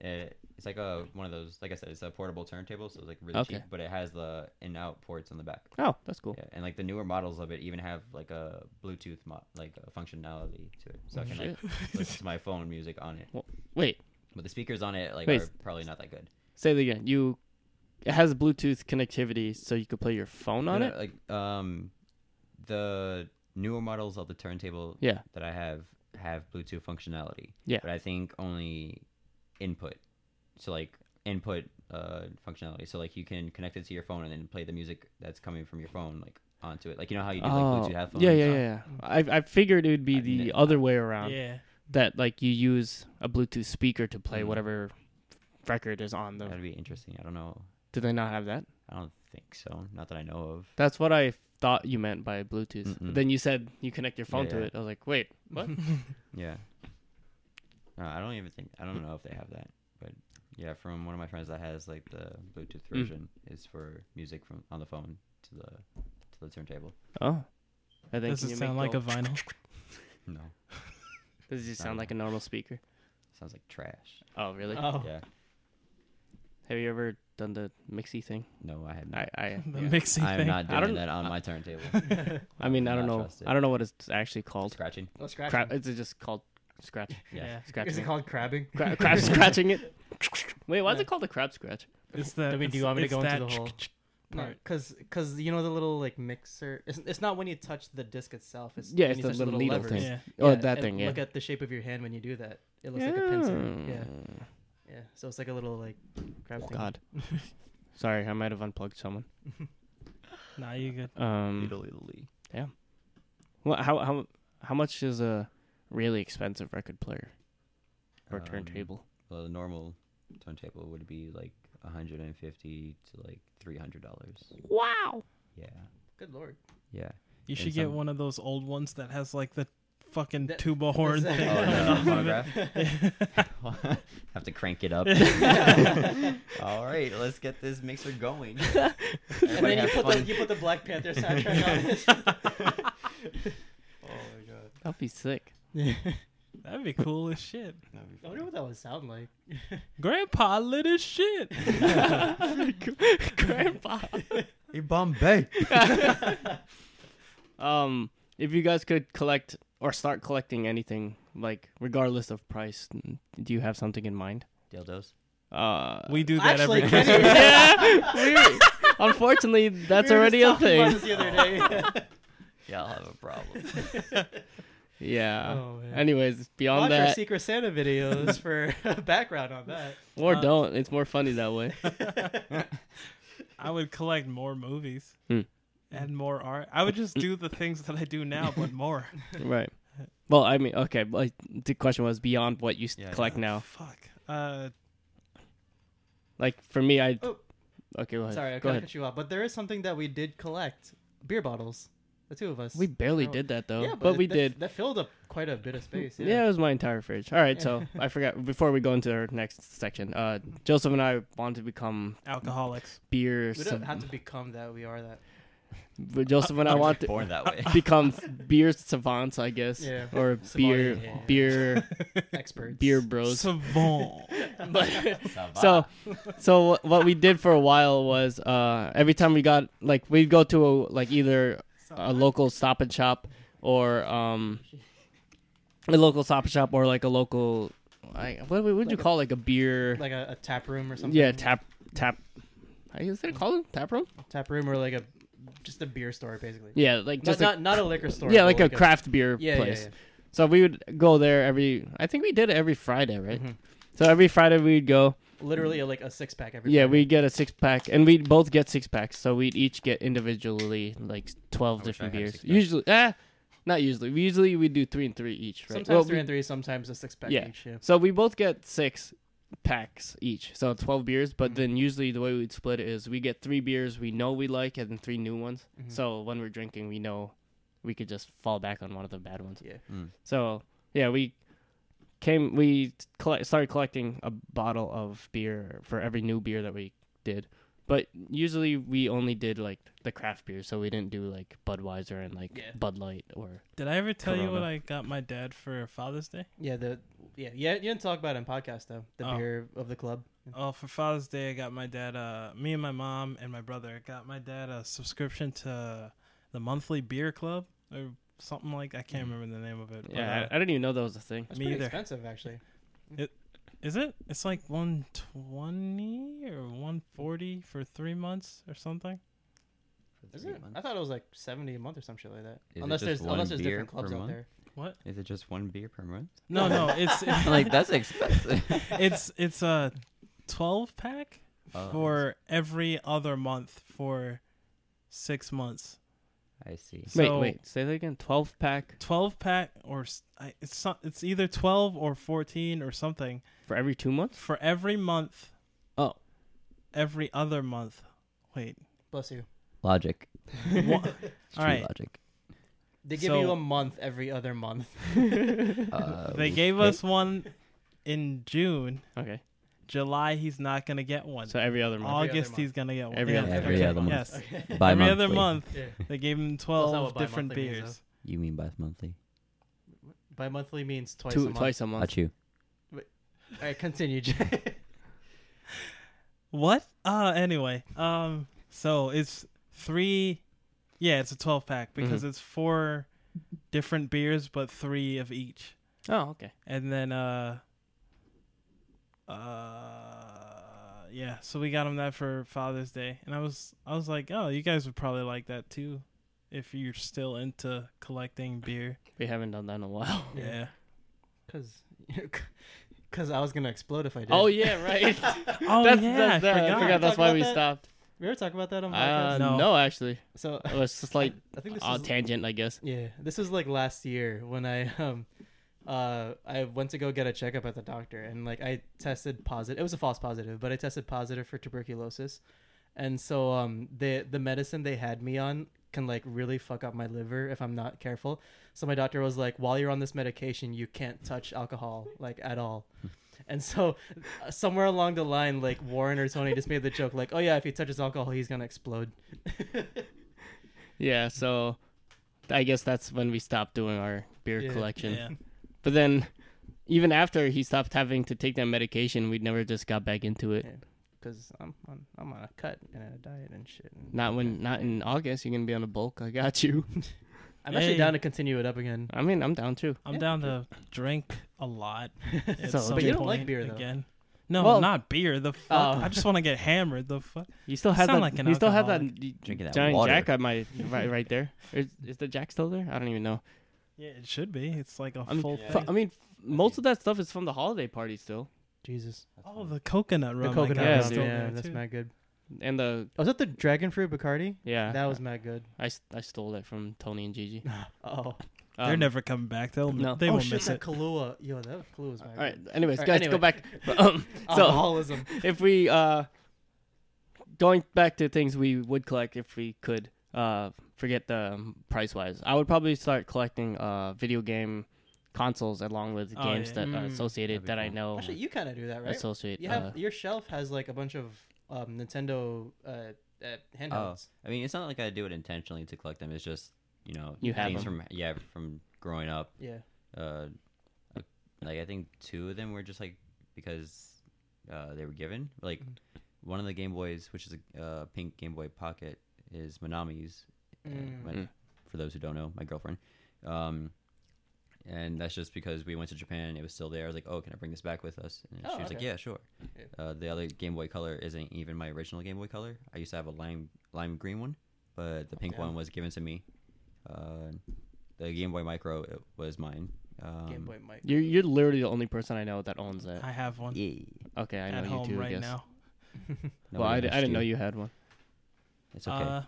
[SPEAKER 4] eh, it's like a one of those. Like I said, it's a portable turntable, so it's like really
[SPEAKER 1] Okay.
[SPEAKER 4] cheap, but it has the in out ports on the back.
[SPEAKER 1] Oh, that's cool.
[SPEAKER 4] Yeah, and like the newer models of it even have like a Bluetooth mo- like a functionality to it,
[SPEAKER 1] Oh,
[SPEAKER 4] so I can like listen to my phone music on it.
[SPEAKER 1] Wait,
[SPEAKER 4] But the speakers on it like
[SPEAKER 1] Wait.
[SPEAKER 4] are probably not that good.
[SPEAKER 1] say it again. You it has Bluetooth connectivity, so you could play your phone
[SPEAKER 4] No,
[SPEAKER 1] on
[SPEAKER 4] no,
[SPEAKER 1] it.
[SPEAKER 4] Like um, the newer models of the turntable
[SPEAKER 1] Yeah.
[SPEAKER 4] that I have have Bluetooth functionality.
[SPEAKER 1] Yeah.
[SPEAKER 4] But I think only input. So like input uh functionality. So like you can connect it to your phone and then play the music that's coming from your phone like onto it. Like you know how you do like Bluetooth headphones.
[SPEAKER 1] Oh. yeah, yeah, yeah. yeah. I I figured it would be
[SPEAKER 4] I
[SPEAKER 1] the
[SPEAKER 4] kn-
[SPEAKER 1] other way around.
[SPEAKER 2] yeah.
[SPEAKER 1] That like you use a Bluetooth speaker to play
[SPEAKER 4] Mm.
[SPEAKER 1] whatever record is on the.
[SPEAKER 4] That'd be interesting. I don't know.
[SPEAKER 1] Do they not have that?
[SPEAKER 4] I don't think so. Not that I know of.
[SPEAKER 1] That's what I thought you meant by Bluetooth.
[SPEAKER 4] Mm-mm.
[SPEAKER 1] But then you said you connect your phone
[SPEAKER 4] Yeah,
[SPEAKER 1] to
[SPEAKER 4] yeah.
[SPEAKER 1] it. I was like, wait, what?
[SPEAKER 4] Yeah. No, I don't even think I don't know if they have that, but yeah, from one of my friends that has like the Bluetooth
[SPEAKER 1] Hmm.
[SPEAKER 4] version is for music from on the phone to the to the turntable.
[SPEAKER 1] oh. And then
[SPEAKER 2] Does
[SPEAKER 1] can
[SPEAKER 2] it
[SPEAKER 1] you
[SPEAKER 2] sound
[SPEAKER 1] make
[SPEAKER 2] like a
[SPEAKER 1] little-
[SPEAKER 2] vinyl?
[SPEAKER 4] No,
[SPEAKER 1] Does it just sound like a normal speaker?
[SPEAKER 4] Sounds like trash.
[SPEAKER 1] Oh, really?
[SPEAKER 2] Uh,
[SPEAKER 3] Oh,
[SPEAKER 4] Yeah.
[SPEAKER 1] Have you ever done the mixy thing?
[SPEAKER 4] No, I have
[SPEAKER 1] I,
[SPEAKER 4] not.
[SPEAKER 1] I,
[SPEAKER 2] The
[SPEAKER 1] yeah.
[SPEAKER 2] mixing
[SPEAKER 4] I am
[SPEAKER 2] thing.
[SPEAKER 4] not
[SPEAKER 1] I don't-
[SPEAKER 4] doing that on my turntable.
[SPEAKER 1] I mean, I don't
[SPEAKER 4] Not
[SPEAKER 1] know.
[SPEAKER 4] trusted.
[SPEAKER 1] I don't know what it's actually called.
[SPEAKER 4] Scratching.
[SPEAKER 3] let's scratch.
[SPEAKER 1] Cra- it's just called uh, scratch.
[SPEAKER 4] Yeah.
[SPEAKER 2] yeah.
[SPEAKER 1] Scratching.
[SPEAKER 3] Is it
[SPEAKER 1] it.
[SPEAKER 3] called crabbing?
[SPEAKER 1] Cra- crab scratching it. Wait, why is
[SPEAKER 3] Yeah.
[SPEAKER 1] it called a crab scratch?
[SPEAKER 2] It's the.
[SPEAKER 3] I mean, do
[SPEAKER 2] it's-
[SPEAKER 3] you want me to
[SPEAKER 2] it's
[SPEAKER 3] go into
[SPEAKER 2] that
[SPEAKER 3] the whole- No,
[SPEAKER 2] part.
[SPEAKER 3] because because you know the little like mixer. It's, it's not when you touch the disc itself. It's
[SPEAKER 1] Yeah,
[SPEAKER 3] when
[SPEAKER 1] it's
[SPEAKER 3] you
[SPEAKER 1] the
[SPEAKER 3] touch
[SPEAKER 1] little needle
[SPEAKER 3] levers.
[SPEAKER 1] thing.
[SPEAKER 2] Yeah.
[SPEAKER 1] oh, that
[SPEAKER 3] and
[SPEAKER 1] thing. Yeah.
[SPEAKER 3] Look at the shape of your hand when you do that. It looks like a pencil. Yeah,
[SPEAKER 1] Hmm.
[SPEAKER 3] yeah. So it's like a little like crab
[SPEAKER 1] Oh,
[SPEAKER 3] thing.
[SPEAKER 1] God. Sorry, I might have unplugged someone.
[SPEAKER 2] Nah, you good.
[SPEAKER 1] Um. Well, how how how much is a really expensive record player or
[SPEAKER 4] Um,
[SPEAKER 1] turntable?
[SPEAKER 4] Well, the normal turntable would be like 150 to like 300 dollars.
[SPEAKER 1] Wow.
[SPEAKER 4] Yeah.
[SPEAKER 3] Good lord.
[SPEAKER 4] Yeah.
[SPEAKER 2] You
[SPEAKER 4] And
[SPEAKER 2] should get
[SPEAKER 4] some-
[SPEAKER 2] one of those old ones that has like the fucking
[SPEAKER 3] That-
[SPEAKER 2] tuba horn
[SPEAKER 3] that's-
[SPEAKER 2] thing.
[SPEAKER 4] Oh,
[SPEAKER 2] coming
[SPEAKER 4] no,
[SPEAKER 2] off of it.
[SPEAKER 4] monograph? have to crank it up.
[SPEAKER 1] Oh.
[SPEAKER 4] All right, let's get this mixer going.
[SPEAKER 3] and then you put the you put the Black Panther soundtrack on. this.
[SPEAKER 4] Oh my god.
[SPEAKER 1] That'd be sick.
[SPEAKER 2] That'd be cool as shit.
[SPEAKER 3] I wonder what that would sound like.
[SPEAKER 2] Grandpa lit as shit.
[SPEAKER 1] Grandpa.
[SPEAKER 4] Hey, Bombay.
[SPEAKER 1] Um, if you guys could collect or start collecting anything, like regardless of price, n- do you have something in mind?
[SPEAKER 4] Dildos.
[SPEAKER 1] Uh,
[SPEAKER 2] We do that
[SPEAKER 3] Actually,
[SPEAKER 2] every
[SPEAKER 3] Kenny-
[SPEAKER 2] Christmas.
[SPEAKER 1] yeah. we- unfortunately, that's
[SPEAKER 3] We were
[SPEAKER 1] already a
[SPEAKER 3] just talking about
[SPEAKER 1] thing.
[SPEAKER 3] this the other day.
[SPEAKER 4] Yeah, I'll have a problem.
[SPEAKER 1] Yeah.
[SPEAKER 3] Oh, man.
[SPEAKER 1] Anyways, beyond
[SPEAKER 3] Watch our
[SPEAKER 1] that,
[SPEAKER 3] Secret Santa videos for background on that.
[SPEAKER 1] or
[SPEAKER 2] Uh,
[SPEAKER 1] don't. It's more funny that way.
[SPEAKER 2] I would collect more movies
[SPEAKER 1] Hmm.
[SPEAKER 2] and more art. I would just do the things that I do now, but more.
[SPEAKER 1] right. Well, I mean, okay. Like the question was beyond what you s-
[SPEAKER 4] Yeah,
[SPEAKER 1] collect
[SPEAKER 4] yeah.
[SPEAKER 1] now.
[SPEAKER 2] Fuck. Uh,
[SPEAKER 1] Like for me, I.
[SPEAKER 3] Oh.
[SPEAKER 1] Okay. Go ahead.
[SPEAKER 3] Sorry, I
[SPEAKER 1] go
[SPEAKER 3] gotta
[SPEAKER 1] ahead.
[SPEAKER 3] cut you off. But there is something that we did collect: beer bottles. The two of us.
[SPEAKER 1] We barely
[SPEAKER 3] Oh.
[SPEAKER 1] did that though,
[SPEAKER 3] yeah,
[SPEAKER 1] but, we
[SPEAKER 3] that,
[SPEAKER 1] did.
[SPEAKER 3] That filled up quite a bit of space.
[SPEAKER 1] Yeah.
[SPEAKER 3] Yeah.
[SPEAKER 1] it was my entire fridge. All right,
[SPEAKER 3] Yeah.
[SPEAKER 1] so I forgot before we go into our next section. Uh, Joseph and I want to become
[SPEAKER 2] alcoholics.
[SPEAKER 1] beer.
[SPEAKER 3] we
[SPEAKER 1] sav-
[SPEAKER 3] don't have to become that. We are that.
[SPEAKER 1] but Joseph and I want to
[SPEAKER 4] Born that way.
[SPEAKER 1] become beer savants, I guess,
[SPEAKER 3] Yeah.
[SPEAKER 1] or beer,
[SPEAKER 3] Savants, yeah.
[SPEAKER 1] beer,
[SPEAKER 3] Experts.
[SPEAKER 1] beer bros.
[SPEAKER 2] Savant.
[SPEAKER 1] but
[SPEAKER 4] Ça va.
[SPEAKER 1] so, so wh- what we did for a while was uh, every time we got like we'd go to a, like either a local Stop and Shop or um a local Stop and Shop or like a local like, what would you
[SPEAKER 3] Like a-
[SPEAKER 1] call like a beer
[SPEAKER 3] Like a, a tap room or something.
[SPEAKER 1] yeah tap tap how is it called tap room
[SPEAKER 3] Tap room or like a just a beer store basically.
[SPEAKER 1] yeah like just
[SPEAKER 3] Just
[SPEAKER 1] a-
[SPEAKER 3] not, not a liquor store.
[SPEAKER 1] yeah
[SPEAKER 3] but
[SPEAKER 1] like a craft beer
[SPEAKER 3] yeah, yeah,
[SPEAKER 1] place
[SPEAKER 3] yeah.
[SPEAKER 1] so we would go there every I think we did it every Friday right
[SPEAKER 3] Mhm.
[SPEAKER 1] so every Friday we'd go
[SPEAKER 3] Literally like a six pack every.
[SPEAKER 1] Yeah,
[SPEAKER 3] Friday.
[SPEAKER 1] we get a six pack, and we both get six packs, so we'd each get individually like twelve
[SPEAKER 4] I wish
[SPEAKER 1] different
[SPEAKER 4] I had a
[SPEAKER 1] beers.
[SPEAKER 4] six-pack.
[SPEAKER 1] Usually, ah, not usually. We usually we do three and three each, right?
[SPEAKER 3] Sometimes
[SPEAKER 1] Well,
[SPEAKER 3] three
[SPEAKER 1] we-
[SPEAKER 3] and three, sometimes a six pack
[SPEAKER 1] Yeah.
[SPEAKER 3] each. Yeah.
[SPEAKER 1] So we both get six packs each, so twelve beers. But
[SPEAKER 4] Mm-hmm.
[SPEAKER 3] Mhm.
[SPEAKER 1] then usually the way we'd split it is we get three beers we know we like, and then three new ones.
[SPEAKER 4] Mm-hmm.
[SPEAKER 3] Mhm.
[SPEAKER 1] So when we're drinking, we know we could just fall back on one of the bad ones.
[SPEAKER 3] Yeah.
[SPEAKER 4] Mm.
[SPEAKER 1] So yeah, we came we collect, started collecting a bottle of beer for every new beer that we did. But usually we only did like the craft beer, so we didn't do like Budweiser and like
[SPEAKER 3] Yeah.
[SPEAKER 1] Bud Light or
[SPEAKER 2] Did I ever tell you what
[SPEAKER 1] Corona.
[SPEAKER 2] I got my dad for Father's Day?
[SPEAKER 3] Yeah. The yeah yeah you didn't talk about it in podcast though the
[SPEAKER 2] Oh.
[SPEAKER 3] beer of the club.
[SPEAKER 2] Oh, for Father's Day, I got my dad, uh, me and my mom and my brother got my dad a subscription to the monthly beer club or something like I can't remember the name of it. but,
[SPEAKER 1] Hmm. yeah.
[SPEAKER 2] uh,
[SPEAKER 1] I, I didn't even know that was a thing.
[SPEAKER 3] That's
[SPEAKER 2] Me
[SPEAKER 3] pretty
[SPEAKER 2] either.
[SPEAKER 3] expensive actually.
[SPEAKER 2] Is it? It's like one twenty or one forty for three months or something.
[SPEAKER 4] For
[SPEAKER 3] Is
[SPEAKER 4] three
[SPEAKER 3] it? I
[SPEAKER 4] months.
[SPEAKER 3] thought it was like seventy a month or some shit like that.
[SPEAKER 4] Is it
[SPEAKER 3] unless
[SPEAKER 4] just
[SPEAKER 3] there's
[SPEAKER 4] one
[SPEAKER 3] unless there's
[SPEAKER 4] beer
[SPEAKER 3] different clubs
[SPEAKER 4] per
[SPEAKER 3] out
[SPEAKER 4] month?
[SPEAKER 3] there.
[SPEAKER 2] What?
[SPEAKER 4] Is it just one beer per month?
[SPEAKER 2] No, no, it's
[SPEAKER 4] like that's expensive.
[SPEAKER 2] it's it's a twelve pack
[SPEAKER 4] Oh,
[SPEAKER 2] for every other month for six months.
[SPEAKER 4] I see.
[SPEAKER 2] So-
[SPEAKER 1] wait, wait, say that again. Twelve pack
[SPEAKER 2] Twelve pack or s- I- it's so- it's either twelve or fourteen or something
[SPEAKER 1] for every two months.
[SPEAKER 2] for every month.
[SPEAKER 1] Oh.
[SPEAKER 2] every other month. Wait,
[SPEAKER 3] Bless you.
[SPEAKER 4] Logic.
[SPEAKER 2] Wha- all right.
[SPEAKER 4] Logic.
[SPEAKER 3] They give
[SPEAKER 2] So-
[SPEAKER 3] you a month every other month.
[SPEAKER 4] Uh,
[SPEAKER 2] They gave us one in June.
[SPEAKER 1] Okay,
[SPEAKER 2] July, he's not gonna get one.
[SPEAKER 1] so every other month.
[SPEAKER 3] Every other
[SPEAKER 2] August,
[SPEAKER 3] month.
[SPEAKER 2] he's gonna get one.
[SPEAKER 1] Every
[SPEAKER 2] Yeah,
[SPEAKER 1] other
[SPEAKER 4] month. Every other month.
[SPEAKER 2] Yes,
[SPEAKER 3] Okay.
[SPEAKER 4] Bi-monthly.
[SPEAKER 2] every other month.
[SPEAKER 3] Yeah.
[SPEAKER 2] They gave him
[SPEAKER 3] not
[SPEAKER 2] twelve
[SPEAKER 3] what
[SPEAKER 2] different
[SPEAKER 3] bi-monthly means,
[SPEAKER 2] beers.
[SPEAKER 4] You mean bi-monthly?
[SPEAKER 3] Bi-monthly means twice a
[SPEAKER 1] Two,
[SPEAKER 3] month.
[SPEAKER 1] twice a month.
[SPEAKER 4] Achoo.
[SPEAKER 3] All right, continue, Jay.
[SPEAKER 2] What? Uh anyway. Um so it's three yeah, it's a twelve pack because
[SPEAKER 1] Mm-hmm.
[SPEAKER 2] it's four different beers but three of each.
[SPEAKER 1] Oh, okay.
[SPEAKER 2] And then uh uh yeah, so we got him that for Father's Day. And I was I was like, "Oh, you guys would probably like that too if you're still into collecting beer."
[SPEAKER 1] We haven't done that in a while.
[SPEAKER 3] Yeah.
[SPEAKER 2] Yeah.
[SPEAKER 3] Because because I was gonna explode if I did.
[SPEAKER 1] Oh yeah, right.
[SPEAKER 2] Oh
[SPEAKER 1] that's,
[SPEAKER 2] yeah,
[SPEAKER 1] that's,
[SPEAKER 2] I
[SPEAKER 1] that.
[SPEAKER 2] forgot.
[SPEAKER 1] I forgot that's
[SPEAKER 3] Talk
[SPEAKER 1] why
[SPEAKER 3] about
[SPEAKER 1] we
[SPEAKER 3] that? Oh
[SPEAKER 1] stopped.
[SPEAKER 3] we were talking about that on podcast.
[SPEAKER 1] Uh,
[SPEAKER 2] No.
[SPEAKER 1] no. actually,
[SPEAKER 3] so
[SPEAKER 1] it was just like
[SPEAKER 3] I think this
[SPEAKER 1] a
[SPEAKER 3] was
[SPEAKER 1] tangent, I guess.
[SPEAKER 3] yeah, this was like last year when I um uh I went to go get a checkup at the doctor and like I tested positive. It was a false positive, but I tested positive for tuberculosis, and so um the the medicine they had me on can like really fuck up my liver if I'm not careful. So my doctor was like, while you're on this medication, you can't touch alcohol like at all. And so, uh, somewhere along the line, like Warren or Tony just made the joke, like, "Oh yeah, if he touches alcohol, he's gonna explode."
[SPEAKER 1] Yeah, so I guess that's when we stopped doing our beer
[SPEAKER 3] Yeah.
[SPEAKER 1] collection.
[SPEAKER 2] Yeah.
[SPEAKER 1] But then, even after he stopped having to take that medication, we never just got back into it.
[SPEAKER 3] Yeah. because I'm on I'm on a cut and a diet and shit. And
[SPEAKER 1] Not when, not in August. You're gonna be on a bulk. I got you.
[SPEAKER 3] I'm actually
[SPEAKER 2] Hey.
[SPEAKER 3] down to continue it up again.
[SPEAKER 1] I mean, I'm down too.
[SPEAKER 2] I'm down to drink a lot. At
[SPEAKER 1] So-
[SPEAKER 2] some
[SPEAKER 3] But you don't like
[SPEAKER 2] point
[SPEAKER 3] beer, though.
[SPEAKER 2] Again. No,
[SPEAKER 1] Well-
[SPEAKER 2] not beer. The fuck.
[SPEAKER 3] Oh.
[SPEAKER 2] I just want to get hammered. The fuck.
[SPEAKER 1] You still have
[SPEAKER 2] Sound
[SPEAKER 1] that.
[SPEAKER 2] like an
[SPEAKER 1] you still have that,
[SPEAKER 4] Drinking that
[SPEAKER 1] giant
[SPEAKER 4] water.
[SPEAKER 1] Jack on my right, right there. Is, is the Jack still there? I don't even know.
[SPEAKER 2] Yeah, it should be. It's like a
[SPEAKER 1] I mean,
[SPEAKER 2] full
[SPEAKER 1] fu-
[SPEAKER 2] thing.
[SPEAKER 1] I mean, f- most of that stuff is from the holiday party still,
[SPEAKER 3] Jesus,
[SPEAKER 2] Oh, the coconut rum.
[SPEAKER 3] the coconut
[SPEAKER 1] yeah,
[SPEAKER 3] yeah,
[SPEAKER 1] dude.
[SPEAKER 3] yeah, that's
[SPEAKER 2] my.
[SPEAKER 3] mad good.
[SPEAKER 1] and the
[SPEAKER 3] Oh, is that the dragon fruit Bacardi?
[SPEAKER 1] yeah.
[SPEAKER 3] That was mad good.
[SPEAKER 1] I, s- I stole that from Tony and Gigi.
[SPEAKER 3] Oh,
[SPEAKER 2] They're
[SPEAKER 1] Um,
[SPEAKER 2] never coming back. They'll
[SPEAKER 1] no.
[SPEAKER 2] they
[SPEAKER 3] oh
[SPEAKER 2] will
[SPEAKER 3] shit,
[SPEAKER 2] miss
[SPEAKER 3] that
[SPEAKER 2] it.
[SPEAKER 3] Kahlua, yo, that Kahlua was mad.
[SPEAKER 1] All
[SPEAKER 3] good.
[SPEAKER 1] right. Anyways,
[SPEAKER 3] All right,
[SPEAKER 1] guys,
[SPEAKER 3] anyway.
[SPEAKER 1] go back. Um, so
[SPEAKER 3] alcoholism.
[SPEAKER 1] if we uh, going back to things we would collect if we could uh, forget the um, price wise, I would probably start collecting uh, video game consoles along with
[SPEAKER 2] Oh,
[SPEAKER 1] games
[SPEAKER 2] yeah.
[SPEAKER 1] that are
[SPEAKER 3] Mm.
[SPEAKER 1] associated that
[SPEAKER 4] That'd be
[SPEAKER 1] I
[SPEAKER 4] cool.
[SPEAKER 1] know
[SPEAKER 3] Actually, you kind of do that, right?
[SPEAKER 1] associate.
[SPEAKER 3] You have
[SPEAKER 1] uh,
[SPEAKER 3] your shelf has like a bunch of um, Nintendo uh, uh, handhelds.
[SPEAKER 1] Oh.
[SPEAKER 4] I mean, it's not like I do it intentionally to collect them. It's just you know
[SPEAKER 1] You have
[SPEAKER 4] things
[SPEAKER 1] them.
[SPEAKER 4] from yeah from growing up.
[SPEAKER 3] Yeah,
[SPEAKER 4] Uh, uh, like I think two of them were just like because uh, they were given. Like
[SPEAKER 3] Mhm.
[SPEAKER 4] one of the Game Boys, which is a uh, pink Game Boy Pocket, is Manami's. uh,
[SPEAKER 3] Mm.
[SPEAKER 4] my-
[SPEAKER 1] Mm.
[SPEAKER 4] For those who don't know, my girlfriend. Um, and that's just because we went to Japan. It was still there. I was like, "Oh, can I bring this back with us?" And
[SPEAKER 3] Oh,
[SPEAKER 4] she was like,
[SPEAKER 3] okay.
[SPEAKER 4] "Yeah, sure."
[SPEAKER 3] Yeah.
[SPEAKER 4] Uh, the other Game Boy Color isn't even my original Game Boy Color. I used to have a lime lime green one, but the pink
[SPEAKER 3] Damn.
[SPEAKER 4] one was given to me. Uh, the Game Boy Micro it was mine. Um,
[SPEAKER 3] Game Boy Mike.
[SPEAKER 1] You're you're literally the only person I know that owns that.
[SPEAKER 2] I have one
[SPEAKER 4] Yeah.
[SPEAKER 1] Okay, I
[SPEAKER 2] at
[SPEAKER 1] know you
[SPEAKER 2] home
[SPEAKER 1] too. I
[SPEAKER 2] right
[SPEAKER 1] guess.
[SPEAKER 2] now.
[SPEAKER 1] Well, I, d- I didn't know you had one.
[SPEAKER 4] It's okay.
[SPEAKER 2] Uh,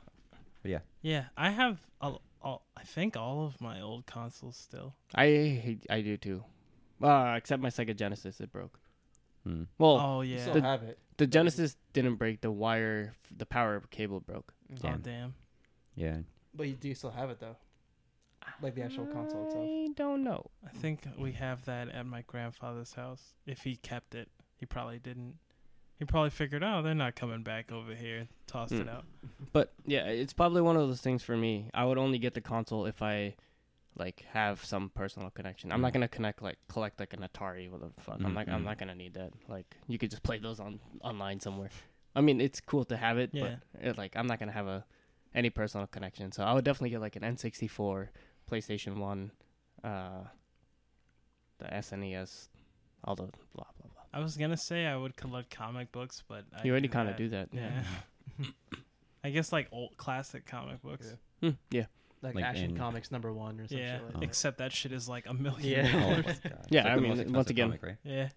[SPEAKER 4] But yeah.
[SPEAKER 2] Yeah, I have. All, all, I think all of my old consoles still.
[SPEAKER 1] I I do too. Uh, except my Sega Genesis, it broke.
[SPEAKER 4] Hmm.
[SPEAKER 1] Well,
[SPEAKER 2] Oh
[SPEAKER 3] You
[SPEAKER 2] yeah.
[SPEAKER 3] still
[SPEAKER 1] The-
[SPEAKER 3] have it.
[SPEAKER 1] the Genesis didn't break. The wire, the power cable broke.
[SPEAKER 2] oh
[SPEAKER 4] Damn.
[SPEAKER 2] damn.
[SPEAKER 4] Yeah.
[SPEAKER 3] But you do still have it though, like the actual console itself.
[SPEAKER 1] I don't know.
[SPEAKER 2] I think we have that at my grandfather's house. If he kept it, he probably didn't. He probably figured, oh, they're not coming back over here. Tossed it
[SPEAKER 3] Hmm.
[SPEAKER 1] Mm.
[SPEAKER 2] out.
[SPEAKER 1] But yeah, it's probably one of those things for me. I would only get the console if I like have some personal connection. I'm not
[SPEAKER 4] Mm.
[SPEAKER 1] gonna connect like collect like an Atari with a fuck. I'm
[SPEAKER 4] Mm,
[SPEAKER 1] not I'm
[SPEAKER 4] mm.
[SPEAKER 1] not gonna need that. Like you could just play those on online somewhere. I mean, it's cool to have it,
[SPEAKER 2] Yeah.
[SPEAKER 1] but it, like I'm not gonna have a any personal connection. So I would definitely get like an N64, PlayStation One, uh, the SNES, all the blah blah blah.
[SPEAKER 2] I was gonna say I would collect comic books, but I
[SPEAKER 1] you already kind of do that,
[SPEAKER 2] Yeah. I guess like old classic comic books.
[SPEAKER 3] Yeah.
[SPEAKER 1] yeah. Hmm, yeah.
[SPEAKER 3] like,
[SPEAKER 4] Like
[SPEAKER 3] Action
[SPEAKER 4] in-
[SPEAKER 3] Comics number one or something.
[SPEAKER 2] Yeah,
[SPEAKER 3] Like
[SPEAKER 4] Oh.
[SPEAKER 3] that.
[SPEAKER 2] except that shit is like a million.
[SPEAKER 3] Yeah.
[SPEAKER 4] Oh, my
[SPEAKER 2] dollars.
[SPEAKER 4] God. It's
[SPEAKER 1] Yeah, I
[SPEAKER 4] the
[SPEAKER 1] mean,
[SPEAKER 4] most
[SPEAKER 1] once
[SPEAKER 4] expensive
[SPEAKER 1] again-
[SPEAKER 4] comic, right?
[SPEAKER 2] yeah.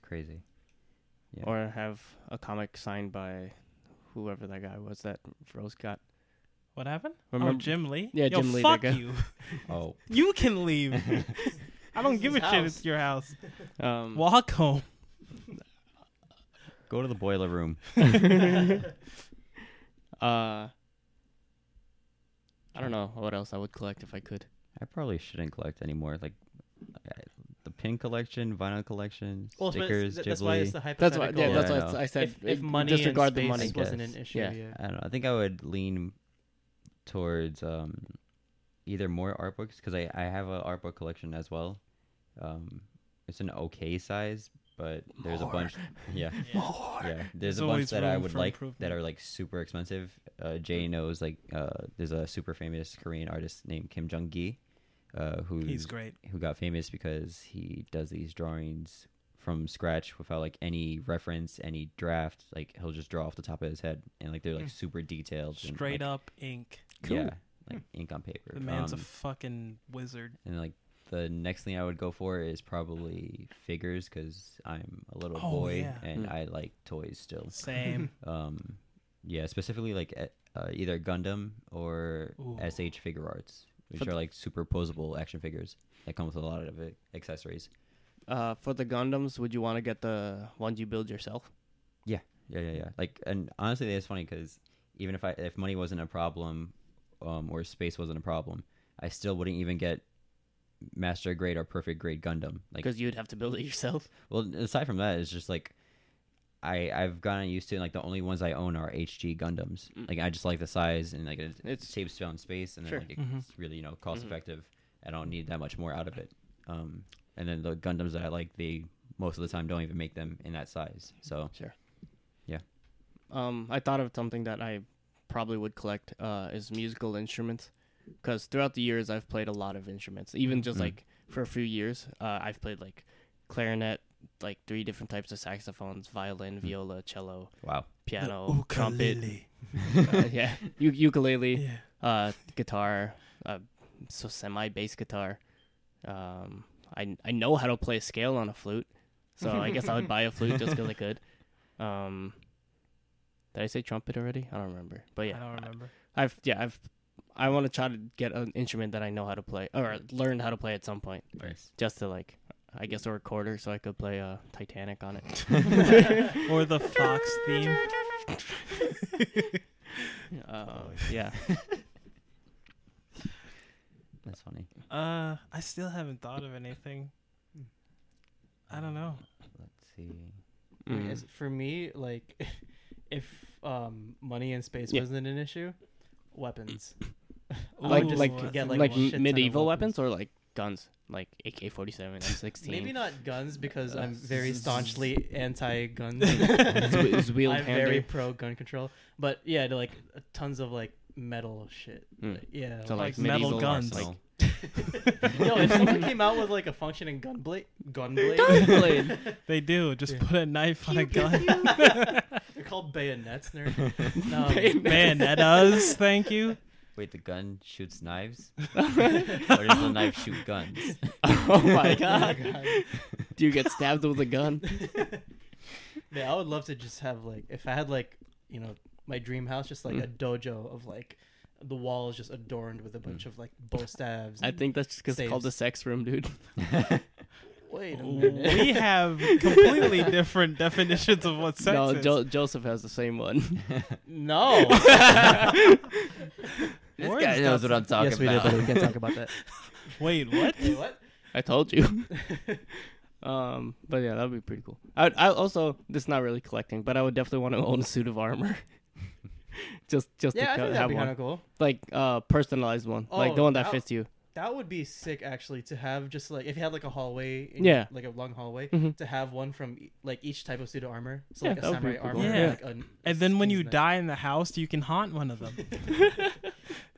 [SPEAKER 4] crazy. Yeah.
[SPEAKER 1] or have a comic signed by whoever that guy was that Rose got.
[SPEAKER 2] What happened? oh,
[SPEAKER 1] Remember-
[SPEAKER 2] Jim Lee.
[SPEAKER 1] Yeah,
[SPEAKER 2] Yo,
[SPEAKER 1] Jim Lee, that
[SPEAKER 2] Fuck
[SPEAKER 1] guy.
[SPEAKER 2] you.
[SPEAKER 4] Oh,
[SPEAKER 2] You can leave. I don't
[SPEAKER 3] This
[SPEAKER 2] give
[SPEAKER 3] is
[SPEAKER 2] a shit.
[SPEAKER 3] house.
[SPEAKER 2] It's your house.
[SPEAKER 1] Um,
[SPEAKER 2] Walk home.
[SPEAKER 4] go to the boiler room.
[SPEAKER 1] uh, I don't know what else I would collect if I could.
[SPEAKER 4] I probably shouldn't collect anymore. Like I- the pin collection, vinyl collection,
[SPEAKER 3] Well, but it's-
[SPEAKER 4] stickers,
[SPEAKER 3] th- that's why it's
[SPEAKER 4] Ghibli.
[SPEAKER 3] the
[SPEAKER 1] That's why.
[SPEAKER 3] hypothetical.
[SPEAKER 1] Yeah, that's
[SPEAKER 4] Yeah, I
[SPEAKER 1] why
[SPEAKER 4] know.
[SPEAKER 1] I said.
[SPEAKER 3] if, if
[SPEAKER 1] it-
[SPEAKER 3] money
[SPEAKER 1] disregard the
[SPEAKER 3] and
[SPEAKER 1] money.
[SPEAKER 3] space wasn't an
[SPEAKER 4] guess.
[SPEAKER 3] issue.
[SPEAKER 1] Yeah.
[SPEAKER 3] Yeah.
[SPEAKER 4] I don't know. I think I would lean towards um, either more art books because I, I have a art book collection as well. Um, it's an okay size, but there's
[SPEAKER 1] More.
[SPEAKER 4] a bunch. Yeah,
[SPEAKER 2] Yeah.
[SPEAKER 4] yeah. There's,
[SPEAKER 2] There's
[SPEAKER 4] a bunch
[SPEAKER 2] always
[SPEAKER 4] that I
[SPEAKER 2] room
[SPEAKER 4] would
[SPEAKER 2] for
[SPEAKER 4] like
[SPEAKER 2] improvement.
[SPEAKER 4] that are like super expensive. Uh, Jay knows like uh, there's a super famous Korean artist named Kim Jong Gi, uh, who's
[SPEAKER 2] He's great.
[SPEAKER 4] who got famous because he does these drawings from scratch without like any reference, any draft. Like he'll just draw off the top of his head, and like they're like
[SPEAKER 2] Mm.
[SPEAKER 4] super detailed. and,
[SPEAKER 2] Straight
[SPEAKER 4] like,
[SPEAKER 2] up ink.
[SPEAKER 4] yeah, like ink on paper.
[SPEAKER 2] Hmm. The man's
[SPEAKER 4] Um,
[SPEAKER 2] a fucking wizard.
[SPEAKER 4] and like the next thing I would go for is probably figures because I'm a little
[SPEAKER 2] Oh,
[SPEAKER 4] boy
[SPEAKER 2] yeah.
[SPEAKER 4] and
[SPEAKER 1] Mm.
[SPEAKER 4] I like toys still.
[SPEAKER 2] Same.
[SPEAKER 4] Um, yeah, specifically like e- uh, either Gundam or
[SPEAKER 2] Ooh.
[SPEAKER 4] SH Figure Arts, which
[SPEAKER 1] For
[SPEAKER 4] are like super posable action figures that come with a lot of uh, accessories.
[SPEAKER 1] Uh, for the Gundams, would you want to get the ones you build yourself?
[SPEAKER 4] Yeah, yeah, yeah. Like, and honestly, that's funny because even if I if money wasn't a problem, um, or space wasn't a problem, I still wouldn't even get master grade or perfect grade Gundam. Like,
[SPEAKER 1] Because you'd have to build it yourself.
[SPEAKER 4] Well, aside from that, it's just like I I've gotten used to like the only ones I own are HG Gundams.
[SPEAKER 1] Mm.
[SPEAKER 4] Like I just like the size and like it, it
[SPEAKER 1] It's-
[SPEAKER 4] saves down space and then
[SPEAKER 1] Sure.
[SPEAKER 4] like it's
[SPEAKER 2] Mhm.
[SPEAKER 4] really you know cost
[SPEAKER 1] Mhm.
[SPEAKER 4] effective. I don't need that much more out of it. Um, and then the Gundams that I like, they most of the time don't even make them in that size. So
[SPEAKER 1] Sure.
[SPEAKER 4] Yeah.
[SPEAKER 1] Um, I thought of something that I probably would collect uh, is musical instruments, because throughout the years I've played a lot of instruments. Even just
[SPEAKER 4] Mm.
[SPEAKER 1] like for a few years, uh, I've played like clarinet, like three different types of saxophones, violin,
[SPEAKER 4] Mm.
[SPEAKER 1] viola, cello,
[SPEAKER 4] wow,
[SPEAKER 1] piano, trumpet.
[SPEAKER 2] ukulele.
[SPEAKER 1] uh, yeah, u- ukulele,
[SPEAKER 2] Yeah.
[SPEAKER 1] uh, guitar, uh, so semi bass guitar. Um, I I know how to play a scale on a flute, so I guess I would buy a flute just because I could. Um, did I say trumpet already? I don't remember. But yeah,
[SPEAKER 2] I don't remember.
[SPEAKER 1] I, have yeah I've I want to try to get an instrument that I know how to play or learn how to play at some point,
[SPEAKER 4] nice.
[SPEAKER 1] just to like I guess a recorder so I could play uh, Titanic on it.
[SPEAKER 2] or the Fox theme.
[SPEAKER 1] Uh, yeah,
[SPEAKER 4] That's funny.
[SPEAKER 2] Uh, I still haven't thought of anything. I don't know.
[SPEAKER 4] Let's see.
[SPEAKER 3] I mean,
[SPEAKER 1] Mm.
[SPEAKER 3] as- for me, like, if um, money and space
[SPEAKER 1] Yeah.
[SPEAKER 3] wasn't an issue, weapons. I
[SPEAKER 1] like
[SPEAKER 3] would
[SPEAKER 2] Ooh,
[SPEAKER 1] like
[SPEAKER 2] I
[SPEAKER 1] like,
[SPEAKER 2] get, like,
[SPEAKER 3] a shit ton of
[SPEAKER 1] medieval weapons. or like guns, like AK forty seven, M sixteen.
[SPEAKER 3] Maybe not guns because I'm
[SPEAKER 1] Uh,
[SPEAKER 3] very staunchly anti-gun.
[SPEAKER 1] Zwe- Zweelhander.
[SPEAKER 3] I'm very pro gun control, but yeah, to, like tons of like metal shit.
[SPEAKER 1] Mm.
[SPEAKER 3] Like, yeah,
[SPEAKER 1] So, like,
[SPEAKER 2] like, metal
[SPEAKER 1] medieval
[SPEAKER 2] guns.
[SPEAKER 1] arsenal.
[SPEAKER 3] yo, if someone came out with like a functioning gun blade, gun blade,
[SPEAKER 1] Gunblade.
[SPEAKER 2] They do. Just
[SPEAKER 3] Yeah.
[SPEAKER 2] put a knife on a gun.
[SPEAKER 3] they're called bayonets. Nerd. No,
[SPEAKER 2] Bayonetas, Um, thank you.
[SPEAKER 4] Wait, the gun shoots knives, or does the knife shoot guns?
[SPEAKER 1] oh my god!
[SPEAKER 3] God.
[SPEAKER 1] Do you get stabbed with a gun?
[SPEAKER 3] Yeah, I would love to just have like if I had like you know my dream house, just like a
[SPEAKER 1] Mm.
[SPEAKER 3] dojo of like the walls just adorned with a bunch of like bow staves.
[SPEAKER 1] I
[SPEAKER 3] and-
[SPEAKER 1] think that's just 'cause it's called the
[SPEAKER 3] Saves.
[SPEAKER 1] sex room, dude.
[SPEAKER 3] Wait, a minute.
[SPEAKER 2] We have completely different definitions of what sex
[SPEAKER 1] no,
[SPEAKER 2] is.
[SPEAKER 1] jo- Joseph has the same one.
[SPEAKER 3] no.
[SPEAKER 1] Oh.
[SPEAKER 4] This
[SPEAKER 2] Warren's
[SPEAKER 4] guy knows what I'm talking about.
[SPEAKER 3] about that.
[SPEAKER 2] Wait, what?
[SPEAKER 3] what?
[SPEAKER 1] I told you. um, but yeah, that would be pretty cool. I would, I also this is not really collecting, but I would definitely want to own a suit of armor. just just
[SPEAKER 3] Yeah,
[SPEAKER 1] to co-
[SPEAKER 3] I think that'd
[SPEAKER 1] have
[SPEAKER 3] be
[SPEAKER 1] one
[SPEAKER 3] kind of cool.
[SPEAKER 1] like uh personalized one, like
[SPEAKER 3] Oh,
[SPEAKER 1] the one that
[SPEAKER 3] that-
[SPEAKER 1] fits you.
[SPEAKER 3] That would be sick, actually, to have just like if you had like a hallway, in-
[SPEAKER 1] Yeah.
[SPEAKER 3] like a long hallway,
[SPEAKER 1] Mhm.
[SPEAKER 3] to have one from e- like each type of suit of armor, so
[SPEAKER 1] Yeah,
[SPEAKER 3] like a
[SPEAKER 1] that would be
[SPEAKER 3] samurai
[SPEAKER 1] pretty
[SPEAKER 3] armor,
[SPEAKER 1] cool.
[SPEAKER 2] Yeah.
[SPEAKER 3] like a
[SPEAKER 2] And then when you
[SPEAKER 3] knife.
[SPEAKER 2] die in the house, you can haunt one of them.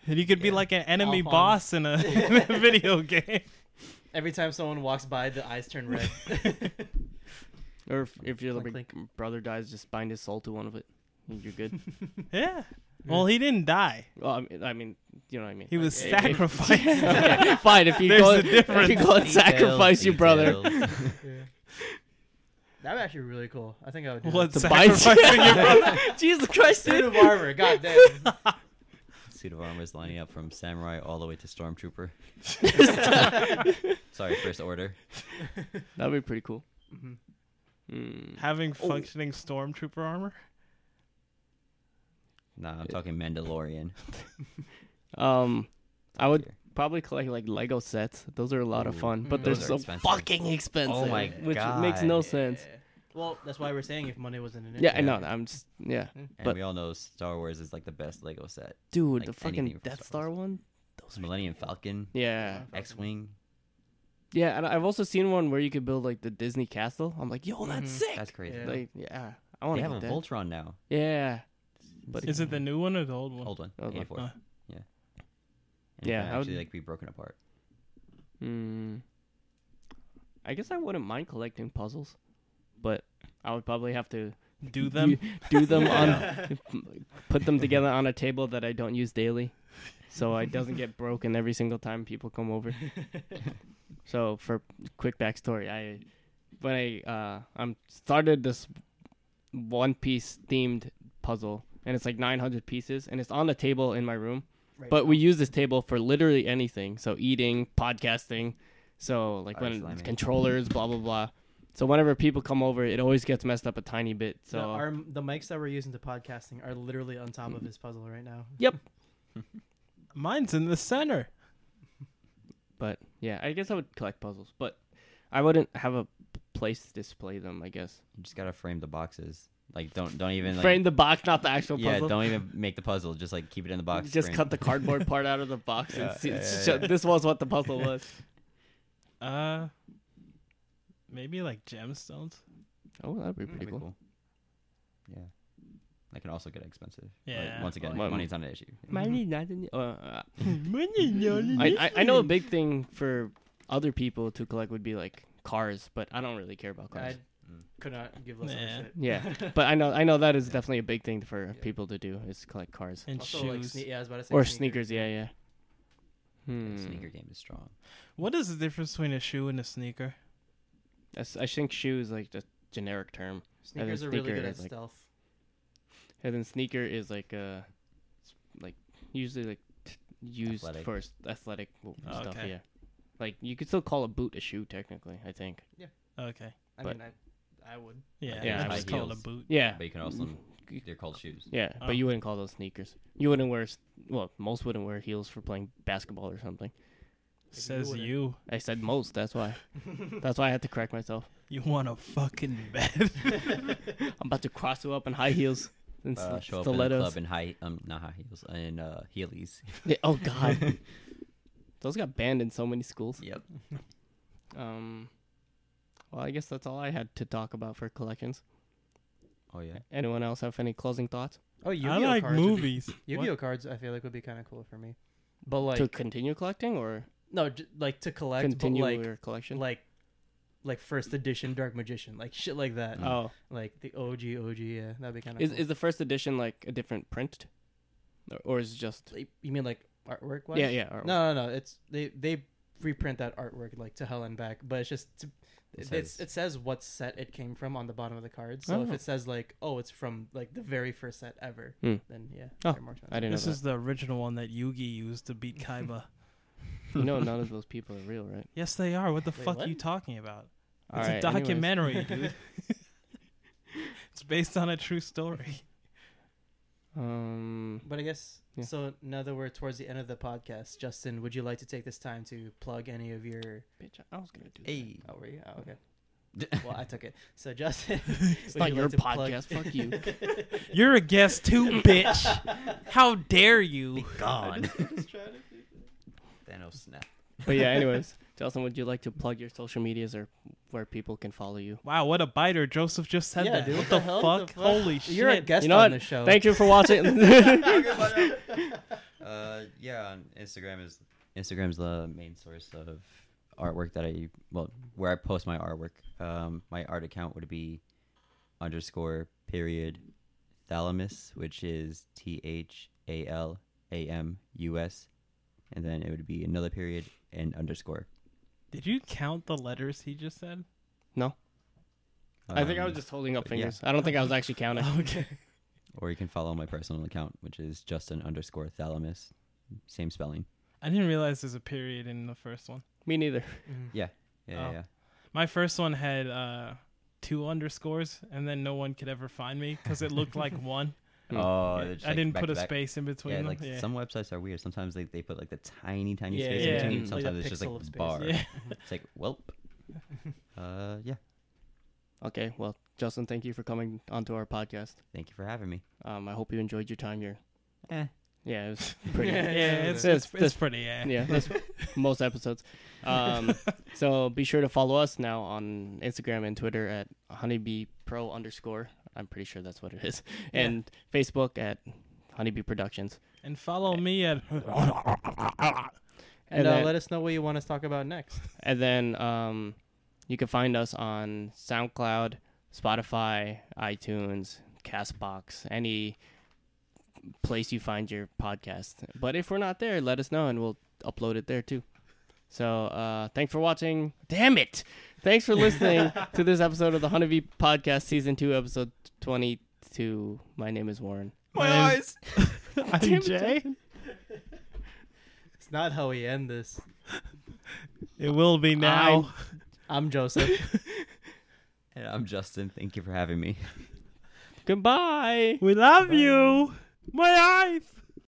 [SPEAKER 2] and you could be
[SPEAKER 3] Yeah.
[SPEAKER 2] like an enemy
[SPEAKER 3] I'll haunt.
[SPEAKER 2] boss in a, in a video game.
[SPEAKER 3] Every time someone walks by, the eyes turn red.
[SPEAKER 1] Or if, if your
[SPEAKER 3] Clink,
[SPEAKER 1] big brother dies, just bind his soul to one of it. and You're good.
[SPEAKER 2] Yeah. Well, he didn't die.
[SPEAKER 1] well, I mean, I mean, you know what I mean.
[SPEAKER 2] He was
[SPEAKER 1] Like, if-
[SPEAKER 2] sacrificed.
[SPEAKER 1] okay, fine. If you
[SPEAKER 2] There's
[SPEAKER 1] go,
[SPEAKER 2] a
[SPEAKER 1] if you go and sacrifice your brother,
[SPEAKER 3] That'd be actually really cool. I think I would. Do
[SPEAKER 2] What
[SPEAKER 1] The
[SPEAKER 2] sacrificing your brother?
[SPEAKER 1] Jesus Christ,
[SPEAKER 3] That. Suit
[SPEAKER 1] dude.
[SPEAKER 3] of armor, goddamn.
[SPEAKER 4] Suit of armor is lining up from samurai all the way to stormtrooper. Sorry, first order.
[SPEAKER 1] That'd be pretty cool.
[SPEAKER 3] Mhm.
[SPEAKER 1] Mm.
[SPEAKER 2] Having functioning stormtrooper armor?
[SPEAKER 4] Nah, I'm talking Mandalorian.
[SPEAKER 1] Um, I would probably collect like Lego sets. Those are a lot of
[SPEAKER 4] Ooh.
[SPEAKER 1] fun, but
[SPEAKER 3] Mm.
[SPEAKER 1] they're
[SPEAKER 3] Those are
[SPEAKER 1] so
[SPEAKER 4] expensive.
[SPEAKER 1] fucking expensive.
[SPEAKER 4] Oh my
[SPEAKER 1] which makes no
[SPEAKER 4] God.
[SPEAKER 1] sense.
[SPEAKER 3] Yeah. Well, that's why we're saying if money wasn't an issue.
[SPEAKER 1] Yeah, I
[SPEAKER 4] Yeah.
[SPEAKER 1] know. I'm just yeah,
[SPEAKER 4] And
[SPEAKER 1] But-
[SPEAKER 4] we all know Star Wars is like the best Lego set.
[SPEAKER 1] dude.
[SPEAKER 4] Like
[SPEAKER 1] the
[SPEAKER 4] anything
[SPEAKER 1] fucking
[SPEAKER 4] from
[SPEAKER 1] Death
[SPEAKER 4] Star
[SPEAKER 1] Star one. Those are
[SPEAKER 4] Millennium Falcon,
[SPEAKER 1] yeah.
[SPEAKER 4] X Wing.
[SPEAKER 1] Yeah, and I've also seen one where you could build like the Disney castle. I'm like, yo, that's
[SPEAKER 3] Mhm.
[SPEAKER 1] sick.
[SPEAKER 4] Mm-hmm. That's crazy.
[SPEAKER 3] Yeah.
[SPEAKER 1] Like, yeah, I
[SPEAKER 4] Oh, They
[SPEAKER 1] want to
[SPEAKER 4] have
[SPEAKER 1] get
[SPEAKER 4] a
[SPEAKER 1] that.
[SPEAKER 4] Voltron now.
[SPEAKER 1] yeah, But-
[SPEAKER 2] Is it the new one or the old one?
[SPEAKER 4] old one?
[SPEAKER 1] Old one.
[SPEAKER 4] 84.
[SPEAKER 2] Uh.
[SPEAKER 4] yeah. And it
[SPEAKER 1] Yeah,
[SPEAKER 4] can
[SPEAKER 1] I would-
[SPEAKER 4] actually like be broken apart.
[SPEAKER 1] Hmm. I guess I wouldn't mind collecting puzzles, but I would probably have to
[SPEAKER 2] Do them?
[SPEAKER 1] do them on, put them together on a table that I don't use daily, so it doesn't get broken every single time people come over. so for quick backstory, I when I uh I'm started this One Piece themed puzzle, and it's like 900 pieces, and it's on a table in my room
[SPEAKER 3] Right
[SPEAKER 1] but
[SPEAKER 3] now.
[SPEAKER 1] we use this table for literally anything. So eating, podcasting, so like
[SPEAKER 4] Oh,
[SPEAKER 1] when
[SPEAKER 4] slimy.
[SPEAKER 1] controllers, blah blah blah. So whenever people come over, it always gets messed up a tiny bit. So
[SPEAKER 3] the, our, the mics that we're using to podcasting are literally on top of his puzzle right now.
[SPEAKER 2] Mine's in the center.
[SPEAKER 1] but yeah, I guess I would collect puzzles, but I wouldn't have a place to display them. I guess
[SPEAKER 4] You just gotta frame the boxes. Like don't don't even like,
[SPEAKER 1] frame the box, not the actual
[SPEAKER 4] yeah.
[SPEAKER 1] puzzle.
[SPEAKER 4] Don't even make the puzzle. Just like keep it in the box.
[SPEAKER 1] Just
[SPEAKER 4] frame.
[SPEAKER 1] cut the cardboard part out of the box
[SPEAKER 4] Yeah,
[SPEAKER 1] and see,
[SPEAKER 4] yeah, yeah,
[SPEAKER 1] show-
[SPEAKER 4] yeah.
[SPEAKER 1] this was what the puzzle was.
[SPEAKER 2] Uh, maybe like gemstones.
[SPEAKER 1] Oh, that'd be
[SPEAKER 4] That'd
[SPEAKER 1] pretty
[SPEAKER 4] be
[SPEAKER 1] cool.
[SPEAKER 4] cool. Yeah, that can also get expensive. But
[SPEAKER 2] Yeah.
[SPEAKER 4] once again,
[SPEAKER 1] Well,
[SPEAKER 4] money's not an issue. Mm-hmm.
[SPEAKER 1] Money, not in- uh, I,
[SPEAKER 2] I,
[SPEAKER 1] I, I know a big thing for other people to collect would be like cars, but I don't really care about cars.
[SPEAKER 3] I
[SPEAKER 2] Mm-hmm.
[SPEAKER 3] could not give less
[SPEAKER 2] Nah.
[SPEAKER 3] of a shit.
[SPEAKER 1] Yeah, but I know I know that is definitely a big thing for people to do is collect cars
[SPEAKER 2] and
[SPEAKER 3] Also, like,
[SPEAKER 2] shoes.
[SPEAKER 3] sne- yeah, I was about to say
[SPEAKER 1] or
[SPEAKER 3] sneakers.
[SPEAKER 1] sneakers. Yeah, yeah.
[SPEAKER 4] The
[SPEAKER 1] Hmm.
[SPEAKER 4] Sneaker game is strong.
[SPEAKER 2] what is the difference between a shoe and a sneaker?
[SPEAKER 1] That's- I think shoe is like the generic term,
[SPEAKER 3] Sneakers
[SPEAKER 1] a
[SPEAKER 3] are really
[SPEAKER 1] sneaker
[SPEAKER 3] good at
[SPEAKER 1] is, like-
[SPEAKER 3] stealth.
[SPEAKER 1] and then sneaker is like uh, it's, like usually like t- used
[SPEAKER 4] Athletic.
[SPEAKER 1] for s- athletic w-
[SPEAKER 2] Oh,
[SPEAKER 1] stuff.
[SPEAKER 2] okay.
[SPEAKER 1] Yeah, like you could still call a boot a shoe technically. I think.
[SPEAKER 2] Okay.
[SPEAKER 3] I
[SPEAKER 1] But-
[SPEAKER 3] mean, I, I would.
[SPEAKER 2] Yeah.
[SPEAKER 1] Yeah,
[SPEAKER 2] I
[SPEAKER 1] high
[SPEAKER 2] was called a
[SPEAKER 4] heels.
[SPEAKER 2] boot.
[SPEAKER 1] Yeah,
[SPEAKER 4] But you can also
[SPEAKER 1] Mm.
[SPEAKER 4] they're called shoes.
[SPEAKER 1] Yeah,
[SPEAKER 2] Oh.
[SPEAKER 1] but you wouldn't call those sneakers. You wouldn't wear, s- well, most wouldn't wear heels for playing basketball or something.
[SPEAKER 3] you
[SPEAKER 2] Says
[SPEAKER 3] wouldn't.
[SPEAKER 2] you.
[SPEAKER 1] I said most. That's why. that's why I had to correct myself.
[SPEAKER 2] You want a fucking bed.
[SPEAKER 1] I'm about to cross you up in high heels and
[SPEAKER 4] Uh,
[SPEAKER 1] s-
[SPEAKER 4] show up in the
[SPEAKER 1] stilettos.
[SPEAKER 4] club in high um not high heels in uh heelys.
[SPEAKER 1] Yeah, oh God, those got banned in so many schools.
[SPEAKER 4] yep.
[SPEAKER 1] Um, well, I guess that's all I had to talk about for collections.
[SPEAKER 4] Oh yeah.
[SPEAKER 1] Anyone else have any closing thoughts
[SPEAKER 3] Oh, Yu-Gi-Oh
[SPEAKER 2] I like
[SPEAKER 3] cards would be-
[SPEAKER 2] movies.
[SPEAKER 3] Yu-Gi-Oh cards, I feel like would be kind of cool for me. But like,
[SPEAKER 1] to continue collecting or
[SPEAKER 3] no, j- like to collect,
[SPEAKER 1] continue
[SPEAKER 3] but like,
[SPEAKER 1] your collection?
[SPEAKER 3] like, like first edition Dark Magician, like shit like that.
[SPEAKER 4] Mm.
[SPEAKER 1] oh,
[SPEAKER 3] Like the OG, OG, yeah, that'd be kind of.
[SPEAKER 1] is
[SPEAKER 3] cool.
[SPEAKER 1] is the first edition like a different print, or, or is it just
[SPEAKER 3] Like, you mean like artwork?
[SPEAKER 1] yeah yeah? or-
[SPEAKER 3] No, no, no. It's they they reprint that artwork like to hell and back, but it's just to,
[SPEAKER 4] It
[SPEAKER 3] it, it's,
[SPEAKER 4] says-
[SPEAKER 3] it says what set it came from on the bottom of the card. So if
[SPEAKER 1] Oh.
[SPEAKER 3] it says like, oh, it's from like the very first set ever,
[SPEAKER 1] Hmm.
[SPEAKER 3] then yeah,
[SPEAKER 1] Oh,
[SPEAKER 3] they're more
[SPEAKER 1] I didn't know
[SPEAKER 2] This
[SPEAKER 1] that.
[SPEAKER 2] is the original one that Yugi used to beat Kaiba.
[SPEAKER 1] You know, none of those people are real, right?
[SPEAKER 2] yes, they are. What the
[SPEAKER 3] Wait,
[SPEAKER 2] fuck
[SPEAKER 3] what?
[SPEAKER 2] are you talking about?
[SPEAKER 1] All
[SPEAKER 2] it's a
[SPEAKER 1] right, anyways.
[SPEAKER 2] documentary, dude. it's based on a true story.
[SPEAKER 1] Um,
[SPEAKER 3] But I guess
[SPEAKER 1] Yeah.
[SPEAKER 3] so. Now that we're towards the end of the podcast, Justin, would you like to take this time to plug any of your?
[SPEAKER 1] bitch, I was gonna do.
[SPEAKER 4] Hey.
[SPEAKER 3] Oh, were you? Oh, okay. well, I took it. So Justin,
[SPEAKER 1] It's
[SPEAKER 3] would
[SPEAKER 1] not
[SPEAKER 3] you
[SPEAKER 1] your
[SPEAKER 3] like to plug-
[SPEAKER 1] podcast. Fuck you.
[SPEAKER 2] You're a guest too, bitch. How dare you?
[SPEAKER 4] Gone. Thanos snap.
[SPEAKER 1] But yeah, anyways, Justin, would you like to plug your social medias or where people can follow you?
[SPEAKER 2] Wow, what a biter. Joseph just said
[SPEAKER 3] Yeah,
[SPEAKER 2] that.
[SPEAKER 3] dude,
[SPEAKER 2] what
[SPEAKER 3] what
[SPEAKER 2] the,
[SPEAKER 3] the hell
[SPEAKER 2] fuck?
[SPEAKER 3] the fuck?
[SPEAKER 2] Holy shit.
[SPEAKER 3] You're a guest
[SPEAKER 1] You know
[SPEAKER 3] on
[SPEAKER 1] what?
[SPEAKER 3] the show.
[SPEAKER 1] Thank you for watching.
[SPEAKER 3] Um,
[SPEAKER 4] uh, yeah, on Instagram is Instagram's the main source of artwork that I well where I post my artwork. Um, my art account would be underscore period thalamus, which is T H A L A M U S, and then it would be another period and underscore.
[SPEAKER 2] Did you count the letters he just said?
[SPEAKER 1] I think I
[SPEAKER 4] Um,
[SPEAKER 1] was just holding up
[SPEAKER 4] yeah.
[SPEAKER 1] fingers. I don't think I was actually counting.
[SPEAKER 2] Okay.
[SPEAKER 4] Or you can follow my personal account, which is Justin underscore thalamus, same spelling.
[SPEAKER 2] I didn't realize there's a period in the first one.
[SPEAKER 1] Me neither.
[SPEAKER 3] Mhm.
[SPEAKER 4] Yeah, yeah,
[SPEAKER 2] Oh.
[SPEAKER 4] yeah.
[SPEAKER 2] My first one had uh, two underscores, and then no one could ever find me because it looked like one.
[SPEAKER 1] Hmm.
[SPEAKER 4] Oh,
[SPEAKER 2] I
[SPEAKER 4] they're just, like,
[SPEAKER 2] didn't
[SPEAKER 4] back
[SPEAKER 2] put
[SPEAKER 4] to
[SPEAKER 2] a
[SPEAKER 4] back.
[SPEAKER 2] space in between
[SPEAKER 4] Yeah,
[SPEAKER 2] them.
[SPEAKER 4] like
[SPEAKER 2] yeah.
[SPEAKER 4] some websites are weird. Sometimes they, they put like the tiny tiny
[SPEAKER 1] Yeah,
[SPEAKER 4] space
[SPEAKER 2] yeah.
[SPEAKER 4] in between.
[SPEAKER 1] Mm.
[SPEAKER 4] Sometimes
[SPEAKER 3] Like a
[SPEAKER 4] it's just
[SPEAKER 3] pixel of
[SPEAKER 4] like
[SPEAKER 3] space.
[SPEAKER 4] bar.
[SPEAKER 2] yeah.
[SPEAKER 4] It's like welp. uh, yeah.
[SPEAKER 1] Okay, well, Justin, thank you for coming onto our podcast.
[SPEAKER 4] Thank you for having me.
[SPEAKER 1] Um, I hope you enjoyed your time here.
[SPEAKER 4] Eh,
[SPEAKER 1] Yeah, it was pretty.
[SPEAKER 3] Yeah,
[SPEAKER 1] yeah,
[SPEAKER 2] Yeah, it's,
[SPEAKER 1] That's-
[SPEAKER 2] it's,
[SPEAKER 1] that's-
[SPEAKER 2] it's pretty, yeah.
[SPEAKER 1] yeah, that's most episodes. Um, so be sure to follow us now on Instagram and Twitter at honeybee pro underscore. I'm pretty sure that's what it is, and Facebook at honeybee productions.
[SPEAKER 2] And follow me at.
[SPEAKER 3] And,
[SPEAKER 1] And
[SPEAKER 3] uh,
[SPEAKER 1] then-
[SPEAKER 3] let us know what you want us to talk about next.
[SPEAKER 1] And then um, you can find us on SoundCloud, Spotify, iTunes, Castbox, any place you find your podcast. But if we're not there, let us know and we'll upload it there too. So uh, thanks for watching. Damn it! Thanks for listening to this episode of the Honeybee Podcast, Season 2, Episode 22. My name is Warren.
[SPEAKER 2] My eyes. I'm Jay.
[SPEAKER 3] It's not how we end this.
[SPEAKER 2] It will be now.
[SPEAKER 1] I'm-
[SPEAKER 3] I'm Joseph.
[SPEAKER 4] And eh, I'm Justin. Thank you for having me.
[SPEAKER 1] Goodbye!
[SPEAKER 2] We love you. My eyes.